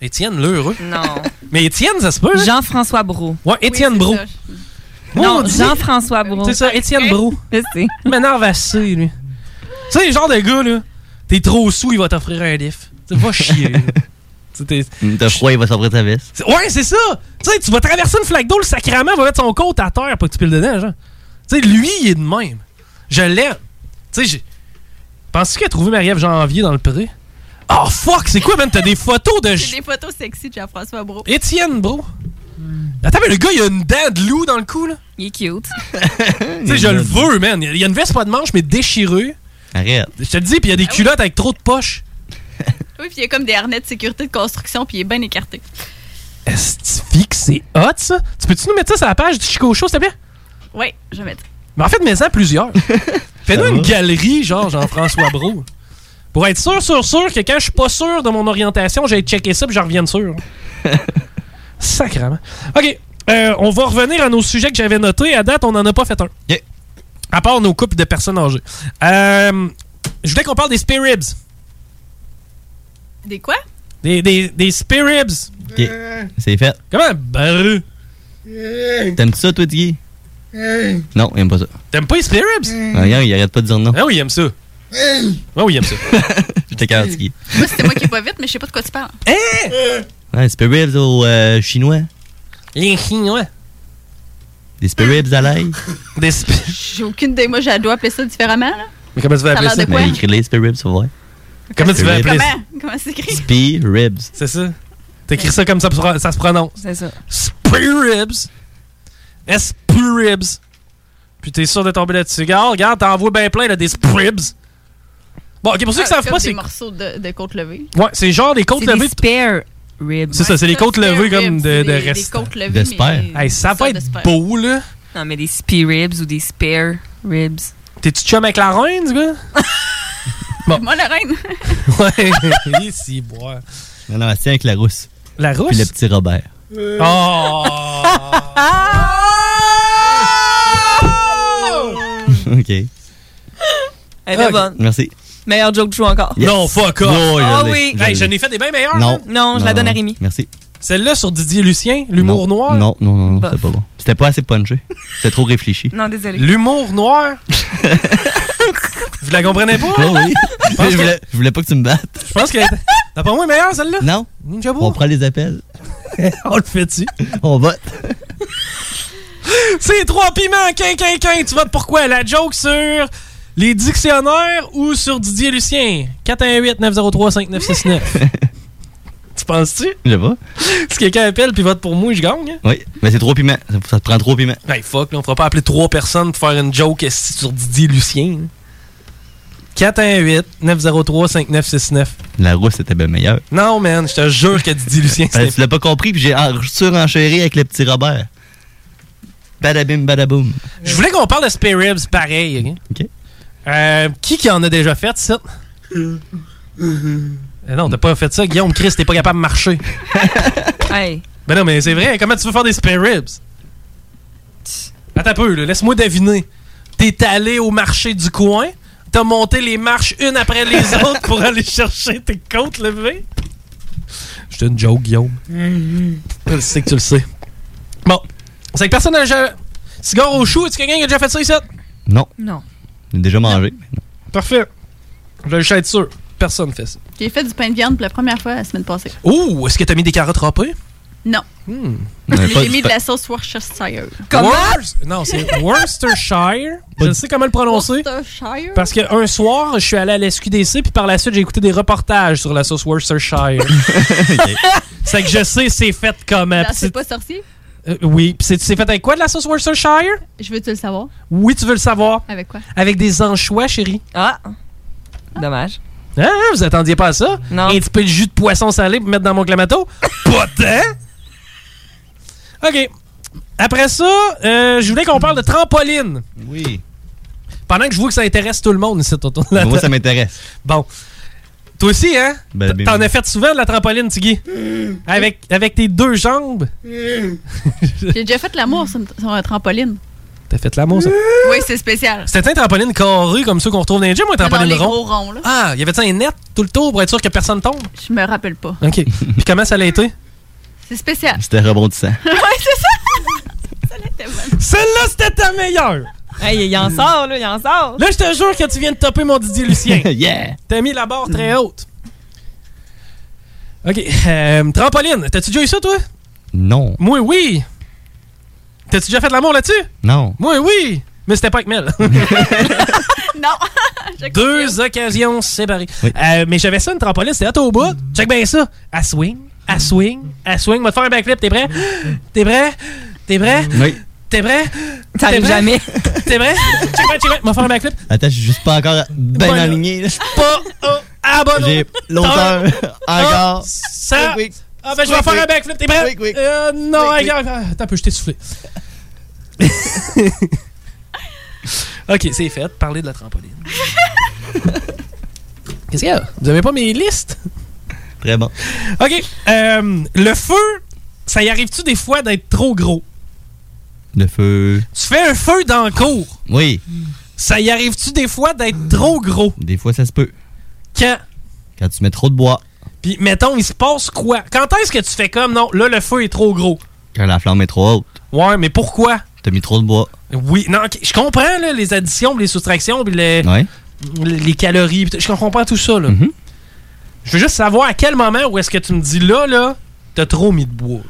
Étienne Lheureux? Non. <laughs> Mais Étienne, ça se peut? hein? Jean-François Brault. Ouais, Étienne Brault. Non, Maudit. Jean-François Brault. C'est ça, Étienne <laughs> Brault. Je sais. Il m'énerve assez, lui. Tu sais, le genre de gars, là, t'es trop sous, il va t'offrir un lift. Tu sais, va chier. là. Tu sais, t'es- Hum, T'as froid, il va s'ouvrir ta veste. C'est- Ouais, c'est ça! Tu sais, tu vas traverser une flaque d'eau, le sacrament va mettre son côte à terre pour que tu piles dedans, genre. Tu sais, lui, il est de même. Je l'aime. Tu sais, j'ai- penses-tu qu'il a trouvé Marie-Ève Janvier dans le pré? Oh fuck, c'est quoi, man? T'as des photos de. J'ai des photos sexy de Jean-François Brault. Étienne, bro! Attends, mais le gars, il a une dent de loup dans le cou, là. Il est cute. Tu sais, je le veux, man. Il y a une veste pas de manche, mais déchirée. Arrête. Je te le dis, puis il y Ah a des culottes avec trop de poches. Oui, puis il y a comme des harnais de sécurité de construction, puis il est bien écarté. Fixe, c'est hot, ça. Tu peux-tu nous mettre ça sur la page du Chico Show, s'il te plaît? Oui, je vais mettre. Mais en fait, mets-en plusieurs. Fais-nous Ça une va. galerie, genre Jean-François Brault. Pour être sûr, sûr, sûr que quand je suis pas sûr de mon orientation, j'ai checké ça puis j'en revienne sûr. Sacrement. OK. euh, on va revenir à nos sujets que j'avais notés. À date, on n'en a pas fait un. À part nos couples de personnes âgées. Euh, je voulais qu'on parle des spare ribs. Des quoi? Des, des, des spare ribs. Ok. C'est fait. Comment? Barreux. T'aimes-tu ça, toi, Diggy? Non, il aime pas ça. T'aimes pas les spare ribs? Ah, Regarde, il arrête pas de dire non. Ah oui, il aime ça. Ah oui, il aime ça. <laughs> J'étais carré, Diggy. Moi, c'était moi qui est pas vite, mais je sais pas de quoi tu parles. Hein? Ouais, des spare ribs aux euh, Chinois. Les Chinois. Des spare ribs à l'ail. Des spare J'ai aucune idée. Moi, j'ai dois appeler ça différemment, là. Mais comment tu Ça a vas appeler l'air ça? de quoi? Mais écris les spare ribs, ça va voir. Comment tu vas appeler ça? Comment? Comment c'est écrit? Spare ribs. C'est ça. T'écris ça comme ça, pro- ça se prononce. C'est ça. Spiribs. Hein, Spiribs. Puis t'es sûr de tomber là-dessus. Regarde, regarde, t'en vois bien plein, là, des Spiribs. Bon, ok, pour ceux qui Ah, savent comme pas, des c'est. morceaux de, de côte levée. Ouais, c'est genre des côtes C'est des levées. C'est ça, c'est des côtes levées comme de, de reste. côtes levées, De mais spare. Hey, ça va de être spare. beau, là. Non, mais des spare ribs ou des spare ribs. T'es-tu chum avec la reine, du gars? <laughs> Bon. Moi, la reine. <laughs> Ouais, ici, boire. Non, non, c'est avec la rousse. La rousse? Puis le petit Robert. Oh! <laughs> ok. Elle est bonne. Merci. Meilleur joke de show encore. Yes. Non, fuck off. Oh, je Ah l'ai, oui. je Hey, l'ai. je n'ai fait des bien meilleurs, Non. Non, je la donne à Rémi. Merci. Celle-là sur Didier Lucien, l'humour noir. Non, non, non, non, c'était pas bon. C'était pas assez punché. C'était trop réfléchi. Non, désolé. <laughs> L'humour noir. Vous la comprenez pas? Oh oui. Je pense je, voulais, je voulais pas que tu me battes. Je pense qu'elle est. T'as pas moins meilleure, celle-là? Non. Ninja On Boy. prend les appels. Oh. <laughs> On le fait-tu? On vote. C'est trois piments, quin, quin, quin. Tu votes pourquoi? La joke sur les dictionnaires ou sur Didier Lucien? 418-903-5969. <laughs> tu penses-tu? Je sais pas. Si quelqu'un appelle puis vote pour moi, je gagne. hein? Oui. Mais c'est trop piment. Ça, ça te prend trop piment. Hey, Ben, fuck, là, on fera pas appeler trois personnes pour faire une joke esti sur Didier Lucien. hein. 418-903-5969. La rousse était bien meilleure. Non, man, je te jure que Didier Lucien, Ben, c'était tu l'as pas compris, puis j'ai en- surenchéré avec le petit Robert. Badabim, badaboum. Je voulais qu'on parle de spare ribs pareil. OK. Euh, qui qui en a déjà fait, ça? Eh non, t'as pas fait ça, Guillaume. Chris, t'es pas capable de marcher. Hey. Ben non, mais c'est vrai. Comment tu veux faire des spare ribs? Attends un peu, là, laisse-moi deviner. T'es allé au marché du coin, t'as monté les marches une après <laughs> les autres pour aller chercher tes côtes levées. J'étais une joke, Guillaume. Je le sais que tu le sais. Bon, c'est que personne n'a jamais. Cigare au chou, est-ce que quelqu'un qui a déjà fait ça ici? Non. Non. J'ai déjà mangé. Parfait. Je vais juste être sûr. Personne fait ça. J'ai fait du pain de viande pour la première fois la semaine passée. Oh, est-ce que t'as mis des carottes râpées? Non. Hmm. Mais J'ai mis de la sauce Worcestershire. Worc- Non, c'est Worcestershire. Je sais comment le prononcer. Worcestershire? Parce qu'un soir, je suis allé à la SQDC, puis par la suite, j'ai écouté des reportages sur la sauce Worcestershire. C'est que je sais c'est fait comment. Là, puis C'est C'est pas sorcier? Euh, oui. Puis c'est c'est fait avec quoi de la sauce Worcestershire? Je veux-tu le savoir? Oui, tu veux le savoir. Avec <laughs> quoi? Avec des anchois, chérie. Ah! Dommage. Hein? Vous attendiez pas à ça? Non. Un petit peu de jus de poisson salé pour mettre dans mon <laughs> clamato? pas tant! OK. Après ça, euh, je voulais qu'on parle de trampoline. Oui. Pendant que je vois que ça intéresse tout le monde ici autour de la Moi, table. ça m'intéresse. Bon. Toi aussi, hein? Ben, ben, Mm. T'en ben. as fait souvent de la trampoline, Tiggy? Avec, avec tes deux jambes? J'ai déjà fait l'amour sur, sur un trampoline. T'as fait l'amour, Mm. ça? Oui, c'est spécial. C'était un trampoline carré comme ceux qu'on retrouve dans les gyms ou un Non, trampoline les rond? gros ronds, là. Ah, y avait-tu un net tout le tour pour être sûr que personne tombe? Je me rappelle pas. OK. Puis comment ça l'a été? C'est spécial. C'était rebondissant. <laughs> ouais, c'est ça. Celle-là, c'était ta meilleure! Hey, il en sort, là, il en sort. Là, je te jure que tu viens de topper mon Didier <laughs> Lucien. Yeah. T'as mis la barre très haute. OK. euh, trampoline, t'as-tu déjà eu ça, toi? Non. Moi, oui. T'as-tu déjà fait de l'amour là-dessus? Non. Moi, oui. Mais c'était pas avec <laughs> Mel. <laughs> non. Deux occasions séparées. Euh, mais j'avais ça, une trampoline, c'était à au bout. Check bien ça. À swing, à swing, à swing. Va te faire un backflip, t'es prêt? T'es prêt? T'es prêt? Oui. T'es prêt? T'arrives T'es prêt? jamais. T'es prêt? Check bien, check bien. Va faire un backflip. Attends, je suis juste pas encore bien Voilà. aligné. Ben, là. Pas oh, Ah, à bah. bonne J'ai longtemps <laughs> encore. Ça. Ah ben je vais Quick, faire un quick. backflip, t'es prêt? Quick, quick. Euh, non, Quick, regarde. ah, Attends un peu, je <laughs> t'ai soufflé. ok, c'est fait. Parler de la trampoline. <laughs> Qu'est-ce qu'il y a? Vous avez pas mes listes? Très bon. Ok. euh, le feu, ça y arrive-tu des fois d'être trop gros? Le feu. Tu fais un feu dans le cours. Oui. Ça y arrive-tu des fois d'être trop gros? Des fois, ça se peut. Quand? Quand tu mets trop de bois, Puis, mettons, il se passe quoi? Quand est-ce que tu fais comme, non, là, le feu est trop gros? quand la flamme est trop haute, Ouais, mais pourquoi? t'as mis trop de bois. Oui, non, ok, je comprends là, les additions, les soustractions, puis les, Ouais. Mm-hmm. les calories. puis tout- Je comprends tout ça. Là. Je veux juste savoir à quel moment où est-ce que tu me dis là, là, t'as trop mis de bois.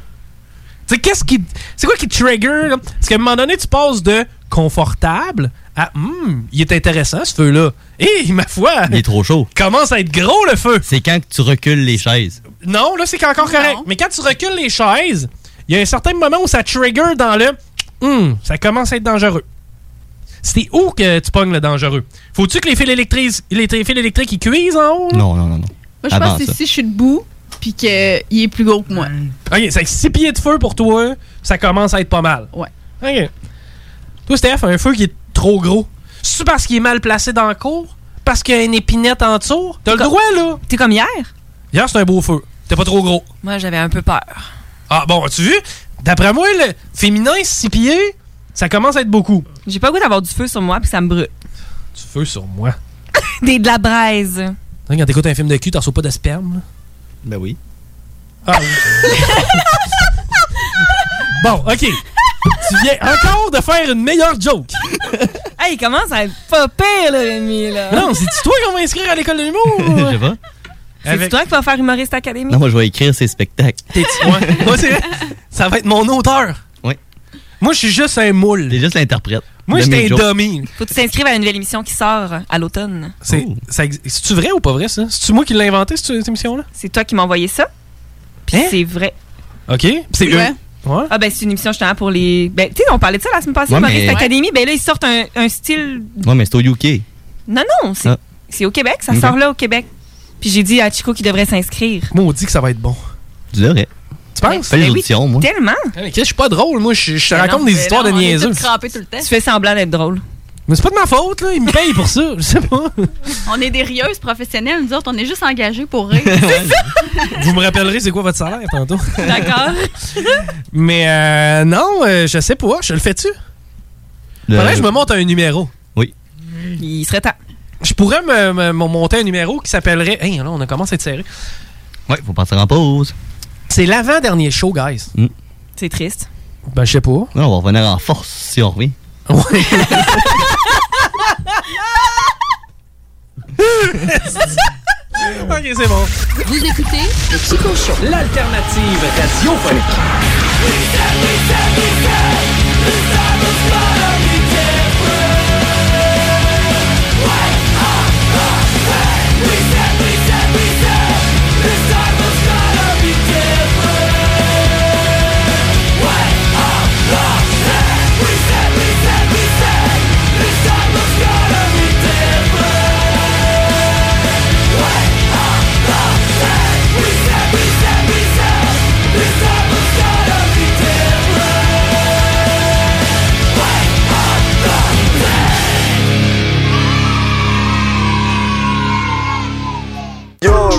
Tu sais, qu'est-ce qui. C'est quoi qui trigger? là? Parce qu'à un moment donné, tu passes de confortable à hum, il est intéressant ce feu-là. Hé, ma foi! Il est trop chaud. Commence à être gros le feu. C'est quand que tu recules les chaises. Non, là, c'est encore correct. Mais quand tu recules les chaises, il y a un certain moment où ça trigger dans le Hum, ça commence à être dangereux. C'est où que tu pognes le dangereux? Faut-tu que les fils électriques, les t- fils électriques ils cuisent en haut? là? Non, non, non, non. Moi, je Avant pense que ça. c'est si je suis debout, puis qu'il est plus gros que moi. Ok, c'est 6 pieds de feu pour toi, ça commence à être pas mal. Ouais. Ok. Toi, Steph, un feu qui est trop gros, c'est parce qu'il est mal placé dans le cours? Parce qu'il y a une épinette en dessous? T'as le droit, là? T'es comme hier? Hier, c'est un beau feu. T'es pas trop gros. Moi, j'avais un peu peur. Ah bon, as-tu vu? D'après moi, le féminin, 6 pieds, ça commence à être beaucoup. J'ai pas le goût d'avoir du feu sur moi puis ça me brûle. Du feu sur moi. <laughs> Des de la braise. Hein, Quand t'écoutes un film de cul, t'en reçois pas de sperme? Ben oui. Ah oui. <laughs> bon, OK. Tu viens encore de faire une meilleure joke. Hey, il commence à être pas pire, là, Rémi, là. Non, c'est-tu toi qu'on va inscrire à l'école <laughs> de Je l'humour? sais pas. C'est toi qui vas faire humoriste académie? Non, moi, je vais écrire ces spectacles. T'es-tu moi? <laughs> Moi, c'est vrai. Ça va être mon auteur. Oui. Moi, je suis juste un moule. T'es juste l'interprète. Moi, De j'étais mes un jokes. dummy. Faut que tu t'inscrives à une nouvelle émission qui sort à l'automne. C'est Oh. ça ex- c'est-tu vrai ou pas vrai, ça? C'est-tu moi qui l'ai inventé, cette, cette émission-là? Hein? C'est toi qui m'as envoyé ça. Puis c'est vrai. OK. Puis C'est eux. Ouais. Ouais. Ah ben c'est une émission justement pour les. Ben tu sais, on parlait de ça la semaine passée, Ouais, Humoriste mais- Académie. Ben là, ils sortent un, un style. Ouais, mais c'est au UK. Non, non, c'est Ah. c'est au Québec, ça Ok. sort là au Québec. Puis j'ai dit à Chico qu'il devrait s'inscrire. Ben, Moi, on dit que ça va être bon. Tu devrais. Tu penses? Fais les auditions, moi. Tellement. Ah Ben je suis pas drôle, moi. Je je te Ben raconte des histoires de niaiseux. tout le temps. Tu fais semblant d'être drôle. Mais c'est pas de ma faute, là. Ils me payent pour ça. Je sais pas. On est des rieuses professionnelles, nous autres, on est juste engagés pour <laughs> rire. Vous me rappellerez c'est quoi votre salaire tantôt. D'accord. Mais euh, non, euh, je sais pas. Je le fais-tu? Le- Faudrait que je me monte un numéro. Oui. Il serait temps. Je pourrais me, me- me monter un numéro qui s'appellerait. Hey, là, on a commencé à être serré. Ouais, faut partir en pause. Mm. C'est l'avant-dernier show, guys. C'est triste. Ben, je sais pas. Ouais, on va revenir en force si on revient. ok, c'est bon. Vous écoutez le Chico Show. L'alternative radiophonique. This time was gonna be different. Wait up.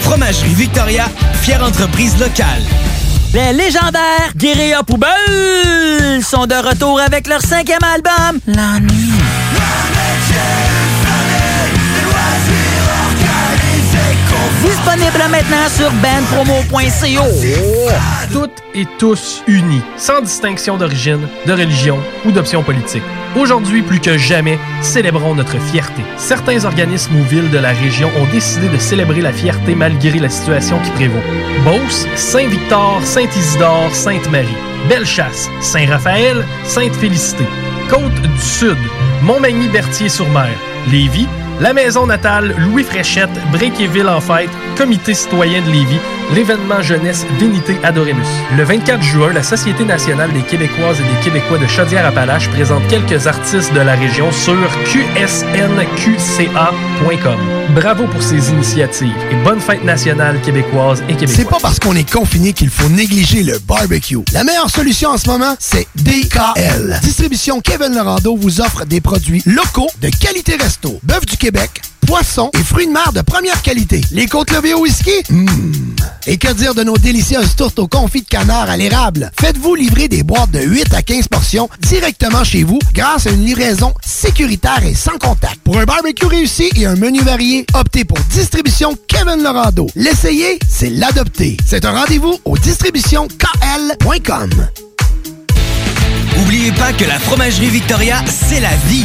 Fromagerie Victoria, fière entreprise locale. Les légendaires Guérilla Poubelle sont de retour avec leur cinquième album, L'ennui. Disponible maintenant sur benpromo.co. Toutes et tous unis, sans distinction d'origine, de religion ou d'option politique. Aujourd'hui, plus que jamais, célébrons notre fierté. Certains organismes ou villes de la région ont décidé de célébrer la fierté malgré la situation qui prévaut. Beauce, Saint-Victor, Saint-Isidore, Sainte-Marie, Bellechasse, Saint-Raphaël, Sainte-Félicité, Côte-du-Sud, Montmagny-Berthier-sur-Mer, Lévis, la maison natale, Louis Fréchette, Bréquéville en fête, Comité citoyen de Lévis, l'événement jeunesse Vénité Adoremus. Le 24 juin, la Société nationale des Québécoises et des Québécois de Chaudière-Appalaches présente quelques artistes de la région sur qsnqca.com. Bravo pour ces initiatives et bonne fête nationale québécoise et québécoise. C'est pas parce qu'on est confiné qu'il faut négliger le barbecue. La meilleure solution en ce moment, c'est DKL. Distribution Kevin Lorando vous offre des produits locaux de qualité resto. Bœuf du Québec, poisson et fruits de mer de première qualité. Les côtes levées au whisky? Mmh. Et que dire de nos délicieuses tourtes au confit de canard à l'érable? Faites-vous livrer des boîtes de 8 à 15 portions directement chez vous grâce à une livraison sécuritaire et sans contact. Pour un barbecue réussi et un menu varié, optez pour Distribution Kevin Lorando. L'essayer, c'est l'adopter. C'est un rendez-vous au distributionkl.com. Oubliez pas que la fromagerie Victoria, c'est la vie.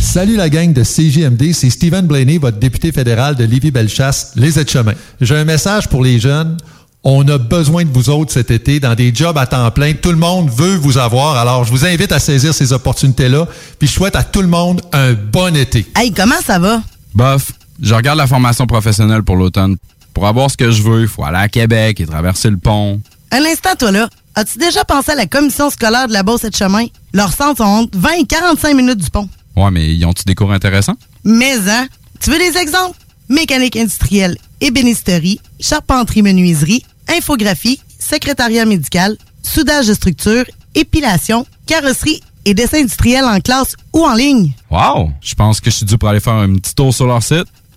Salut la gang de CJMD, c'est Stephen Blaney, votre député fédéral de Lévis-Bellechasse, les Aides-Chemins. J'ai un message pour les jeunes. On a besoin de vous autres cet été dans des jobs à temps plein. Tout le monde veut vous avoir. Alors, je vous invite à saisir ces opportunités-là. Puis, je souhaite à tout le monde un bon été. Hey, comment ça va? Bof, je regarde la formation professionnelle pour l'automne. Pour avoir ce que je veux, il faut aller à Québec et traverser le pont. Un instant, toi là. As-tu déjà pensé à la commission scolaire de la Beauce et de Chemin? Leurs centres sont entre 20 et 45 minutes du pont. Ouais, mais ils ont-tu des cours intéressants? Mais, hein, tu veux des exemples? Mécanique industrielle, ébénisterie, charpenterie menuiserie, infographie, secrétariat médical, soudage de structure, épilation, carrosserie et dessin industriel en classe ou en ligne. Wow! Je pense que je suis dû pour aller faire un petit tour sur leur site.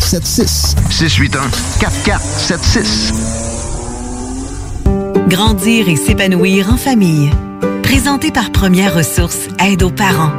681 4476 Grandir et s'épanouir en famille. Présenté par Première Ressource, aide aux parents.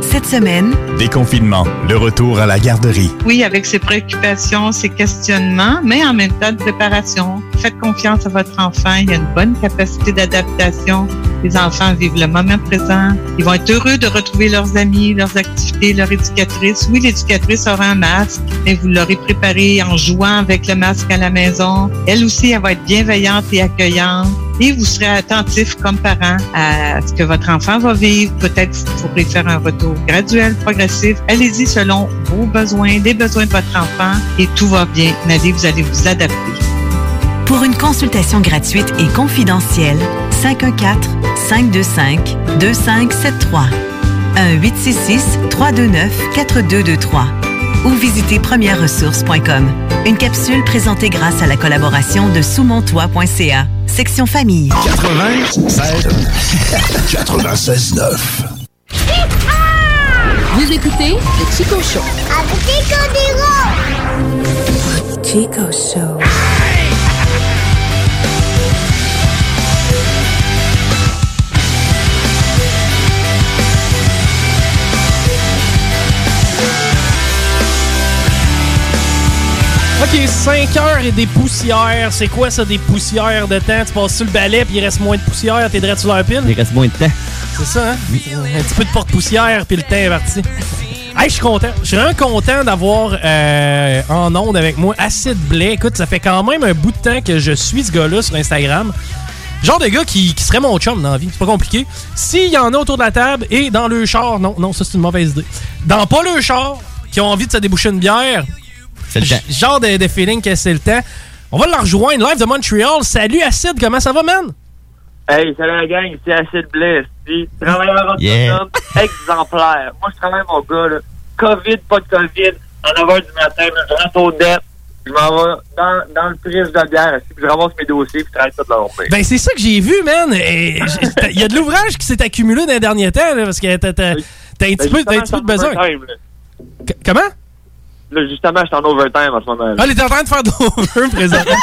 Cette semaine, Déconfinement, le retour à la garderie. Oui, avec ses préoccupations, ses questionnements, mais en même temps de préparation. Faites confiance à votre enfant. Il a une bonne capacité d'adaptation. Les enfants vivent le moment présent. Ils vont être heureux de retrouver leurs amis, leurs activités, leur éducatrice. Oui, l'éducatrice aura un masque, mais vous l'aurez préparé en jouant avec le masque à la maison. Elle aussi, elle va être bienveillante et accueillante. Et vous serez attentif comme parent à ce que votre enfant va vivre. Peut-être si vous pourrez faire un retour graduel, progressif. Allez-y selon vos besoins, les besoins de votre enfant et tout va bien. Nadie, vous allez vous adapter. pour une consultation gratuite et confidentielle, 514-525-2573. 1-866-329-4223 ou visitez premièreressources.com. Une capsule présentée grâce à la collaboration de sousmontois.ca, section famille. 96 96 9. Vous écoutez le Chico Show. Chico Show. Ok, 5 heures et des poussières. C'est quoi ça, des poussières de temps? Tu passes sur le balai puis il reste moins de poussières, t'es direct sur leur pile? Il reste moins de temps. C'est ça, hein? Un petit peu de porte-poussière, puis le temps est parti. Hey, je suis content. Je suis vraiment content d'avoir euh, en onde avec moi Acid Blais. Écoute, ça fait quand même un bout de temps que je suis ce gars-là sur Instagram. Genre de gars qui, qui serait mon chum dans la vie. C'est pas compliqué. S'il y en a autour de la table et dans le char, non, non, ça c'est une mauvaise idée. Dans pas le char, qui ont envie de se déboucher une bière, C'est le temps. J- Genre de, de feeling que c'est le temps. On va le rejoindre live de Montreal. Salut Acid, comment ça va, man? <laughs> Hey, salut la gang, c'est Acid Bliss. puis Travailleur Yeah. autonome, exemplaire. Moi, je travaille mon gars, là. COVID, pas de COVID, à 9h du matin, là, je rentre aux dettes, je m'en vais dans, dans le prise de bière, puis je ramasse mes dossiers, puis je travaille toute la journée. Ben, c'est ça que j'ai vu, man. Et j'ai- Il y a de l'ouvrage qui s'est accumulé dans les derniers temps, là, parce que t'as, t'as- t'as Ben, un petit peu, t'as un petit peu de besoin. C- comment? Là, justement, je suis en overtime en ce moment. Ah, il est en train de faire de <laughs> l'over présentement.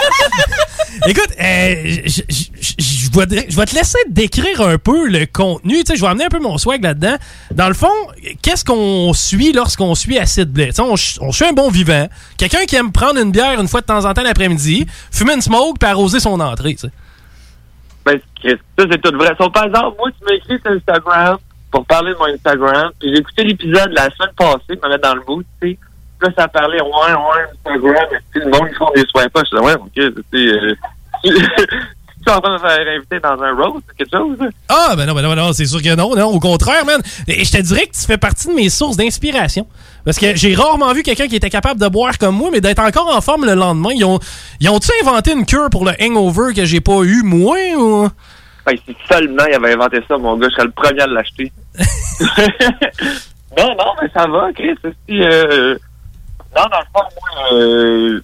Écoute, euh, je- je je- je vais je vais te laisser décrire un peu le contenu. Tu sais, je vais amener un peu mon swag là-dedans. Dans le fond, qu'est-ce qu'on suit lorsqu'on suit Acid Blade? Tu sais, on, ch- on suit un bon vivant, quelqu'un qui aime prendre une bière une fois de temps en temps l'après-midi, fumer une smoke puis arroser son entrée. tu sais. Ben, Christ, ça, c'est tout vrai. Sauf par exemple, moi, tu m'as écrit sur Instagram pour parler de mon Instagram. Puis j'ai écouté l'épisode la semaine passée, pour me mettre dans le bout, tu sais. Puis Là, ça parlait, ouais, ouais, Instagram, tu sais, le monde, ils font des swipe pas. Je disais, ouais, ok, tu sais, euh, <laughs> tu es en train de me faire inviter dans un roast ou quelque chose? Ah, ben non, ben non, ben non, c'est sûr que non, non, au contraire, man. Et je te dirais que tu fais partie de mes sources d'inspiration. Parce que j'ai rarement vu quelqu'un qui était capable de boire comme moi, mais d'être encore en forme le lendemain. Ils ont- ils ont-tu inventé une cure pour le hangover que j'ai pas eu, moi, ou... Ben, si seulement il avait inventé ça, mon gars, je serais le premier à l'acheter. non, non, mais ça va, Chris. Si, euh, non, dans le fond, moi, euh,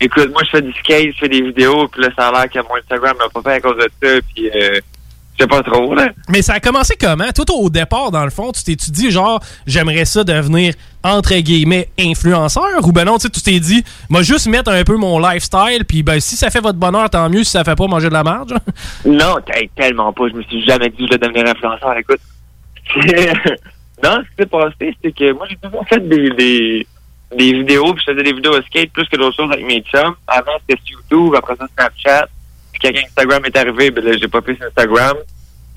écoute, moi, je fais du skate, je fais des vidéos, puis là, ça a l'air que mon Instagram m'a pas fait à cause de ça, puis euh, je sais pas trop, là. Mais ça a commencé comment? Tout au départ, dans le fond, tu t'es tu dit genre, j'aimerais ça devenir, entre guillemets, influenceur? Ou ben non, tu sais, tu t'es dit, moi, juste mettre un peu mon lifestyle, puis ben, si ça fait votre bonheur, tant mieux, si ça fait pas manger de la marge. Non, t'es- tellement pas. Je me suis jamais dit que je vais devenir influenceur. Écoute, <laughs> non, ce qui s'est passé, c'est que moi, j'ai toujours fait des, des, des vidéos, puis je faisais des vidéos au skate plus que d'autres choses avec mes chums. Avant, c'était sur YouTube, après ça, Snapchat. Puis quand Instagram est arrivé, ben là, j'ai pas plus Instagram.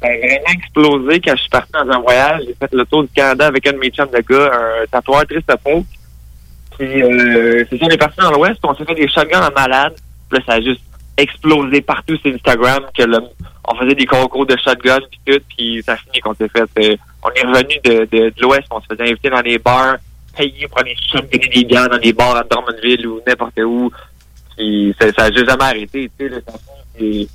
Ça a vraiment explosé quand je suis parti dans un voyage. J'ai fait le tour du Canada avec un de mes chums de gars, un tatoueur triste à peau. Puis, euh, c'est ça, on est parti dans l'Ouest, puis on s'est fait des shotguns en malade. Puis là, ça a juste explosé partout sur Instagram que le- on faisait des concours de shotguns puis tout, puis ça finit qu'on s'est fait. euh, on est revenu de, de, de l'Ouest, on se faisait inviter dans les bars, payer pour aller shotgunner des bières dans des bars à Drummondville ou n'importe où. Puis ça, ça a juste jamais arrêté, tu sais, le puis,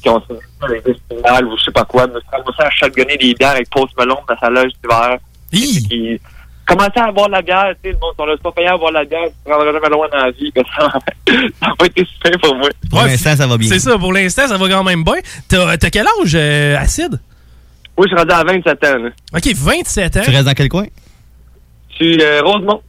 puis on s'est fait avec des finales ou je sais pas quoi, mais on s'est à shotgunner des bières avec Post Malone dans sa loge d'hiver. Puis, commencer à boire de la bière, tu sais, le monde, on l'a pas payé à boire de la bière, tu prendras jamais loin dans la vie, parce que ça <laughs> ça a pas été super pour moi. Pour l'instant, ça va bien. C'est ça, pour l'instant, ça va quand même bien. T'as t'as quel âge, euh, Acide? Moi, je suis rendu à 27 ans. OK, 27 ans. Tu restes dans quel coin? Je suis euh, Rosemont.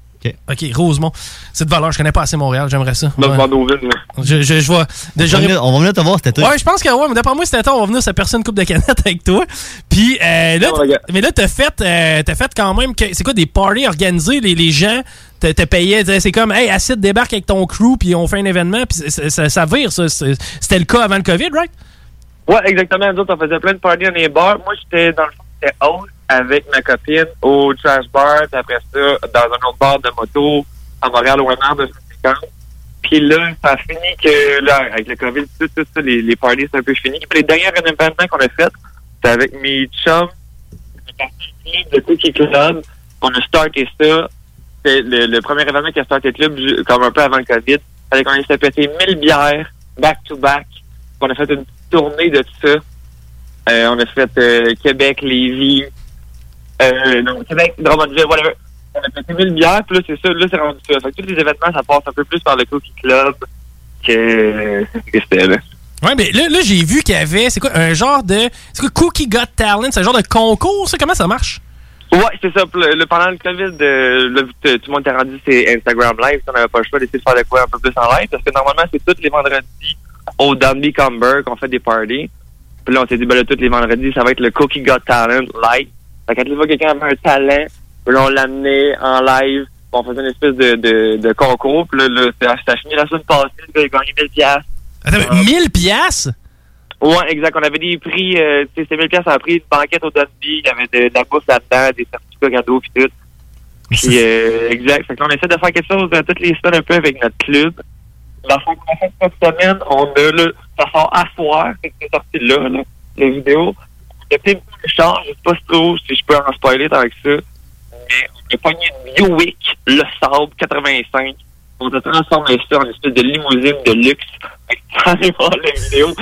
OK, Rosemont. C'est de valeur, je connais pas assez Montréal, j'aimerais ça. Dans Ouais. Vendôme, là. Je, je, je vois. On va venir- on va venir te voir cet été. Ouais, je pense que ouais, mais d'après moi, c'était temps, on va venir se percer une coupe de canettes <laughs> avec toi. Puis euh, là, t- mais là, t'as fait, euh, t'as fait quand même, que- c'est quoi des parties organisées, les, les gens te, te payaient, disaient, c'est comme, hey, Acid débarque avec ton crew, puis on fait un événement, puis c'est- c'est- ça, ça vire, ça. C'est- C'était le cas avant le COVID, right? Ouais, exactement. Nous autres, on faisait plein de parties dans les bars. Moi, j'étais, dans le fond, j'étais host avec ma copine au trash bar, puis après ça, dans un autre bar de moto à Montréal, au Renard de 50. Puis là, ça a fini que, là, avec le COVID, tout, tout ça, les, les parties, c'est un peu fini. Puis les dernières événements qu'on a faites, c'était avec mes chums, de Cookie Club. On a starté ça. C'est le, le premier événement qui a starté le club, ju- comme un peu avant le COVID. Fallait qu'on ait pété 1000 bières, back-to-back. On a fait une petite tournée de tout ça. Euh, on a fait euh, Québec, Lévis, euh, non, Québec, Drummondville, whatever. on a pété 1000 bières, puis là, c'est ça, là, c'est rendu ça. Fait que tous les événements, ça passe un peu plus par le Cookie Club que, que c'était, là. Ouais, mais là, là j'ai vu qu'il y avait, c'est quoi, un genre de. C'est quoi, Cookie Got Talent? C'est un genre de concours, ça? Comment ça marche? Ouais, c'est ça. Puis Le, le- pendant le COVID, euh, là, vu que tout le monde était rendu c'est Instagram Live, on n'avait pas le choix d'essayer de faire de quoi un peu plus en live, parce que normalement, c'est tous les vendredis au Danby Comber qu'on fait des parties. Puis là, on s'est dit, ben là, tous les vendredis, ça va être le Cookie Got Talent live. Fait qu'à chaque fois que quelqu'un avait un talent, puis là, on l'amenait en live, puis on faisait une espèce de, de, de concours, puis là, là ça ça a fini la semaine passée, le gars, il a gagné 1000 piastres. Euh. Attends, mais 1000 piastres? Ouais, exact. On avait des prix, euh, tu sais, c'était 1000 piastres, on a pris une banquette au Dunby, il y avait de, de la bouffe là-dedans, des certificats cadeaux, puis tout. Puis, euh, exact. Fait qu'on essaie de faire quelque chose euh, toutes les semaines un peu avec notre club. La fin la fin de cette semaine, on a, là, ça sort à soir, fait que c'est sorti là, là, la vidéo. On a pris beaucoup de chance, je sais pas trop si je peux en spoiler avec ça, mais on a pogné une Buick, le sable 85. On a transformé ça en une espèce de limousine de luxe. Fait que tu vas aller voir la vidéo,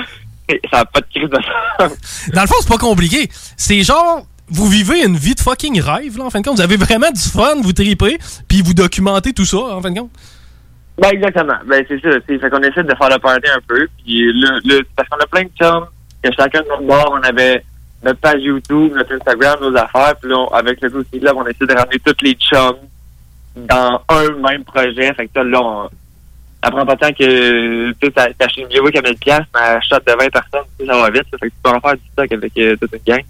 et ça n'a pas de crise de sens. Dans le fond, c'est pas compliqué. C'est genre, vous vivez une vie de fucking rêve, là, en fin de compte. Vous avez vraiment du fun, vous tripez, puis vous documentez tout ça, en fin de compte. <laughs> Ben, exactement. Ben, c'est ça. c'est- Fait qu'on essaie de faire le party un peu. Puis là, là, parce qu'on a plein de chums, que chacun de notre bord, on avait notre page YouTube, notre Instagram, nos affaires. Puis là, on- avec le Cookie Club, on essaie de ramener tous les chums dans un même projet. Fait que là, on, ça prend pas tant que, tu sais, t'as t'as acheté une Buick à 1000 piastres, mais à shot de 20 personnes, tu sais, ça va vite. ça. Fait que tu peux en faire du stock avec euh, toute une gang.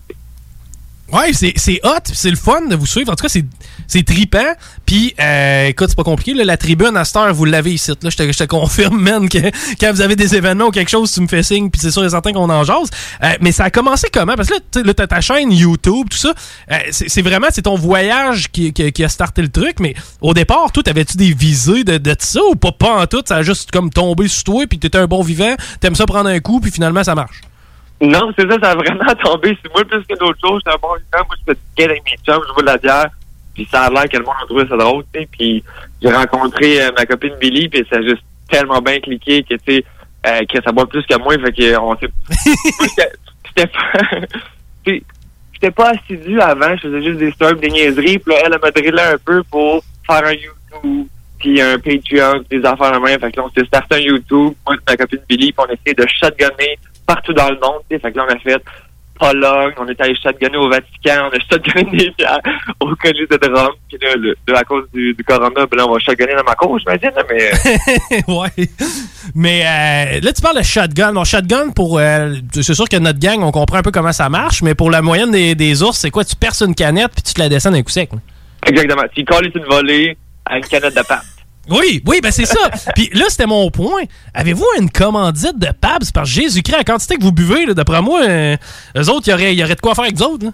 Ouais, c'est c'est hot, puis c'est le fun de vous suivre. En tout cas, c'est- c'est trippant. Puis, euh, écoute, c'est pas compliqué. là, la tribune, à cette heure, vous l'avez ici. Là, je, te, je te confirme, man, que quand vous avez des événements ou quelque chose, tu me fais signe, puis c'est sûr et certain qu'on en jase. Euh, mais ça a commencé comment? Parce que là, tu sais, là, t'as ta chaîne YouTube, tout ça. Euh, c'est c'est vraiment, c'est ton voyage qui, qui- qui a starté le truc. Mais au départ, toi, t'avais-tu des visées de, de ça ou pas, pas en tout? Ça a juste comme tombé sur toi, puis t'étais un bon vivant, t'aimes ça prendre un coup, puis finalement, ça marche. Non, c'est ça, ça a vraiment <laughs> tombé sur moi plus que d'autres choses. J'étais un bon vivant, moi je fais du skate avec mes chums, je bois de la bière, puis ça a l'air que le monde a trouvé ça drôle, tu sais. Puis j'ai rencontré euh, ma copine Billy, puis ça a juste tellement bien cliqué que, tu sais, euh, que ça boit plus que moi, fait que on s'est... Moi, j'étais- j'étais pas... <laughs> tu sais, J'étais pas assidu avant, je faisais juste des stories, des niaiseries, puis là, elle elle m'a drillé un peu pour faire un YouTube, puis un Patreon, puis des affaires à main. Fait que là, on s'est starté un YouTube, moi et ma copine Billy, puis on essayait de shotgunner partout dans le monde. tu sais. Fait que là, on a fait Pologne, on est allé shotgunner au Vatican, on a shotgunné des bières <laughs> au Collège de Rome. Puis là, le- là, à cause du, du corona, ben là, on va shotgunner dans ma cour, j'imagine, là, mais... <laughs> <laughs> ouais. Mais euh, là, tu parles de shotgun. Bon, shotgun, pour euh, c'est sûr que notre gang, on comprend un peu comment ça marche, mais pour la moyenne des, des ours, c'est quoi? Tu perces une canette puis tu te la descends d'un coup sec. là. Exactement. Tu colles une volée à une canette de pâte. Oui, oui, ben c'est ça. <laughs> Puis là, c'était mon point. Avez-vous une commandite de Pabs par Jésus-Christ? La quantité que vous buvez, là, d'après moi, euh, eux autres, il y aurait, il y aurait de quoi faire avec d'autres.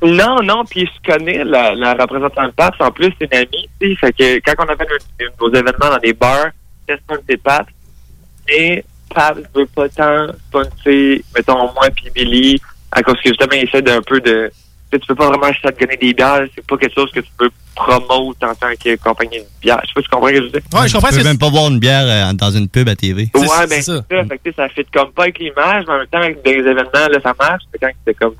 Non, non, puis je connais la, la représentante de Paps. En plus, c'est une amie, tu sais. Fait que quand on avait nos, nos événements dans des bars, c'est sponsor Paps. Mais Paps veut pas tant sponsor, mettons, moi puis Billy, à cause que justement, il essaie d'un peu de... Tu sais, tu peux pas vraiment shotgunner des bières. C'est pas quelque chose que tu peux promouvoir en tant que compagnie de bière. Je sais pas si tu comprends ce que je veux dire. Tu peux même pas boire une bière euh, dans une pub à TV. Ouais, ben c'est ça. Fait que, tu sais, ça fit comme pas avec l'image, mais en même temps, avec des événements, là, ça marche. C'est quand c'était comme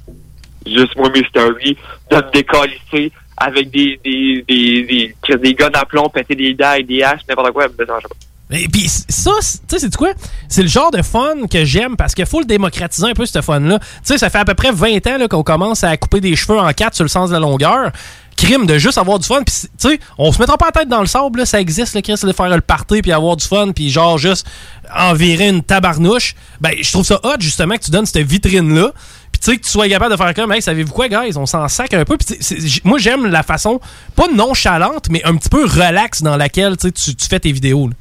juste moi, mes stories, de me décalisser avec des, des, des, des, des, gars d'aplomb, péter des dents et des haches, n'importe quoi, ben, ça marche pas. Et puis ça, c'est- tu sais, c'est quoi? C'est le genre de fun que j'aime parce qu'il faut le démocratiser un peu, ce fun-là. Tu sais, ça fait à peu près 20 ans là, qu'on commence à couper des cheveux en quatre sur le sens de la longueur. Crime de juste avoir du fun. Puis, c'est- tu sais, on se mettra pas la tête dans le sable, là, ça existe, le Chris, de faire le party puis avoir du fun puis genre juste envirer une tabarnouche. Ben, je trouve ça hot, justement, que tu donnes cette vitrine-là. Puis tu sais, que tu sois capable de faire comme, hey, savez-vous quoi, guys, on s'en sac un peu. Puis tu sais, c'est- j- moi, j'aime la façon, pas nonchalante, mais un petit peu relax dans laquelle tu, sais, tu tu fais tes vidéos. là.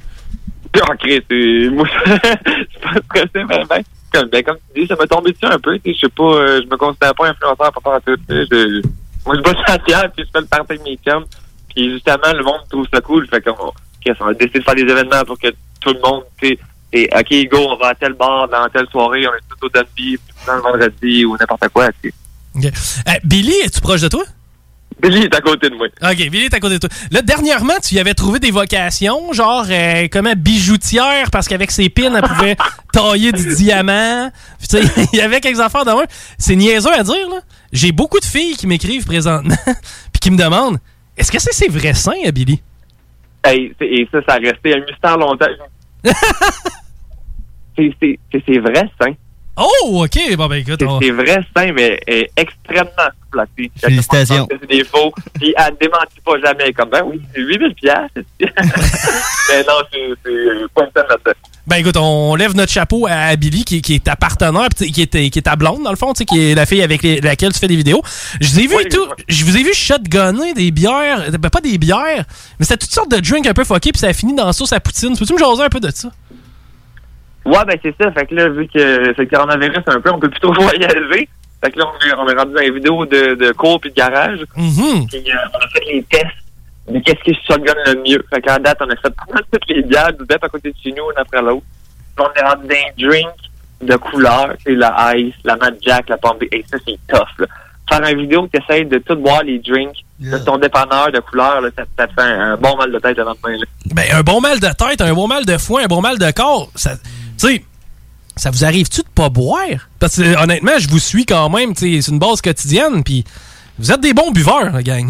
<laughs> Ah, Chris, c'est- moi, <laughs> je suis pas stressé, mais ben, comme, ben, comme tu dis, ça m'a tombé dessus un peu, tu sais, je sais pas, euh, je me considère pas influenceur par rapport à tout, tu sais, je- moi, je bosse la pierre, puis je fais le party avec mes chums, puis justement, le monde trouve ça cool, fait qu'on, Chris, on a décidé de faire des événements pour que tout le monde, tu sais, et, ok, go, on va à tel bar, dans telle soirée, on est tout au Dunby, dans le vendredi, ou n'importe quoi, tu sais. Ok. Euh, Billy, es-tu proche de toi? Billy est à côté de moi. OK, Billy est à côté de toi. Là, dernièrement, tu y avais trouvé des vocations, genre euh, comment bijoutière, parce qu'avec ses pins, elle pouvait tailler du diamant. Puis, tu sais, <laughs> il y avait quelques affaires dans un. C'est niaiseux à dire, là. J'ai beaucoup de filles qui m'écrivent présentement, <laughs> puis qui me demandent Est-ce que c'est ses vrais seins, Billy? Hey, c'est- et ça, ça a resté un mystère longtemps. c'est c'est- c'est- c'est vrai, ça. hein. Oh, ok. Bon, ben écoute, C'est on- c'est vrai, c'est mais elle est extrêmement souple la fille. Félicitations. Elle pense que C'est des faux. Puis elle ne démentit pas jamais. Elle est Comme, ben oui, c'est 8000 piastres. <laughs> mais non, c'est c'est pas une peine là-dedans. ben écoute, on lève notre chapeau à Billy, qui, qui est ta partenaire, pis qui est, qui est ta blonde, dans le fond, tu sais, qui est la fille avec les- laquelle tu fais des vidéos. Je vous ai vu et tout. Je vous ai vu shotgunner des bières. Ben, pas des bières, mais c'était toutes sortes de drinks un peu fuckés, puis ça a fini dans la sauce à poutine. Peux-tu me jaser un peu de ça? Ouais, ben c'est ça. Fait que là, vu que c'est le coronavirus un peu, on peut plus trop <laughs> voyager. Fait que là, on est, on est rendu dans les vidéos de, de cours puis de garage. Puis euh, on a fait les tests de qu'est-ce qui shotgun le mieux. Fait qu'à date, on a fait pas mal toutes les bières, du bête à côté de chez nous, une après l'autre. Puis on est rendu dans les drinks de couleurs. C'est la ice, la Mad Jack, la pomme. Et ça, c'est tough, là. Faire une vidéo que t'essayes de tout boire les drinks, de ton dépanneur de couleurs, là, ça, ça te fait un, un bon mal de tête le lendemain, là. Ben, un bon mal de tête, un bon mal de foin, un bon mal de corps, ça, tu sais, ça vous arrive-tu de pas boire? Parce que euh, honnêtement, je vous suis quand même, tu sais, c'est une base quotidienne, puis vous êtes des bons buveurs, la gang.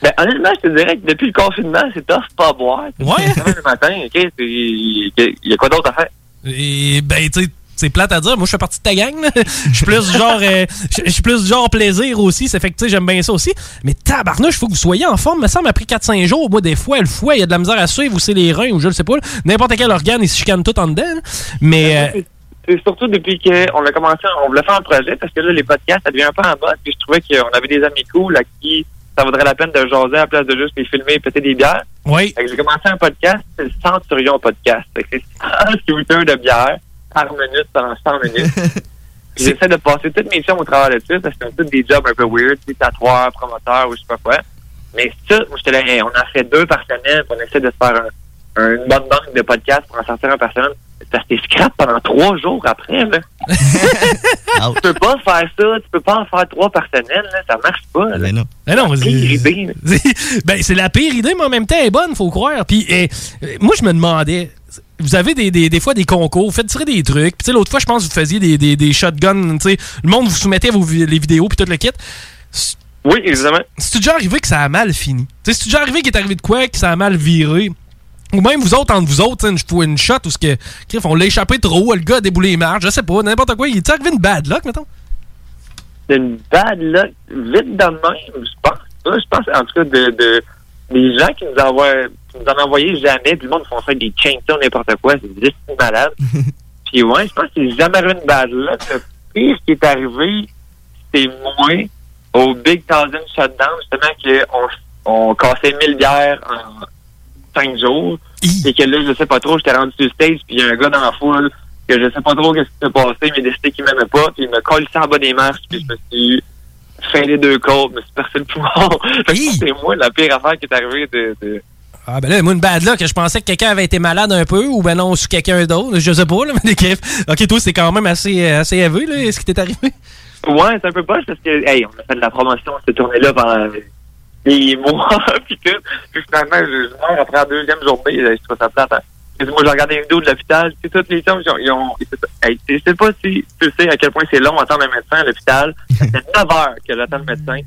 Ben, honnêtement, je te dirais que depuis le confinement, c'est tough pas boire. Ouais. Le matin, OK, c'est- il y a quoi d'autre à faire? Et ben, tu sais, c'est plate à dire, moi je fais partie de ta gang, là. <laughs> je suis plus genre, euh, je je suis plus genre plaisir aussi, ça fait que tu sais, j'aime bien ça aussi. Mais tabarnouche, faut que vous soyez en forme, me semble, après 4-5 jours, moi des fois, le foie, il y a de la misère à suivre, ou c'est les reins, ou je le sais pas, là. n'importe quel organe, ils se chicanent tout en dedans, là. Ben, mais... euh, C'est surtout depuis qu'on a commencé, on voulait faire un projet parce que là, les podcasts, ça devient un peu en mode. Puis je trouvais qu'on avait des amis cool à qui ça vaudrait la peine de jaser à la place de juste les filmer et péter des bières. Oui. Fait que j'ai commencé un podcast, c'est le Centurion Podcast. Fait que c'est 100 shooters de bière par minute pendant 100 <laughs> minutes. Puis J'essaie de passer toutes mes chambres au travers de ça parce que c'est tous des jobs un peu weird, tu sais, tatoueur, promoteur ou je sais pas quoi. Mais ça, moi, j'étais là, hey, on en fait deux par semaine, puis on essaie de se faire un- un- une bonne banque de podcasts pour en sortir un par semaine. Ça s'est scrap pendant trois jours <laughs> après, là. tu peux pas faire ça, tu peux pas en faire trois par semaine, là, ça marche pas. là. Ben non, c'est- <laughs> ben, c'est la pire idée, mais en même temps, elle est bonne, faut croire. Puis eh, eh, moi, je me demandais, vous avez des, des, des fois des concours, vous faites tirer des trucs. Puis tu sais, l'autre fois, je pense que vous faisiez des, des, des shotguns. tu sais, Le monde vous soumettait vos, vi- les vidéos puis tout le kit. Oui, évidemment. C'est déjà arrivé que ça a mal fini. Tu sais, C'est déjà arrivé qu'il est arrivé de quoi, que ça a mal viré. Ou même vous autres, entre vous autres, tu sais, une, une shot ou ce que. Criff, on l'a échappé trop, le gars a déboulé les marges, je sais pas, n'importe quoi. Il est arrivé une bad luck, mettons. C'est une bad luck, vite dans le même, je pense. Ça, je pense, en tout cas, de, de- des gens qui nous, envoient, qui nous en envoyaient jamais, puis le monde font faire des chainsaws, n'importe quoi, c'est juste malade. puis ouais, je pense que c'est jamais arrivé une bad luck. Le pire qui est arrivé, c'est moi, au Big Thousand Shutdown, justement, qu'on on cassait 1000 bières en 5 jours. Et que là, je sais pas trop, j'étais rendu sur le stage, puis il y a un gars dans la foule que je sais pas trop qu'est-ce qui s'est passé, mais il a décidé qu'il m'aimait pas, puis il me collé ça en bas des marches, puis je me suis fait les deux côtes, je me suis percé le poumon. <laughs> Fait que c'est moi la pire affaire qui est arrivée de... de- Ah ben là, moi une bad luck, je pensais que quelqu'un avait été malade un peu ou ben non, sous quelqu'un d'autre, je sais pas là, <laughs> mais des kiffs. OK, toi c'est quand même assez euh, assez élevé là, ce qui t'est arrivé. Ouais, c'est un peu poche parce que, hey, on a fait de la promotion cette tournée-là pendant des mois, <laughs> puis tout. Puis finalement, je, je meurs après la deuxième journée, je trouve ça plate. hein. Puis Moi, j'ai regardé les vidéos de l'hôpital, puis toutes les gens, ils ont... Ils ont ils étaient- hey, tu sais pas si tu sais à quel point c'est long attendre un médecin à l'hôpital. Ça fait 9 heures que j'attends le médecin.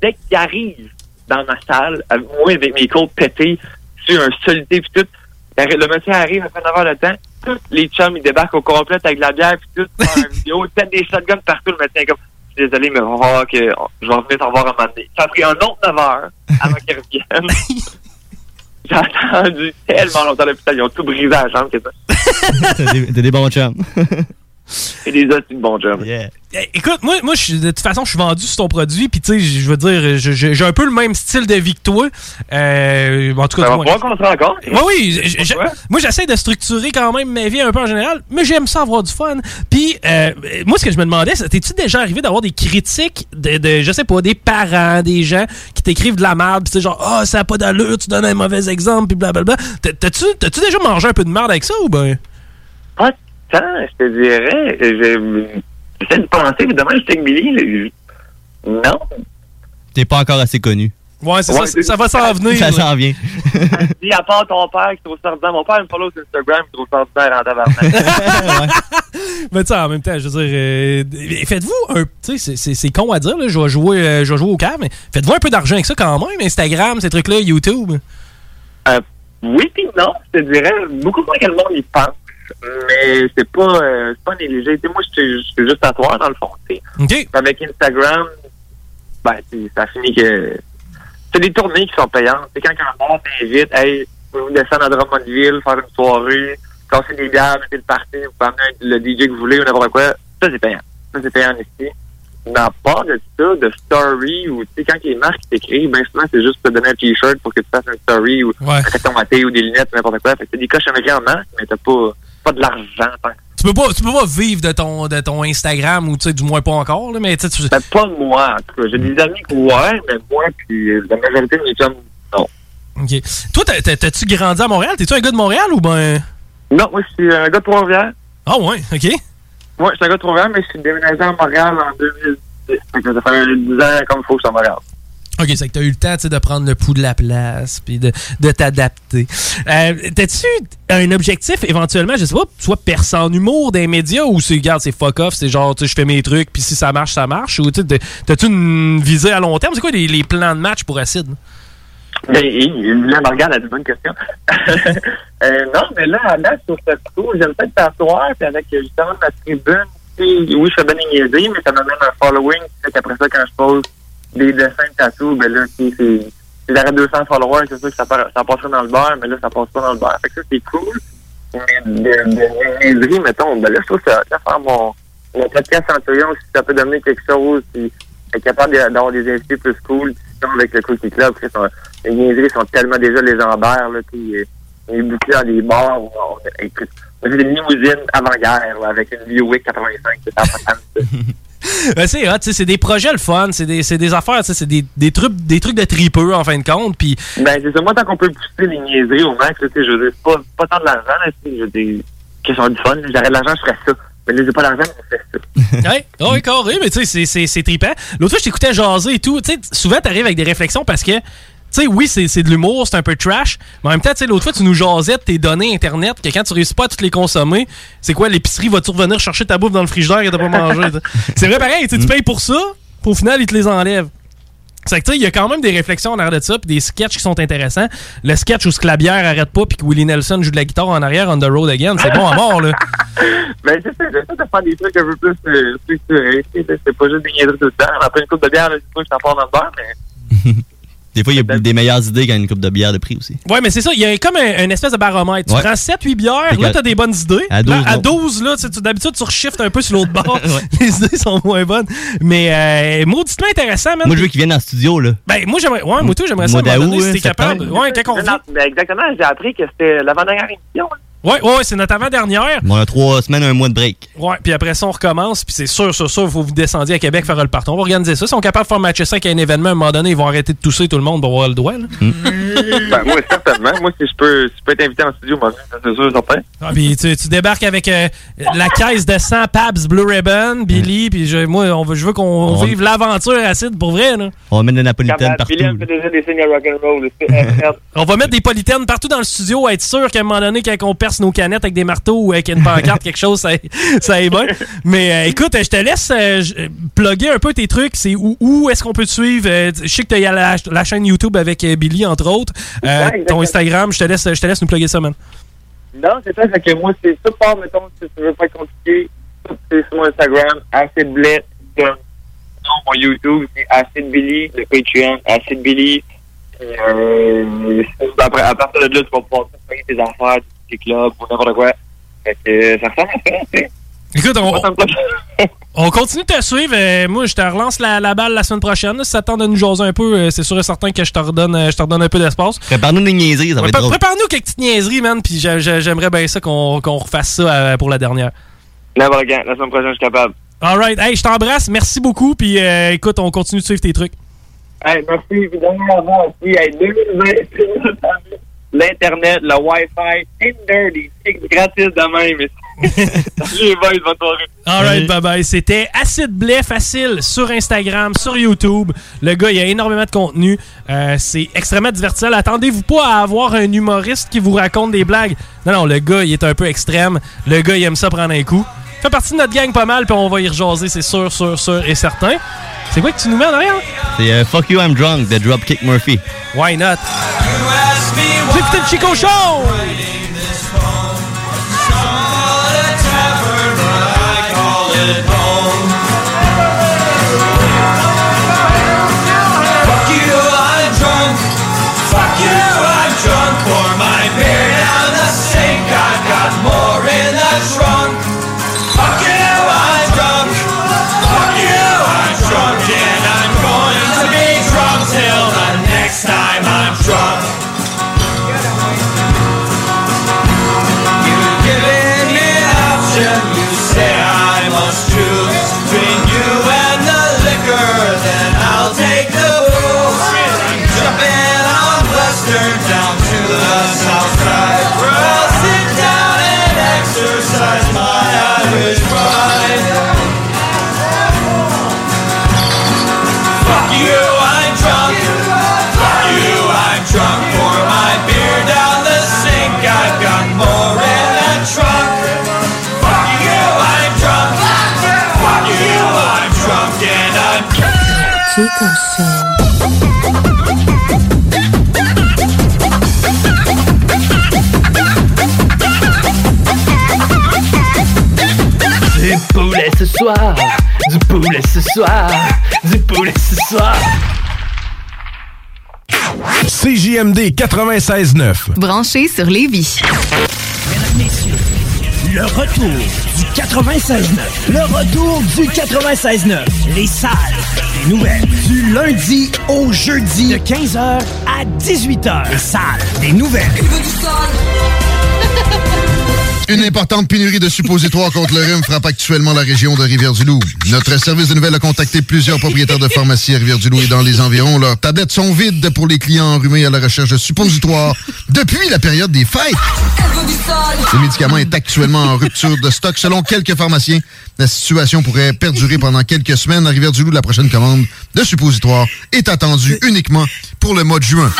Dès qu'il arrive dans ma salle, avec- moi, avec mes côtes pétées, sur un solité, puis tout, le médecin arrive après 9 heures de temps, tous les chums, ils débarquent au complet avec de la bière, puis tout, ils font une vidéo, ils pètent des shotguns partout, le médecin est comme, je suis désolé, mais on va voir que je vais revenir t'en voir un moment donné. Ça a pris un autre 9 heures avant qu'ils reviennent. J'ai attendu tellement longtemps à l'hôpital, ils ont tout brisé à la chambre, c'est ça. <laughs> T'as des, t'as des bons <laughs> chums. Et des autres, c'est une bonne job. Eh, Écoute, moi, moi je suis- de toute façon, je suis vendu sur ton produit, puis tu sais, je veux dire, je- je- j'ai un peu le même style de vie que toi. Euh, en tout cas, Ça Ben, va moi- pas qu'on se rencontre. Oui, oui. j- j- Moi, j'essaie de structurer quand même ma vie un peu en général, mais j'aime ça avoir du fun. Puis, euh, moi, ce que je me demandais, c'est t'es-tu déjà arrivé d'avoir des critiques de, de, je sais pas, des parents, des gens qui t'écrivent de la merde, puis c'est genre, ah, ça a pas d'allure, tu donnes un mauvais exemple, puis blablabla. T'as- T'as-tu t'as-tu déjà mangé un peu de merde avec ça ou ben? Pas tant, Ah, je te dirais. Je- J'essaie de penser, mais demain, je suis avec Billy. je- Non. T'es pas encore assez connu. Ouais, c'est ça, Ouais, c'est- ça va s'en venir. Ça s'en vient. Si, à part ton père qui trouve ça ordinaire, mon père me follow sur Instagram, il trouve ça ordinaire en tabarnak. Mais tu sais, en même temps, je veux dire, euh, faites-vous un. Tu sais, c'est- c'est- c'est con à dire, là, je vais jouer, euh, je vais jouer au cam, mais faites-vous un peu d'argent avec ça quand même, Instagram, ces trucs-là, YouTube. Euh, oui puis non, je te dirais, beaucoup moins que le monde y pense, mais c'est pas, euh, c'est pas négligé. Tu sais, moi, je suis- je suis juste tatoueur, dans le fond, tu sais. Avec Instagram, ben, tu sais, ça finit que... C'est des tournées qui sont payantes. C'est quand un bar t'invite, hey, vous descendre à Drummondville, faire une soirée, casser des bières, mettre le party, vous pouvez amener le DJ que vous voulez ou n'importe quoi. Ça, c'est payant. Ça, c'est payant ici. Dans part de ça, de story, ou tu sais, quand les marques t'écrivent, ben souvent, c'est juste pour te donner un t-shirt pour que tu fasses une story, ou un carton maté, ou des lunettes, ou n'importe quoi. Fait que t'as des cochonneries en masse, mais t'as pas, pas de l'argent tant que Tu peux pas, tu peux pas vivre de ton, de ton Instagram ou tu sais, du moins pas encore, là, mais tu sais, tu- Ben, pas moi, en tout cas. J'ai des amis qui ouais, mais moi, puis euh, la majorité de mes chums, non. OK. Toi, t'as- t'as- t'as-tu grandi à Montréal? T'es-tu un gars de Montréal ou ben. Non, moi, je suis un gars de Trois-Rivières. Ah, ouais, OK. Moi, je suis un gars de Trois-Rivières, mais je suis déménagé à Montréal en 2010. Fait que ça fait 10 ans comme il faut que je suis à Montréal. OK, c'est que t'as eu le temps, tu sais, de prendre le pouls de la place puis de, de t'adapter. Euh, t'as-tu un objectif éventuellement, je sais pas, soit percer en humour des médias ou c'est, regarde, c'est fuck off, c'est genre, tu sais, je fais mes trucs puis si ça marche, ça marche ou tu sais, t'as-tu une visée à long terme? C'est quoi les, les plans de match pour Acid? Ben, il- là, me regarde, elle a des bonnes questions. <laughs> euh, non, mais là, à date, sur ce coup, j'aime peut-être t'asseoir, puis avec euh, justement ma tribune, tu sais, oui, je fais bien des niaiseries, mais ça m'amène un following, qui fait qu'après ça, quand je pose des dessins de tatou, ben là, tu sais, c'est- si j'aurais 200 followers, c'est sûr que ça, par- ça passerait dans le beurre, mais là, ça passe pas dans le beurre. Fait que ça, c'est cool. Mais de, de, de niaiseries, mettons, ben là, je trouve ça, ça faire mon, mon podcast Centurion, si ça peut donner quelque chose, puis être capable de- d'avoir des invités plus cool, puis sinon, avec le Cookie Club, parce que sont- les niaiseries sont tellement déjà légendaires, là, tu sais, on est bouclés dans des bars, on, on- écoute, on fait une limousine avant-guerre, là, avec une Buick 85, c'est pas Ben, c'est hot, tu sais, c'est des projets le fun, c'est des, c'est des affaires, tu sais, c'est des, des, trucs, des trucs de tripeux en fin de compte. Puis Ben, c'est ça. Moi, tant qu'on peut pousser les niaiseries au max, là, tu sais, je veux dire, c'est pas, pas tant de l'argent, là, tu sais, je veux dire, question du fun. là. J'aurais de l'argent, je ferais ça. Mais là, j'ai pas d'argent, je ferais ça. ouais, ouais, carré, mais tu sais, c'est, c'est, c'est trippant. L'autre fois, je t'écoutais jaser et tout. Tu sais, souvent, t'arrives avec des réflexions parce que, tu sais, oui, c'est, c'est de l'humour, c'est un peu trash, mais en même temps, tu sais, l'autre fois, tu nous jasais de tes données Internet, que quand tu réussis pas à toutes les consommer, c'est quoi, l'épicerie va-tu revenir chercher ta bouffe dans le frigidaire que t'as pas mangé? t'sais? c'est vrai pareil, tu sais, tu payes pour ça, puis au final, ils te les enlèvent. C'est que tu sais, il y a quand même des réflexions en arrière de ça, puis des sketchs qui sont intéressants. Le sketch où Sclabière arrête pas, puis que Willie Nelson joue de la guitare en arrière, on the road again, c'est bon à mort, là. Ben, c'est ça, j'essaie de faire des trucs un peu plus euh, structurés, tu sais, là, c'est pas juste des niaiseries tout le temps. Après une coupe de bière, là, du coup, je t'en parle dans le bar, mais Des fois, il y a des meilleures idées quand il y a une coupe de bière de prix aussi. Ouais, mais c'est ça, il y a comme un, une espèce de baromètre. Tu Ouais. prends 7-8 bières, Fait que là, t'as des bonnes idées. à Là, 12, à non. 12, là, tu sais, tu- d'habitude, tu reshiftes un peu <laughs> sur l'autre bord. <laughs> Les idées sont moins bonnes. Mais euh, mauditement intéressant, man. Moi, je veux qu'ils viennent en studio, là. Ben, moi, j'aimerais. Ouais, moi, tout, j'aimerais ça. Mois à un moment d'août, donné, si hein, t'es capable. septembre. Ouais, quand on Non, ben, exactement, j'ai appris que c'était l'avant-dernière émission. là. Ouais, ouais, ouais, c'est notre avant-dernière. Bon, on a trois semaines, un mois de break. Ouais, puis après ça, on recommence. Puis c'est sûr, sûr, sûr, faut vous descendiez à Québec faire le parton. On va organiser ça. Si on est capable de faire matcher 5 à un événement, à un moment donné, ils vont arrêter de tousser tout le monde pour avoir le doigt, là. ben, moi, certainement. Moi, si je peux, si je peux être invité en studio, moi, ça, c'est sûr, certain. Ah, puis tu, tu débarques avec euh, la caisse de 100 Pabs Blue Ribbon, Billy, puis je, moi, on veut, je veux qu'on On- vive l'aventure acide pour vrai. Là. On va mettre des napolitaines Camarade Billy, partout. elle fait déjà des signes à rock'n'roll. c'est FR. On va mettre des polytènes partout dans le studio, être sûr qu'à un moment donné, quand on perce nos canettes avec des marteaux ou avec une <laughs> pancarte, quelque chose, ça, ça est bon. Mais euh, écoute, euh, je te laisse euh, je- euh, plugger un peu tes trucs. C'est où, où est-ce qu'on peut te suivre? Euh, je sais que tu as la, la chaîne YouTube avec euh, Billy, entre autres. Euh, Ouais, ton exactement. Instagram, je te laisse, je te laisse nous plugger ça, man. Non, c'est ça, c'est que moi, c'est tout part, mettons, si tu veux pas être compliqué, tout c'est sur mon Instagram, Acid Blitz, comme, non, mon YouTube, c'est Acid Billy, le Patreon, Acid Billy, puis, euh, après, à partir de là, tu vas pouvoir tout faire tes affaires, tes clubs, ou n'importe quoi. Fait que, euh, ça ressemble à ça, tu sais. Écoute, on, Ça ressemble à ça. On continue de te suivre. Euh, moi, je te relance la, la balle la semaine prochaine. là. Si ça te tente de nous jaser un peu, euh, c'est sûr et certain que je te redonne, euh, je te redonne un peu d'espace. Prépare-nous des niaiseries, ça va Ouais, être pré- drôle. Prépare-nous quelques petites niaiseries, man. Puis j'a- j'a- j'aimerais bien ça qu'on qu'on refasse ça euh, pour la dernière. N'importe quand, la semaine prochaine, je suis capable. Alright. Hey, je t'embrasse. Merci beaucoup. Puis euh, écoute, on continue de suivre tes trucs. Hey, merci, évidemment, à moi aussi. Hey, 2020, l'Internet, le Wi-Fi, Tinder, des chicks gratis de même. <laughs> Salut, les boys, bonne soirée. Alright, bye bye. C'était Acid Blais facile sur Instagram, sur YouTube. Le gars, il y a énormément de contenu. Euh, c'est extrêmement divertissant. Attendez-vous pas à avoir un humoriste qui vous raconte des blagues. Non, non, le gars, il est un peu extrême. Le gars, il aime ça prendre un coup. Fait partie de notre gang pas mal, puis on va y rejaser, c'est sûr, sûr, sûr et certain. C'est quoi que tu nous mets en arrière? C'est euh, Fuck You, I'm Drunk de Dropkick Murphy. Why not? Vous écoutez le Chico Show! <coughs> Fuck you, I'm drunk. Fuck you, I'm drunk. Pour my beer down the sink. I've got more in the trunk. Fuck you, I'm drunk. Fuck you, I'm drunk. And I'm going to be drunk till the next time I'm drunk. You've given me an option. You say I must choose between you and the liquor. Then I'll take the booze. I'm jumping on Western down to the south side. Where I'll sit down and exercise my Irish pride. Fuck you, I'm drunk. Fuck you, I'm drunk. Pour my beer down the sink. I've got more in the trunk. Fuck you, I'm drunk. Fuck you, I'm drunk and I'm. Chico Show. Du poulet ce soir, du poulet ce soir, du poulet ce soir. CJMD 96.9. Branché sur Lévis. Le retour du 96.9. Le retour du 96.9. Les salles des nouvelles. Du lundi au jeudi. De 15h à 18h. Les salles des nouvelles. Une importante pénurie de suppositoires contre le rhume frappe actuellement la région de Rivière-du-Loup. Notre service de nouvelles a contacté plusieurs propriétaires de pharmacies à Rivière-du-Loup et dans les environs. Leurs tablettes sont vides pour les clients enrhumés à la recherche de suppositoires depuis la période des fêtes. Ce médicament est actuellement en rupture de stock selon quelques pharmaciens. La situation pourrait perdurer pendant quelques semaines. À Rivière-du-Loup, la prochaine commande de suppositoires est attendue uniquement pour le mois de juin.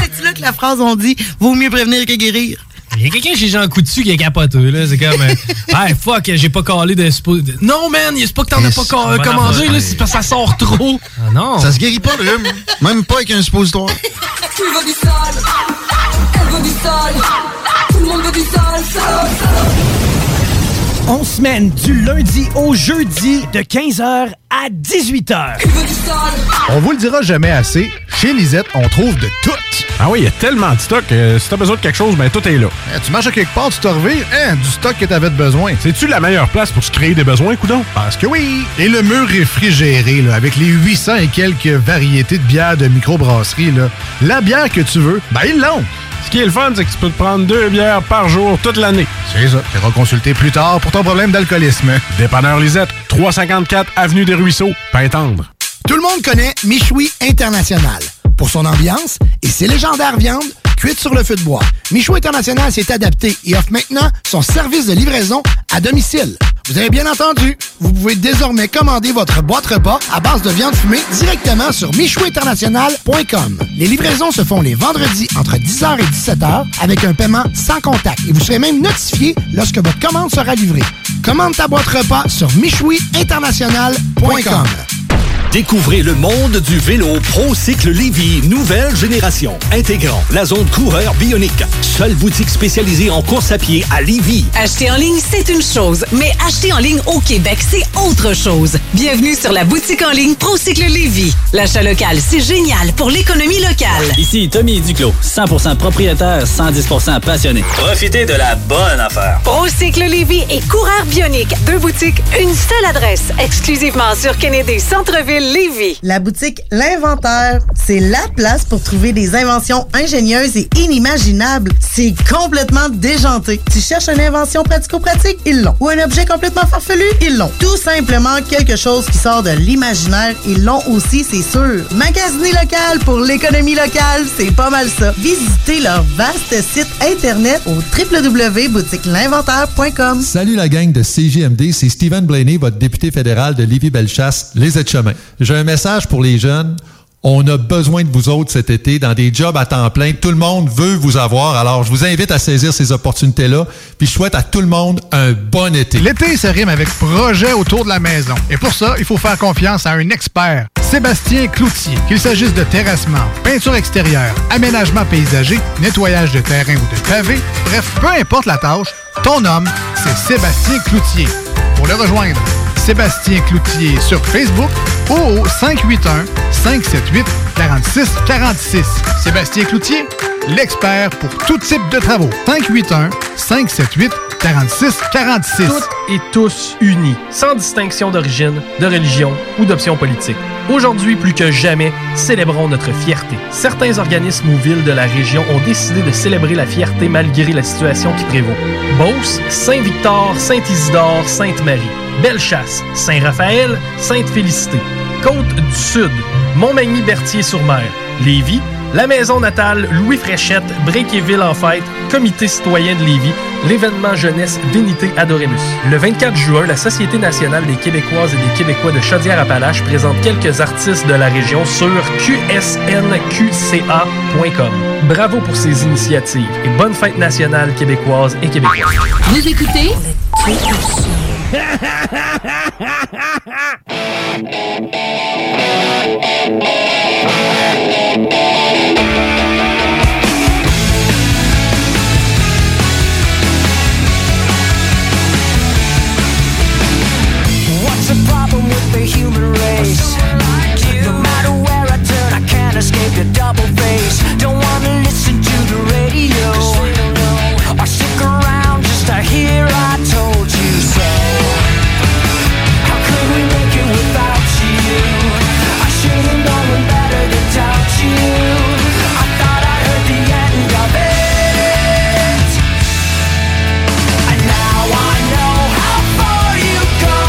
C'est là que la phrase on dit vaut mieux prévenir que guérir. Il y a quelqu'un chez Jean Coutu qui est capoté, là. C'est comme, euh, hey, fuck, j'ai pas collé de. suppo- de- Non, man, c'est pas que t'en as pas co- Yes. commandé, là, c'est parce que ça sort trop. Ah non. Ça se guérit pas le rhume, même pas avec un suppositoire. Tu veux du sale, elle veut du sale, tout le monde veut du sale, salope, On semaine du lundi au jeudi de 15h à 18h. Ah, On vous le dira jamais assez, chez Lisette, on trouve de tout. Ah oui, il y a tellement de stock. euh, si t'as besoin de quelque chose, ben tout est là. Eh, tu marches à quelque part, tu te revives, hein, du stock que t'avais de besoin. C'est-tu la meilleure place pour se créer des besoins, coudon? Parce que oui! Et le mur réfrigéré, là, avec les 800 et quelques variétés de bières de microbrasserie, là, la bière que tu veux, ben ils l'ont! Ce qui est le fun, c'est que tu peux te prendre deux bières par jour toute l'année. C'est ça. Tu consulter plus tard pour ton problème d'alcoolisme. Dépanneur Lisette, 354 Avenue des Ruisseaux, Pintendre. Tout le monde connaît Michoui International pour son ambiance et ses légendaires viandes cuites sur le feu de bois. Michoui International s'est adapté et offre maintenant son service de livraison à domicile. Vous avez bien entendu, vous pouvez désormais commander votre boîte repas à base de viande fumée directement sur michouinternational.com. Les livraisons se font les vendredis entre 10h et 17h avec un paiement sans contact et vous serez même notifié lorsque votre commande sera livrée. Commande ta boîte repas sur michouiinternational.com. Découvrez le monde du vélo ProCycle Lévy, nouvelle génération, intégrant la zone coureur bionique. Seule boutique spécialisée en course à pied à Lévy. Acheter en ligne, c'est une chose, mais acheter en ligne au Québec, c'est autre chose. Bienvenue sur la boutique en ligne Procycle Lévy. L'achat local, c'est génial pour l'économie locale. Ici Tommy Duclos, 100% propriétaire, 110% passionné. Profitez de la bonne affaire. Procycle Lévy et Coureur Bionique, deux boutiques, une seule adresse, exclusivement sur Kennedy Centre-ville Lévy. La boutique L'Inventaire, c'est la place pour trouver des inventions ingénieuses et inimaginables. C'est complètement déjanté. Tu cherches une invention pratico-pratique, ils l'ont. Ou un objet complètement farfelu, ils l'ont. Tout simplement quelque chose qui sort de l'imaginaire, ils l'ont aussi, c'est sûr. Magasiner local pour l'économie locale, c'est pas mal ça. Visitez leur vaste site internet au www.boutiquelinventaire.com. Salut la gang de CJMD, c'est Stephen Blaney, votre député fédéral de Lévis-Bellechasse, les Aides-Chemins. J'ai un message pour les jeunes. On a besoin de vous autres cet été dans des jobs à temps plein. Tout le monde veut vous avoir. Alors, je vous invite à saisir ces opportunités-là. Puis, je souhaite à tout le monde un bon été. L'été se rime avec projet autour de la maison. Et pour ça, il faut faire confiance à un expert, Sébastien Cloutier. Qu'il s'agisse de terrassement, peinture extérieure, aménagement paysager, nettoyage de terrain ou de pavé, bref, peu importe la tâche, ton homme, c'est Sébastien Cloutier. Pour le rejoindre, Sébastien Cloutier sur Facebook ou au 581 578 46 46. Sébastien Cloutier, l'expert pour tout type de travaux. 581 578 46 46. Toutes et tous unis, sans distinction d'origine, de religion ou d'option politique. Aujourd'hui plus que jamais, célébrons notre fierté. Certains organismes ou villes de la région ont décidé de célébrer la fierté malgré la situation qui prévaut. Beauce, Saint-Victor, Saint-Isidore, Sainte-Marie, Bellechasse, Saint-Raphaël, Sainte-Félicité, Côte-du-Sud, Montmagny-Berthier-sur-Mer, Lévis, la maison natale Louis Fréchette, Bréquéville en fête, Comité citoyen de Lévis, l'événement jeunesse Vénité Adoremus. Le 24 juin, la Société nationale des Québécoises et des Québécois de Chaudière-Appalaches présente quelques artistes de la région sur qsnqca.com. Bravo pour ces initiatives et bonne fête nationale québécoise et québécois. Vous écoutez What's the problem with the human race? No matter where I turn, I can't escape your double face. Don't wanna listen to the radio. Or stick around just to hear I told you so. How could we make it without you? I should've known better than doubt you. I thought I heard the end of it. And now I know how far you go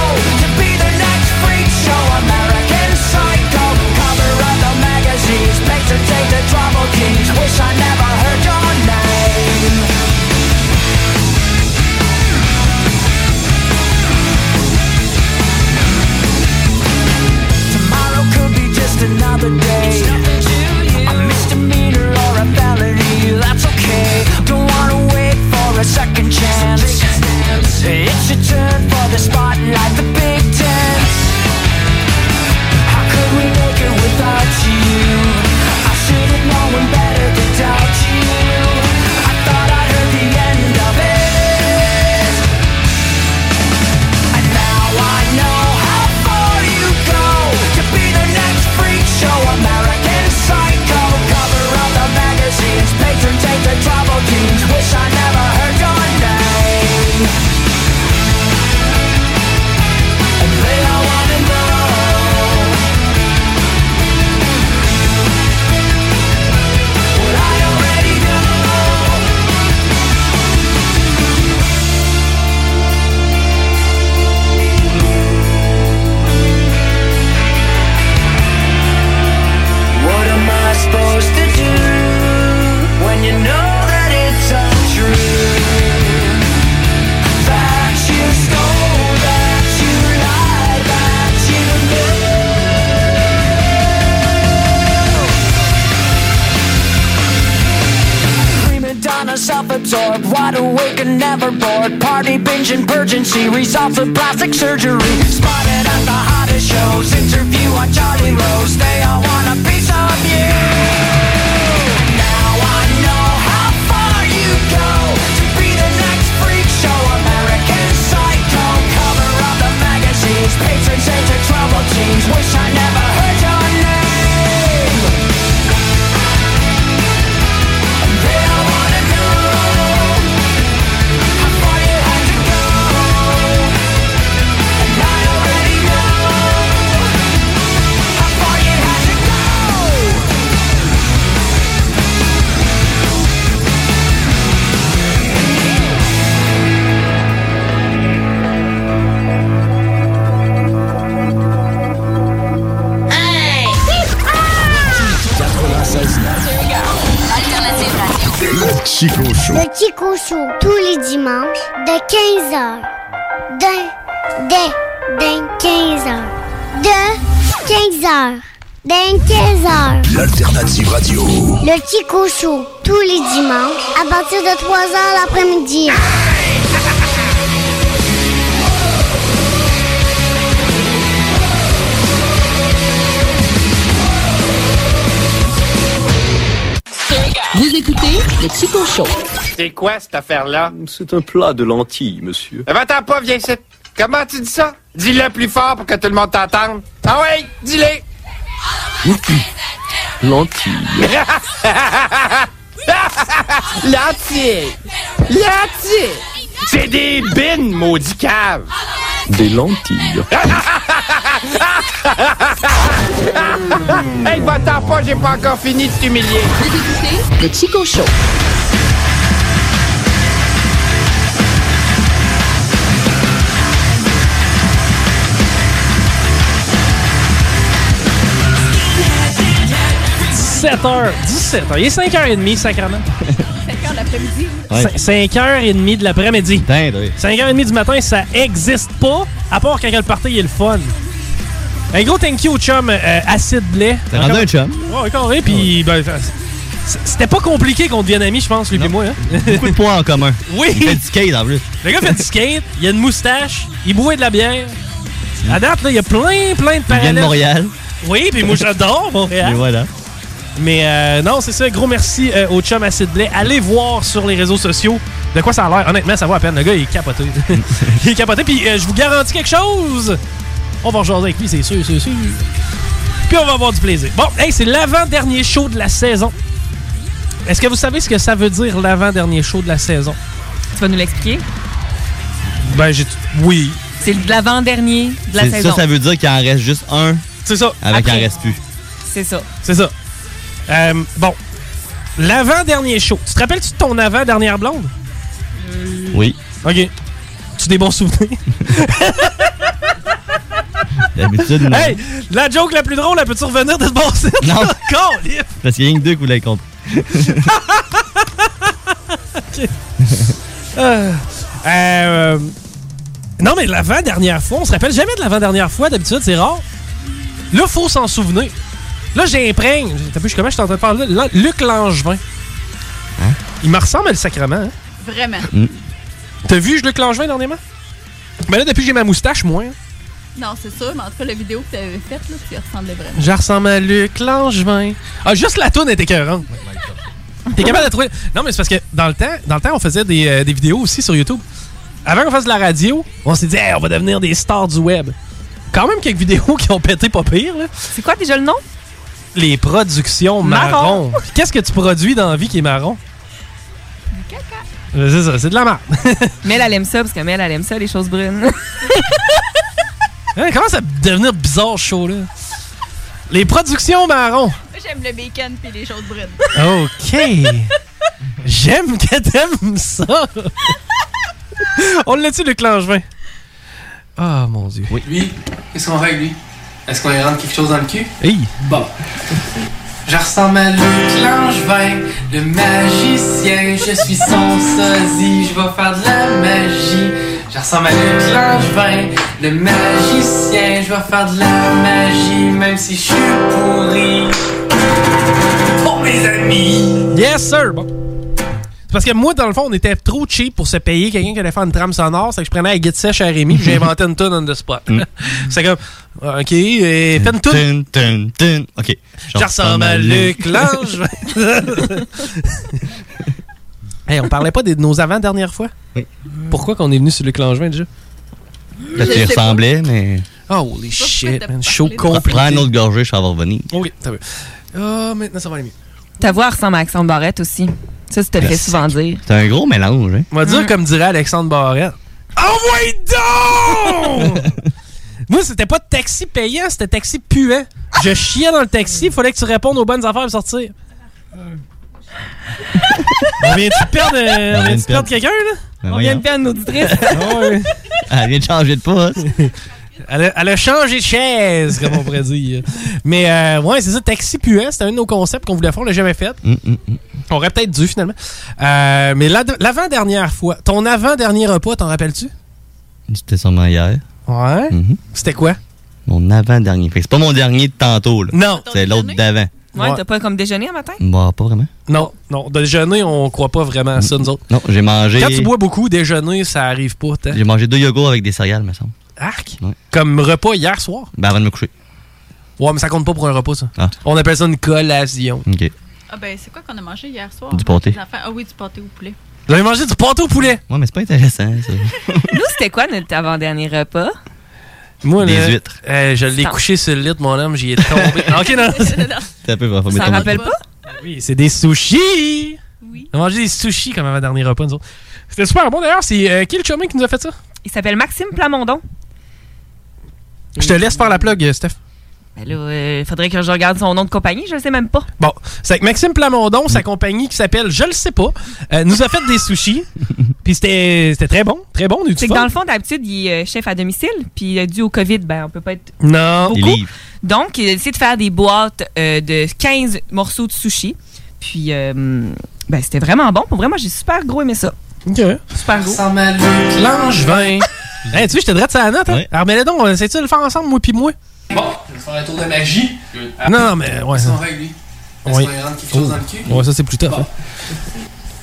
to be the next freak show American Psycho. Cover of the magazines, make to take the trouble kings. Wish I never heard your name. Tomorrow could be just another day. A misdemeanor or a felony, that's okay. Don't wanna wait for a second chance. It's your turn for the spotlight, the big dance. How could we make it without you? I should have known better than doubt you. I thought I heard the end of it. And now I know how far you go to be the next freak show American Psycho. Cover of the magazines, patron take the trouble teens. Wish I never heard your name. And they all wanna know what I already know. What am I supposed to do when you know that it's untrue? That you stole, that you lied, that you knew. Prima donna, self-absorbed, wide awake and never bored. Party binging, purging, series off of plastic surgery. Spotted at the hottest shows, interview on Charlie Rose. They all want a piece of you. Now I know how far you go to be the next freak show. American Psycho, cover of the magazines, patrons into trouble teens. Wish I never heard your name. They all wanna know. Le Chico Show. Le Chico Show, tous les dimanches, de 15h. De, de, de 15h. De 15h Dans 15 heures. L'alternative radio. Le Chico Show, tous les dimanches, à partir de 3 heures l'après-midi. Vous écoutez le Chico Show. C'est quoi cette affaire-là? C'est un plat de lentilles, monsieur. Va-t'en pas, viens ici. Comment tu dis ça? Dis-le plus fort pour que tout le monde t'entende. Ah oui, dis-le! <laughs> Lentilles. Lentilles! Lentilles! C'est des bines, maudit cave! Des lentilles. hey, va-t'en pas, j'ai pas encore fini de t'humilier. Le Chico Show. h 17 h Il est 5h30, sacrement. 5 heures l'après-midi. 5h30 de l'après-midi. 5h30 du matin, ça existe pas, à part quand le party est le fun. Un gros thank you au chum euh, Acid Blais. T'as rendu un chum. Ah Ouais, carré, puis ben, c- c'était pas compliqué qu'on devienne amis, je pense, lui et moi. hein. <laughs> Beaucoup de points en commun. Oui. Il fait du skate en plus. Le gars fait du skate, il a une moustache, il boit de la bière. À date, là, il y a plein, plein de Il vient parallèles. de Montréal. Oui, puis moi, j'adore Montréal. Et voilà. Mais euh, non, c'est ça. Gros merci euh, au chum Acid Blais. Allez voir sur les réseaux sociaux de quoi ça a l'air. Honnêtement, ça vaut la peine. Le gars, il est capoté. <laughs> il est capoté. Puis euh, je vous garantis quelque chose. On va rejoindre avec lui, c'est sûr, c'est sûr. Puis on va avoir du plaisir. Bon, hey, c'est l'avant-dernier show de la saison. Est-ce que vous savez ce que ça veut dire l'avant-dernier show de la saison? Tu vas nous l'expliquer? Ben, j'ai. Oui. C'est l'avant-dernier de la C'est- saison. Ça, ça veut dire qu'il en reste juste un. C'est ça. Avec il en Après. reste plus. C'est ça. C'est ça. Euh, bon. L'avant-dernier show. Tu te rappelles-tu de ton avant-dernière blonde? Euh. Oui. OK. Tu des bons souvenirs? D'habitude, non. Hey, la joke la plus drôle, elle peut-tu revenir de ce bon site? <laughs> Non. Colif! Parce qu'il y a rien que deux que vous l'avez <laughs> compris. <laughs> Euh, euh, non, mais l'avant-dernière fois, on se rappelle jamais de l'avant-dernière fois, d'habitude, c'est rare. Là, faut s'en souvenir. Là, j'imprègne. T'as vu, je- comment je suis en train de parler? Là, Luc Langevin. Hein? Il me ressemble à le sacrement. hein? Vraiment. Mm. T'as vu Luc Langevin dernièrement? Mais là, depuis que j'ai ma moustache, hein. moins. Non, c'est sûr, mais en tout cas, la vidéo que tu avais faite, là, tu y ressemblais vraiment. Je ressemble à Luc Langevin. Ah, juste la toune est <laughs> écœurante. T'es capable de trouver. Non, mais c'est parce que dans le temps, dans le temps on faisait des, euh, des vidéos aussi sur YouTube. Avant qu'on fasse de la radio, on s'est dit, Hey, on va devenir des stars du web. Quand même quelques <laughs> vidéos qui ont pété pas pire, là. C'est quoi déjà le nom? Les productions marron. Marron. Qu'est-ce que tu produis dans la vie qui est marron? Euh, C'est ça, c'est de la merde. <laughs> Mel, elle aime ça, parce que Mel, elle aime ça, les choses brunes. Hein, comment ça devenir bizarre chaud là? Les productions marron. J'aime le bacon puis les choses brunes. Ah OK. J'aime que t'aimes ça. On l'a-tu, le Langevin? Ah, mon Dieu. Oui. Lui, qu'est-ce qu'on fait avec lui Est-ce qu'on lui rentre quelque chose dans le cul Hey. Bon. Je ressemble à Luc Langevin, le magicien. Je suis son sosie, je vais faire de la magie. Je ressemble à Luc Langevin, le magicien. Je vais faire de la magie, même si je suis pourri. Pour mes amis. Yes, sir. Bon. C'est parce que moi, dans le fond, on était trop cheap pour se payer quelqu'un qui allait faire une trame sonore. C'est que je prenais la guide sèche à Rémi puis j'ai inventé une tune on the spot. <laughs> c'est comme, OK, et fais une Mm. Tun, tune. tun, tun. OK. Je ressemble à Luc Langevin. <laughs> hey, on parlait pas de nos avant-dernières fois? Oui. Pourquoi qu'on est venu sur Luc Langevin déjà? Parce qu'il ressemblait, mais. Holy shit, man. Show Prends complet. un autre gorgée, je vais revenir. OK, t'as vu. <laughs> Ah, maintenant, ça va aller mieux. Ta voix ressemble à Alexandre Barrette aussi. Ça, tu te le fais Merci. souvent dire. C'est un gros mélange, hein? On va dire comme dirait Alexandre Barrette. Envoyez Ah, donc! Oh! Moi, c'était pas de taxi payant, c'était taxi puant. Je chiais dans le taxi, fallait que tu répondes aux bonnes affaires pour sortir. On vient de perdre, euh, On on vient de vient de perdre perdre. quelqu'un, là? Ben On vient de voyons. Ah perdre une <laughs> auditrice. Elle vient de changer de poste. Elle a, elle a changé de chaise, comme on pourrait dire. Mais euh, ouais, c'est ça, taxi puant, c'était un de nos concepts qu'on voulait faire, on l'a jamais fait. Mm, On aurait peut-être dû finalement. Euh, mais la- l'avant-dernière fois, ton avant-dernier repas, t'en rappelles-tu? C'était sûrement hier. Mm-hmm. Ouais. C'était quoi? Mon avant-dernier. Fait que c'est pas mon dernier de tantôt, là. Non. C'est l'autre d'avant. Ouais, t'as pas comme déjeuner <laughs> un matin? Bah, pas vraiment. Non, non. Déjeuner, on croit pas vraiment à ça, nous autres. Non, j'ai mangé. Quand tu bois beaucoup, déjeuner, ça arrive pas, tant. J'ai mangé deux yogourts avec des céréales, me semble. Arc. Comme repas hier soir. Ben, avant de me coucher. Ouais, mais ça compte pas pour un repas, ça. Ah. On appelle ça une collation. OK. Ah ben, c'est quoi qu'on a mangé hier soir? Du pâté. Les enfants- Ah oui, du pâté au poulet. Vous avez mangé du pâté au poulet? Ouais, mais c'est pas intéressant, ça. <laughs> Nous, c'était quoi notre avant-dernier repas? Moi, Des là, huîtres. euh, je l'ai Sans. couché sur le lit, mon homme, j'y <laughs> ai tombé. Ah, ok, <laughs> non. T'as un peu, va Ça rappelle pas? Oui, c'est des sushis! Oui. On a mangé des sushis comme avant-dernier repas, nous autres. C'était super bon d'ailleurs, c'est euh, qui le chummy qui nous a fait ça? Il s'appelle Maxime Plamondon. Je te laisse faire la plug, euh, Steph. Ben là, euh, faudrait que je regarde son nom de compagnie, je le sais même pas. Bon, c'est avec Maxime Plamondon, sa compagnie qui s'appelle Je le sais pas, euh, nous a fait <laughs> des sushis. Puis c'était c'était très bon, très bon. on a eu du C'est que fun. dans le fond, d'habitude, il est euh, chef à domicile, puis euh, dû au COVID, ben on peut pas être Non. beaucoup. Donc, il a décidé de faire des boîtes euh, de 15 morceaux de sushi. Puis, euh, ben, c'était vraiment bon. Pour vrai, moi, j'ai super gros aimé ça. OK. Super gros. Ça m'a le Langevin. hey, tu vois, je te dresse ça à la note. Hein? Alors, mais donc, on essaie de le faire ensemble, moi puis moi. Bon, je vais faire un tour de magie. Non, non, mais ouais. Ils sont règles, lui. Est-ce Oui. qu'on lui rentre quelque chose dans le cul? Ouais, ça, c'est plus tough. hein.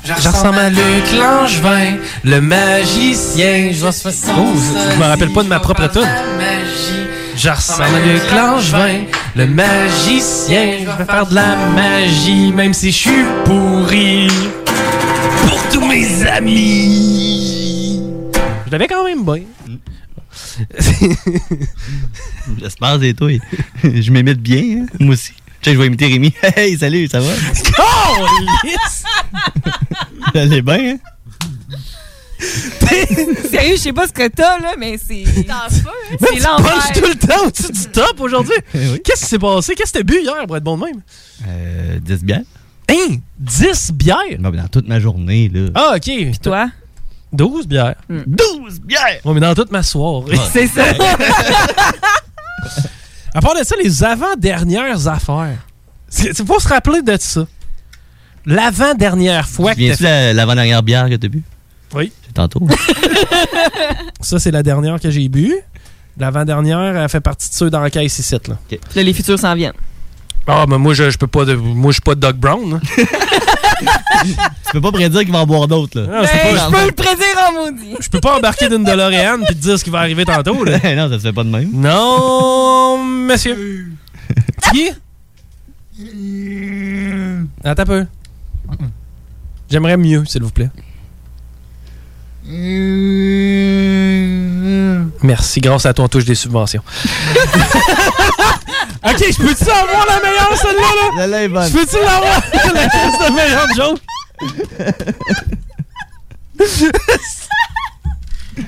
Je ressemble à Luc Langevin, le magicien. Je dois se faire- Oh, je me rappelle pas de ma propre tune. Je ressemble à Luc Langevin, le magicien. Je vais faire de la magie, même si je suis pourri. Pour tous mes amis. Je l'avais quand même bien. J'espère, c'est toi. <laughs> Je m'imite bien, hein, moi aussi. Tu sais, je vais imiter Rémi. <laughs> Hey, salut, ça va? Oh, <laughs> Elle est bien, hein? <laughs> Sérieux, je sais pas ce que t'as, là, mais <laughs> c'est. Man, C'est hein? tu punches tout l'enfer. le temps au-dessus <laughs> du top aujourd'hui. Eh Qu'est-ce qui s'est passé? Qu'est-ce que t'as bu hier pour être bon de même? Euh, 10 bières? Hein? 10 bières? Non, mais dans toute ma journée, là. Ah, ok. Puis toi? 12 bières. 12 bières! Ouais, mais dans toute ma soirée. C'est ça. <laughs> à part de ça, les avant-dernières affaires. C'est c'est- faut se rappeler de ça. L'avant-dernière fois que t'as Viens-tu fait... la- l'avant-dernière bière que t'as bu? Oui. C'est <laughs> tantôt. Ça, c'est la dernière que j'ai bu. L'avant-dernière, elle fait partie de ceux dans la caisse ici, là. Puis Là, les futurs s'en viennent. Ah, mais moi, je, je peux pas... de- moi, je suis pas Doc Brown. <laughs> hein. tu peux pas prédire qu'il va en boire d'autres, là. Non, c'est Ben, pas- je peux le prédire en maudit. Je peux pas embarquer d'une DeLorean puis te dire ce qui va arriver tantôt. Là. <laughs> non, ça se fait pas de même. Non, monsieur. <laughs> Qui? Mm. Attends un peu. J'aimerais mieux, s'il vous plaît. Merci, grâce à toi, on touche des subventions. ok, je peux-tu avoir Ah, la meilleure, celle-là? Là? Celle-là est Je peux-tu l'avoir? <laughs> la crise de meilleure joke? <laughs>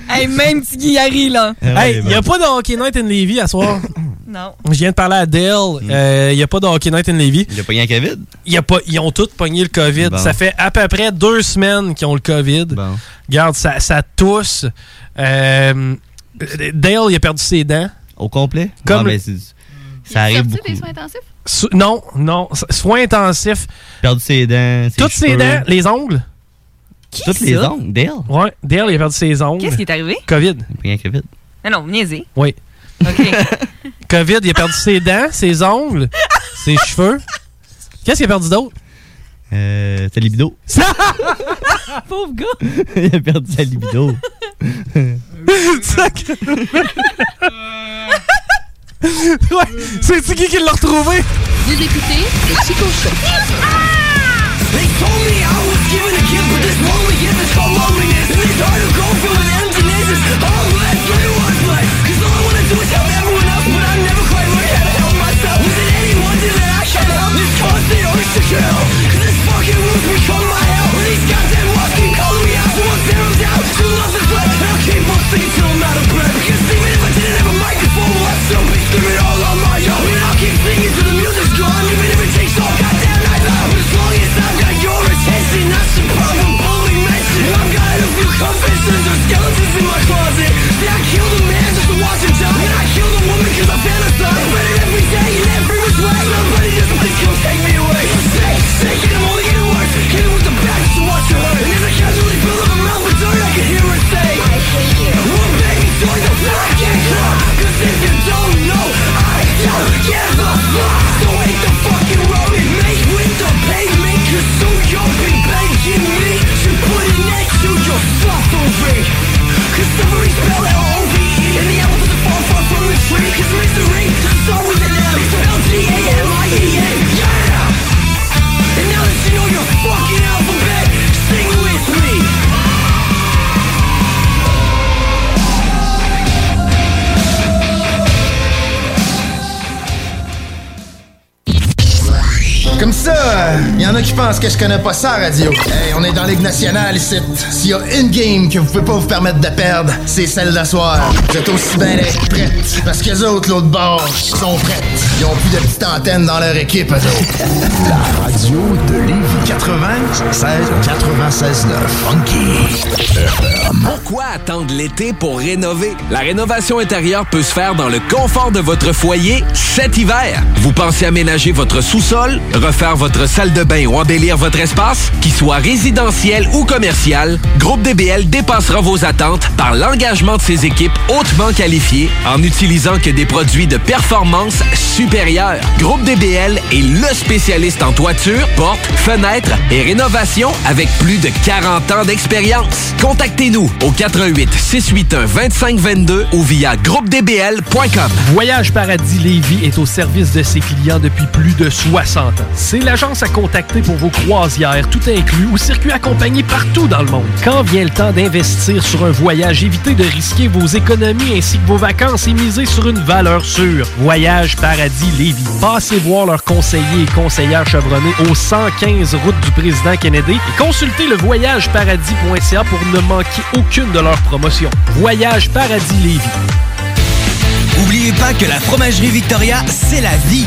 Hey, même petit Guillari, là. Hey, Eh il a pas de Hockey Night in Levy à <laughs> soir. Non. Je viens de parler à Dale. Il n'y a pas de Hockey Night in Levy. Il Hmm. a pogné un COVID. Y a pas, ils ont tous pogné le COVID. Bon. Ça fait à peu près deux semaines qu'ils ont le COVID. Regarde, ça, ça tousse. Euh, Dale, il a perdu ses dents. Au complet? Comme Non, mais c'est- ça arrive beaucoup. des soins intensifs? So- non, non. so- Soins intensifs. Perdu ses dents. Toutes ses cheveux. dents, les ongles. Toutes les ça? ongles, Dale. Ouais, Dale, il a perdu ses ongles. Qu'est-ce qui est arrivé? COVID. Il a pogné un COVID. Non, non, niaisez. Oui. <laughs> COVID, il a perdu ses dents, ses ongles, ses cheveux. Qu'est-ce qu'il a perdu d'autre? Euh, sa libido. Pauvre gars. <laughs> il a perdu sa libido. ouais, c'est qui qui l'a retrouvé? Vous écoutez le Chico Skeletons in my closet, that you il y en a qui pensent que je connais pas ça, radio. Hey, on est dans Ligue nationale ici. S'il y a une game que vous pouvez pas vous permettre de perdre, c'est celle d'asseoir. Vous êtes aussi bien les prêtes. Parce que les autres, l'autre bord, sont prêtes. Ils ont plus de petites antennes dans leur équipe, eux autres. La radio de Lévis. 96, 96, 9. Funky. Pourquoi attendre l'été pour rénover? La rénovation intérieure peut se faire dans le confort de votre foyer cet hiver. Vous pensez aménager votre sous-sol, refaire votre salle de bain ou embellir votre espace? Qu'il soit résidentiel ou commercial, Groupe DBL dépassera vos attentes par l'engagement de ses équipes hautement qualifiées en n'utilisant que des produits de performance supérieure. Groupe DBL est le spécialiste en toiture, portes, fenêtres et rénovation avec plus de 40 ans d'expérience. Contactez-nous au 88 681 2522 ou via groupedbl.com. Voyage Paradis Lévis est au service de ses clients depuis plus de 60 ans. C'est l'agence à contacter pour vos croisières, tout inclus ou circuits accompagnés partout dans le monde. Quand vient le temps d'investir sur un voyage, évitez de risquer vos économies ainsi que vos vacances et misez sur une valeur sûre. Voyage Paradis Lévis. Passez voir leurs conseillers et conseillères chevronnés au 115 route du président Kennedy et consultez le voyageparadis.ca pour ne manquer aucune de leurs promotions. Voyage Paradis Lévis. N'oubliez pas que la fromagerie Victoria, c'est la vie.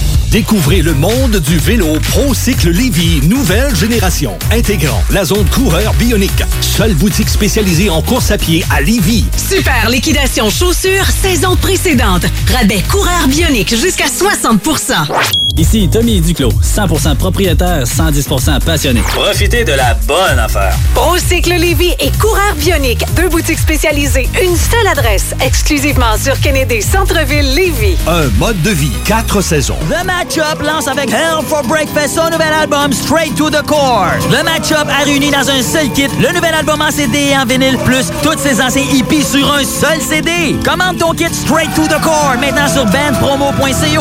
Découvrez le monde du vélo ProCycle Lévy, nouvelle génération, intégrant la zone coureur bionique. Seule boutique spécialisée en course à pied à Lévy. Super liquidation chaussures saison précédente. Rabais coureur bionique jusqu'à 60 Ici Tommy Duclos, 100% propriétaire, 110% passionné. Profitez de la bonne affaire. Procycle Lévy et Coureur Bionique, deux boutiques spécialisées, une seule adresse, exclusivement sur Kennedy Centre-ville Lévy. Un mode de vie, quatre saisons. The Matchup lance avec Hell for Breakfast son nouvel album Straight to the Core. The Matchup a réuni dans un seul kit le nouvel album en CD et en vinyle, plus toutes ses anciens hippies sur un seul CD. Commande ton kit Straight to the Core maintenant sur Ben. bandpromo.co.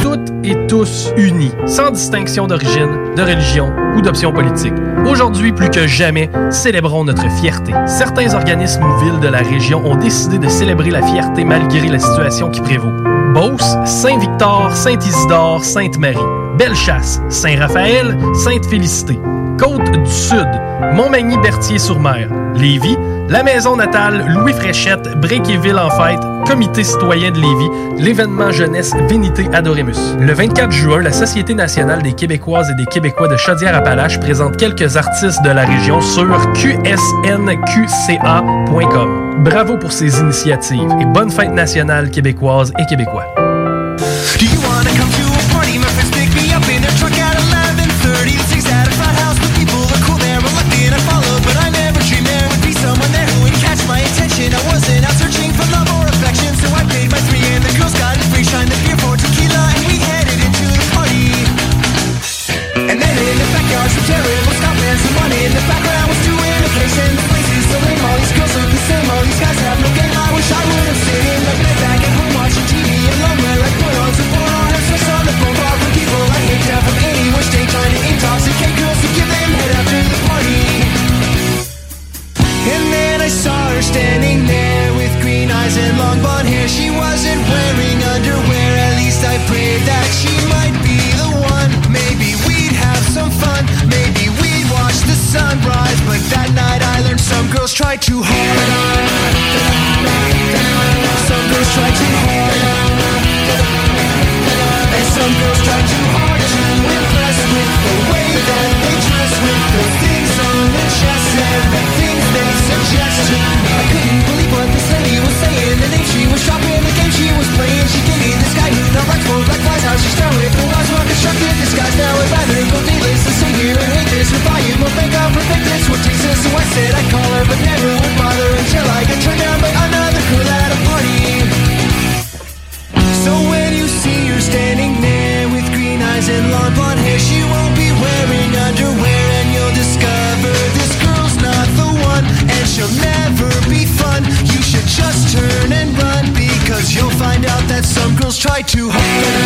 Toutes et tous unis, sans distinction d'origine, de religion ou d'option politique. Aujourd'hui, plus que jamais, célébrons notre fierté. Certains organismes ou villes de la région ont décidé de célébrer la fierté malgré la situation qui prévaut. Beauce, Saint-Victor, Saint-Isidore, Sainte-Marie, Bellechasse, Saint-Raphaël, Sainte-Félicité, Côte-du-Sud, Montmagny-Berthier-sur-Mer, Lévis, la maison natale Louis Fréchette, Bréquéville en fête, Comité citoyen de Lévis, l'événement jeunesse Vénité Adoremus. Le 24 juin, la Société nationale des Québécoises et des Québécois de Chaudière-Appalaches présente quelques artistes de la région sur qsnqca.com. Bravo pour ces initiatives et bonne fête nationale québécoise et québécois. Do you wanna come to a party? My friends pick me up in their truck at 11:30. Six at a frat house, the people are cool. They're reluctant to follow, but I never dreamed there would be someone there who would catch my attention. I wasn't out searching for love or affection, so I paid my three and the girls got it free. Shined the beer for tequila and we headed into the party. And then in the backyard, some terrible stop and someone in the background was doing a place in the place is so lame. All these girls look the same. All these guys have no game. I wish I would have stayed in the bed back at home watching TV alone where I put on some porn on Netflix on the phone bar with people I hate down from anywhere state trying to intoxicate girls to give them head after the party. And then I saw her standing there with green eyes and long blonde hair. She wasn't wearing underwear. At least I prayed that she might be the one. Maybe we'd have some fun. Maybe we'd watch the sunrise. But that night I learned some girls try too hard. Some girls try too hard. And some girls try too hard to impress with the way that they dress, with the things on their chests and the things they suggest. to me. I couldn't believe what this lady was saying. The name she was dropping, the game she was playing. She gave me this guy who now writes for black flies. How she's throwing for lies, well constructed disguise. Now if I think go D-list, the savior and hate this, her volume will make up perfectness. What takes us, so I said I'd call her, but never would bother until I get turned down by another girl at a party. So when you see her standing there with green eyes and long blonde hair, she won't be wearing underwear, and you'll discover this girl's not the one, and she'll never. too hard.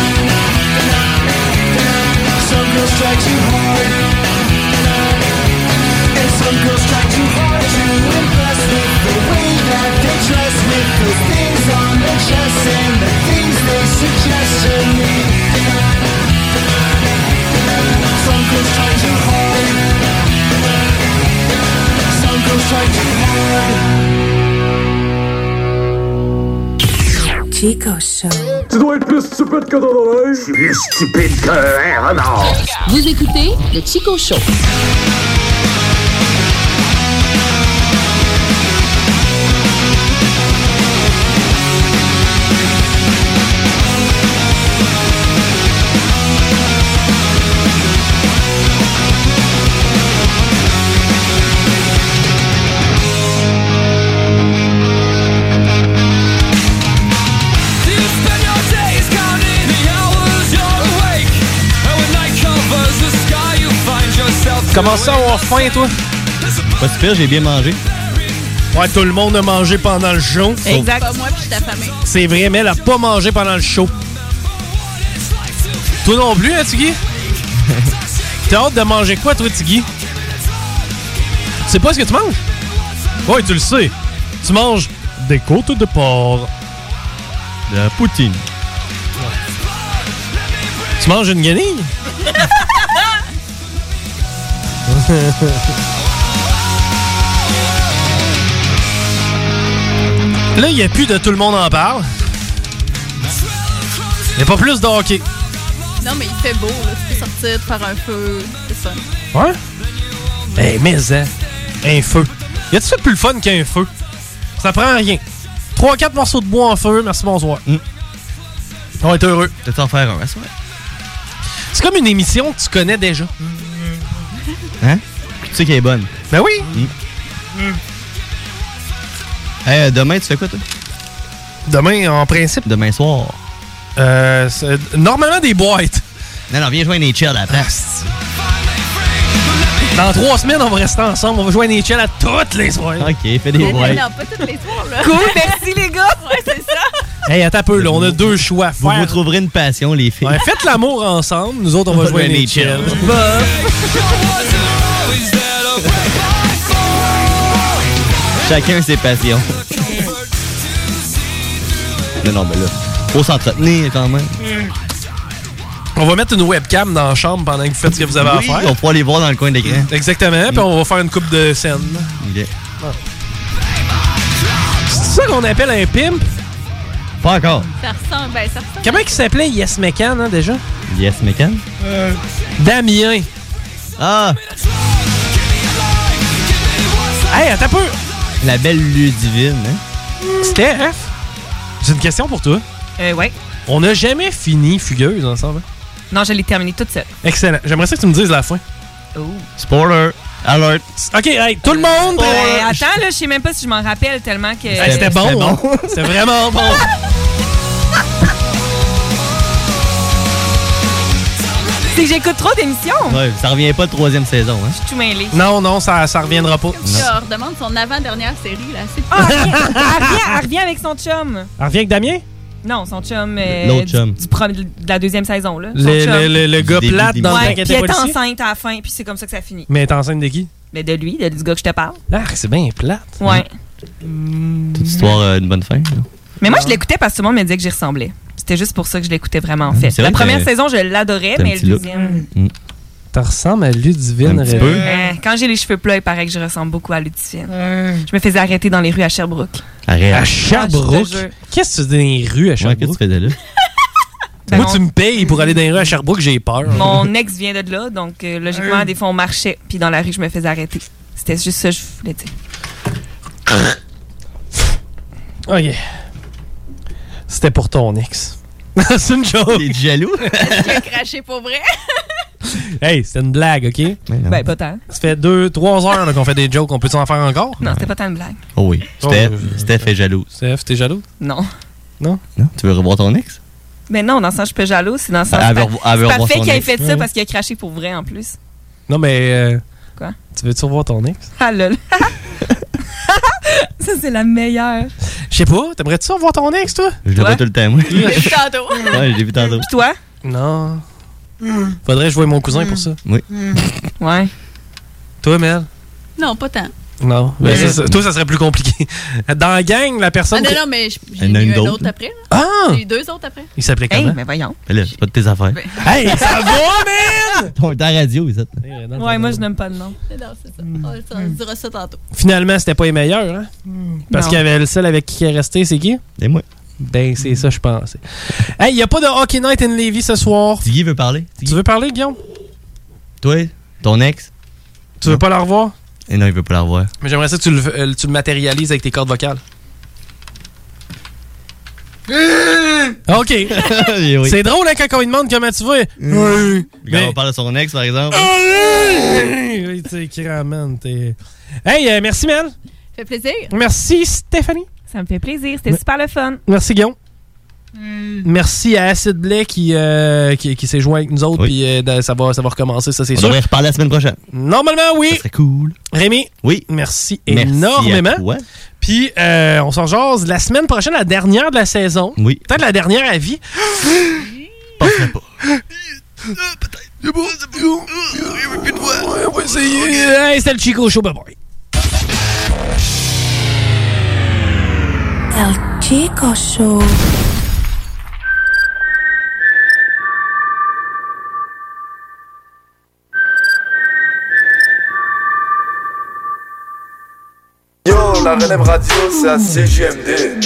Some girls try too hard. And some girls try too hard to impress with the way that they dress, with the things on their chest and the things they suggest to me. Some girls try too hard. Some girls try too hard. Chico Show. Tu dois être plus stupide que dans eh? l'oreille. Je suis plus stupide qu'un renard. Vous écoutez le Chico Show. Comment ça, avoir faim, toi? Pas super, j'ai bien mangé. Ouais, tout le monde a mangé pendant le show. Exact. Pas moi puis ta famille. C'est vrai, mais elle a pas mangé pendant le show. Toi non plus, hein, <laughs> Tiggy? T'as hâte de manger quoi, toi, Tiggy? Tu sais pas ce que tu manges? Ouais, tu le sais. Tu manges des côtes de porc. De la poutine. Tu manges une guenille? Là, il n'y a plus de tout le monde en parle. Il n'y a pas plus de hockey. Non, mais il fait beau, là. Tu peux sortir, te faire un feu. C'est fun. Ouais? Eh, mais, hein, un feu. Y a-tu ça de plus le fun qu'un feu? Ça prend rien. 3-4 morceaux de bois en feu, merci, bonsoir. On va être heureux. Peut-être Mm. en faire un, ouais. C'est comme une émission que tu connais déjà. Hein? Puis Tu sais qu'elle est bonne. Mm. Ben oui! Hey, euh, demain, tu fais quoi, toi? Demain, en principe? Demain soir. Euh, normalement des boîtes. Non, non, viens joindre les chairs à la place. Dans trois semaines, on va rester ensemble. On va jouer à NHL à toutes les soirs. OK, fais Mais Non, pas toutes les soirs, là. Cool, merci, les gars. ouais, c'est ça. Hey, attends un peu, là. On a deux choix. à Vous faire. vous trouverez une passion, les filles. Ouais, faites l'amour ensemble. Nous autres, on va jouer à Ouais, NHL. NHL. <laughs> Chacun ses passions. non, non, mais là, faut s'entretenir quand même. On va mettre une webcam dans la chambre pendant que vous faites ce que vous avez Oui, à on va faire. pouvoir les voir dans le coin de l'écran. Exactement, puis on va faire une coupe de scène. Ok. C'est ça qu'on appelle un pimp? Pas encore. Ça ressemble, ben, ça ressemble. Comment il s'appelait Yes Mecan, hein, déjà? Yes, Mécan. Euh, Damien. Ah! Hey, attends un peu! La belle Ludivine, hein? Steph, hein? j'ai une question pour toi. Euh, ouais. On n'a jamais fini Fugueuse ensemble. hein? Non, je l'ai terminé toute seule. Excellent. J'aimerais ça que tu me dises la fin. Oh. Spoiler. Alert. OK, hey, tout le monde! Ben, euh, attends, là, je sais même pas si je m'en rappelle tellement que. Hey, C'était bon, hein? C'était vraiment <laughs> bon. C'est que j'écoute trop d'émissions. Ouais, ça revient pas de troisième saison, hein? Tout mêlé. Non, non, ça, ça reviendra pas. Je leur demande son avant-dernière série, là. C'est Ah, elle, revient, elle revient- elle revient avec son chum. Elle revient avec Damien? Non, son chum. euh, L'autre du- chum. Du, premier- de la deuxième saison, là. Son Le, chum. le, le, le gars début plate de dans le Ouais, paquet de puis elle est policiers. enceinte à la fin, puis c'est comme ça que ça finit. Mais elle est enceinte de qui? Mais de lui, de, du gars que je te parle. Ah, c'est bien plate. Ouais. Toute histoire euh, une bonne fin. là. Mais moi, je l'écoutais parce que tout le monde me disait que j'y ressemblais. C'était juste pour ça que je l'écoutais vraiment, Ah, en fait. c'est La vrai que première t'as- saison, je l'adorais, t'as un mais le petit look. deuxième. T'en ressembles à Ludivine Mm. Un petit Rêveur. Euh, quand j'ai les cheveux plats, il paraît que je ressemble beaucoup à Ludivine. Je me faisais arrêter dans les rues à Sherbrooke. Ah, Arrête. À Sherbrooke? je te jure. Qu'est-ce que tu fais dans les rues à Sherbrooke? qu'est-ce que tu faisais là? <laughs> Moi, tu me payes pour aller dans les rues à Sherbrooke, j'ai peur. Ben Mon ex vient de là, donc euh, logiquement, des fois, on marchait, puis dans la rue, je me faisais arrêter. C'était juste ça que je voulais dire. OK. C'était pour ton ex. <laughs> c'est une joke. T'es jaloux? J'ai craché pour vrai. <laughs> hey, c'était une blague, OK? Ben, pas tant. Ça fait deux, trois heures là, qu'on fait des jokes. On peut-tu en faire encore? <laughs> Non, c'était pas tant une blague. Oh oui. Steph, Steph est jalouse. euh, Steph, t'es jaloux? Non. Non? Tu veux revoir ton ex? Mais non, dans le sens, je peux jaloux, c'est dans le sens. Elle c'est veut pas- revo- elle veut c'est revoir parfait son qu'il ait ex. fait ça Ouais. parce qu'il a craché pour vrai, en plus. Non, mais... euh, Quoi? <laughs> Tu veux-tu revoir ton ex? Ah, lol. ça, c'est la meilleure. Je sais pas, t'aimerais-tu ça voir ton ex, toi? Je le vois tout le temps, moi. <laughs> Ouais, je l'ai vu tantôt. Puis toi? Non. Faudrait jouer Hmm. mon cousin pour Hmm. ça. Oui. Hmm. Ouais. Toi, Mel? Non, pas tant. Non. Mais- Mais ça, ça- toi, ça serait plus compliqué. <laughs> Dans la gang, la personne. Ah non, qui- non, mais j- j'ai Elle en a eu une un d'autre, autre là. après. là. Ah! J'ai eu deux autres après. Il s'appelait Hey, comment? mais voyons. Mais Ben là, c'est pas de tes affaires. Ben. Hey, ça va, man! On est en radio, ici. Eh, Ouais, moi, je n'aime pas le nom. <laughs> Non, c'est ça. On se- On se dira ça tantôt. Finalement, c'était pas les meilleurs, hein? Parce Non. qu'il y avait le seul avec qui il est resté, c'est qui? Et moi. Ben, c'est ça, je pense. Hey, il n'y a pas de Hockey Night in Levy ce soir. Guy veut parler. Tu veux parler, Guillaume? Toi, ton ex. Tu veux pas la revoir? Et non, il veut pas la revoir. Mais j'aimerais ça que tu le, euh, tu le matérialises avec tes cordes vocales. <laughs> Ah, OK. Eh oui. Hmm. C'est drôle hein, quand on lui demande comment tu vas. Oui. Quand on parle de son ex, par exemple. Oui, t'es grand, man, t'es- Hey, euh, merci, Mel. Fait plaisir. Merci, Stéphanie. Ça me fait plaisir. C'était super le fun. Merci, Guillaume. Merci à Acid Blais qui, euh, qui, qui s'est joint avec nous autres. Puis euh, de- ça, va, ça va recommencer, ça, c'est On sûr. devrait reparler la semaine prochaine. Normalement, oui. C'est cool. Rémi. Oui. Merci Merci énormément. à toi. Puis euh, on s'en jase la semaine prochaine, la dernière de la saison. Oui. Peut-être la dernière <gasps> à vie. On va essayer. Hey, C'était le Chico Show, bye bye. El Chico Show. Yo, la relève radio, c'est à CGMD.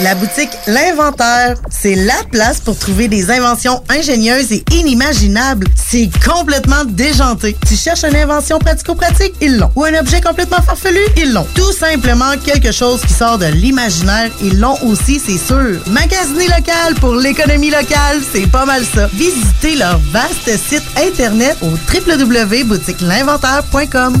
La boutique L'Inventaire, c'est la place pour trouver des inventions ingénieuses et inimaginables. C'est complètement déjanté. Tu cherches une invention pratico-pratique? Ils l'ont. Ou un objet complètement farfelu? Ils l'ont. Tout simplement quelque chose qui sort de l'imaginaire, ils l'ont aussi, c'est sûr. Magasiner local pour l'économie locale, c'est pas mal ça. Visitez leur vaste site internet au www.boutiquelinventaire.com.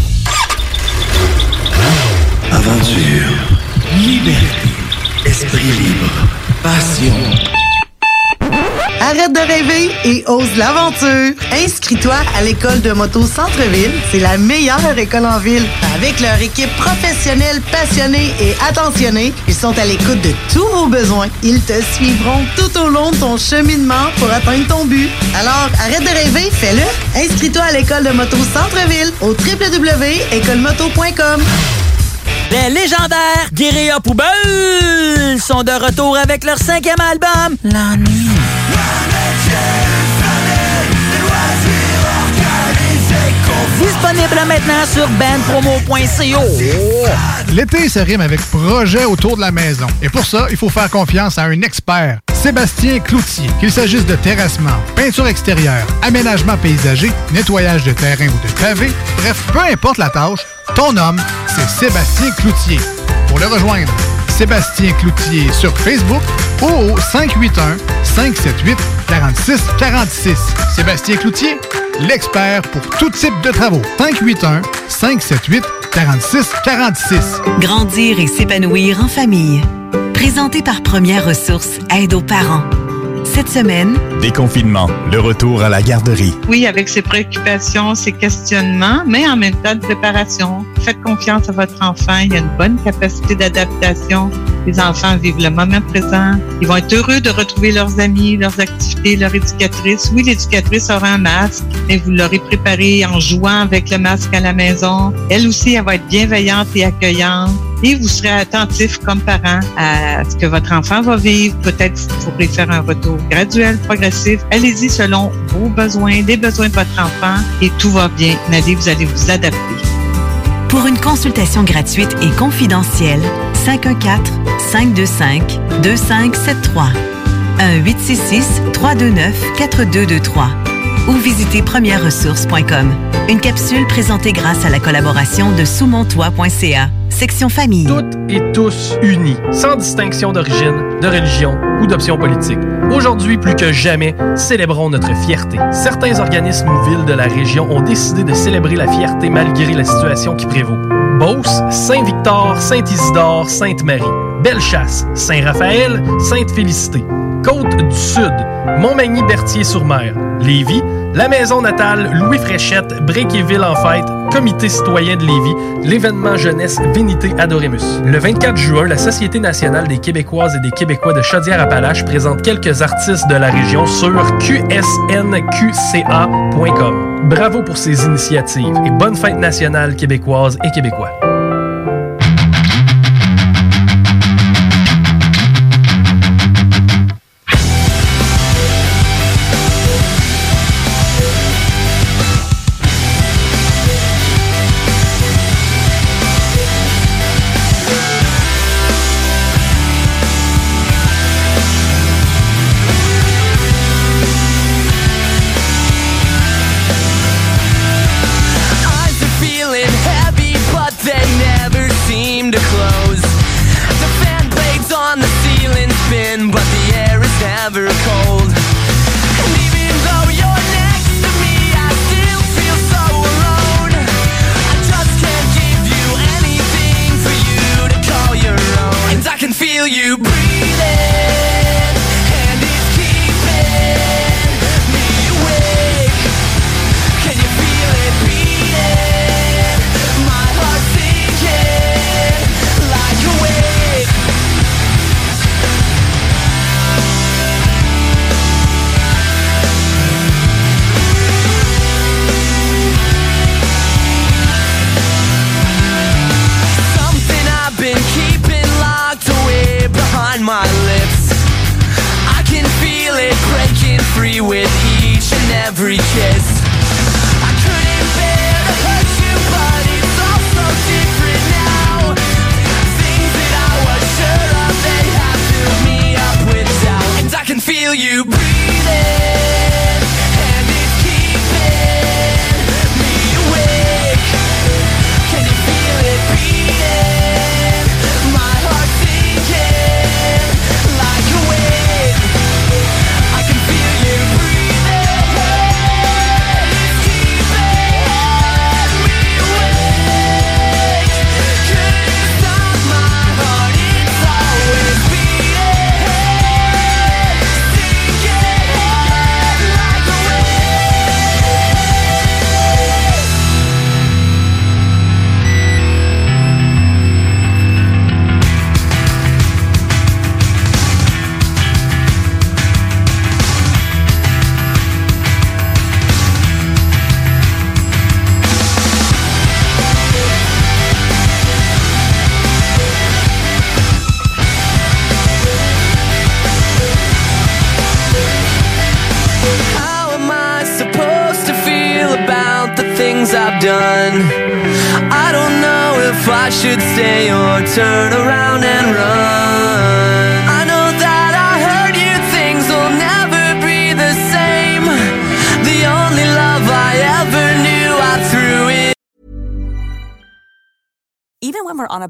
Aventure. Liberté. Esprit libre. Passion. Arrête de rêver et ose l'aventure. Inscris-toi à l'école de moto Centre-ville. C'est la meilleure école en ville. Avec leur équipe professionnelle, passionnée et attentionnée, ils sont à l'écoute de tous vos besoins. Ils te suivront tout au long de ton cheminement pour atteindre ton but. Alors, arrête de rêver, fais-le. Inscris-toi à l'école de moto Centre-ville au www.écolemoto.com. Les légendaires Guérilla Poubelle sont de retour avec leur cinquième album, La Nuit. Disponible maintenant sur benpromo.co. L'été se rime avec projet autour de la maison. Et pour ça, il faut faire confiance à un expert, Sébastien Cloutier. Qu'il s'agisse de terrassement, peinture extérieure, aménagement paysager, nettoyage de terrain ou de pavé, bref, peu importe la tâche, ton homme, c'est Sébastien Cloutier. Pour le rejoindre, Sébastien Cloutier sur Facebook ou au 581 578 46 46. Sébastien Cloutier, l'expert pour tout type de travaux. 581 578 46 46. Grandir et s'épanouir en famille. Présenté par Première Ressource, aide aux parents. Cette semaine, Déconfinement, le retour à la garderie. Oui, avec ses préoccupations, ses questionnements, mais en même temps de préparation. Faites confiance à votre enfant, il a une bonne capacité d'adaptation. Les enfants vivent le moment présent. Ils vont être heureux de retrouver leurs amis, leurs activités, leur éducatrice. Oui, l'éducatrice aura un masque, mais vous l'aurez préparé en jouant avec le masque à la maison. Elle aussi, elle va être bienveillante et accueillante. Et vous serez attentif comme parent à ce que votre enfant va vivre. Peut-être vous pourrez faire un retour graduel, progressif. Allez-y selon vos besoins, les besoins de votre enfant et tout va bien. Nadie, vous allez vous adapter. Pour une consultation gratuite et confidentielle, 514-525-2573. 1-866-329-4223. Ou visitez premièreressources.com. Une capsule présentée grâce à la collaboration de sousmontois.ca. Section famille. et tous unis, sans distinction d'origine, de religion ou d'option politique. Aujourd'hui, plus que jamais, célébrons notre fierté. Certains organismes ou villes de la région ont décidé de célébrer la fierté malgré la situation qui prévaut. Beauce, Saint-Victor, Saint-Isidore, Sainte-Marie, Bellechasse, Saint-Raphaël, Sainte-Félicité, Côte-du-Sud, Montmagny-Berthier-sur-Mer, Lévis, la maison natale Louis Fréchette, Bréquéville en fête, Comité citoyen de Lévis, l'événement jeunesse Vénité Adoremus. Le 24 juin, la Société nationale des Québécoises et des Québécois de Chaudière-Appalaches présente quelques artistes de la région sur qsnqca.com. Bravo pour ces initiatives et bonne fête nationale québécoise et québécois. Eyes are feeling heavy, but they never seem to close. The fan blades on the ceiling spin, but the air is never cold. And even though you're next to me, I still feel so alone. I just can't give you anything for you to call your own. And I can feel you breathing. and it's keeping me awake. Can you feel it beating? My heart's sinking like a wave. Something I've been keeping locked away behind my lips. I can feel it breaking free with each and every kiss. I couldn't bear to hurt you, but it's all so different now. Things that I was sure of, they have filled me up with doubt. And I can feel you breathing. and it's keeping me awake. Can you feel it beating? My heart's sinking like a wave. I can feel you How am I supposed to feel about the things I've done? I don't know if I should stay or turn around and run. I know that I heard you, things will never be the same. The only love I ever knew, I threw it. Even when we're on a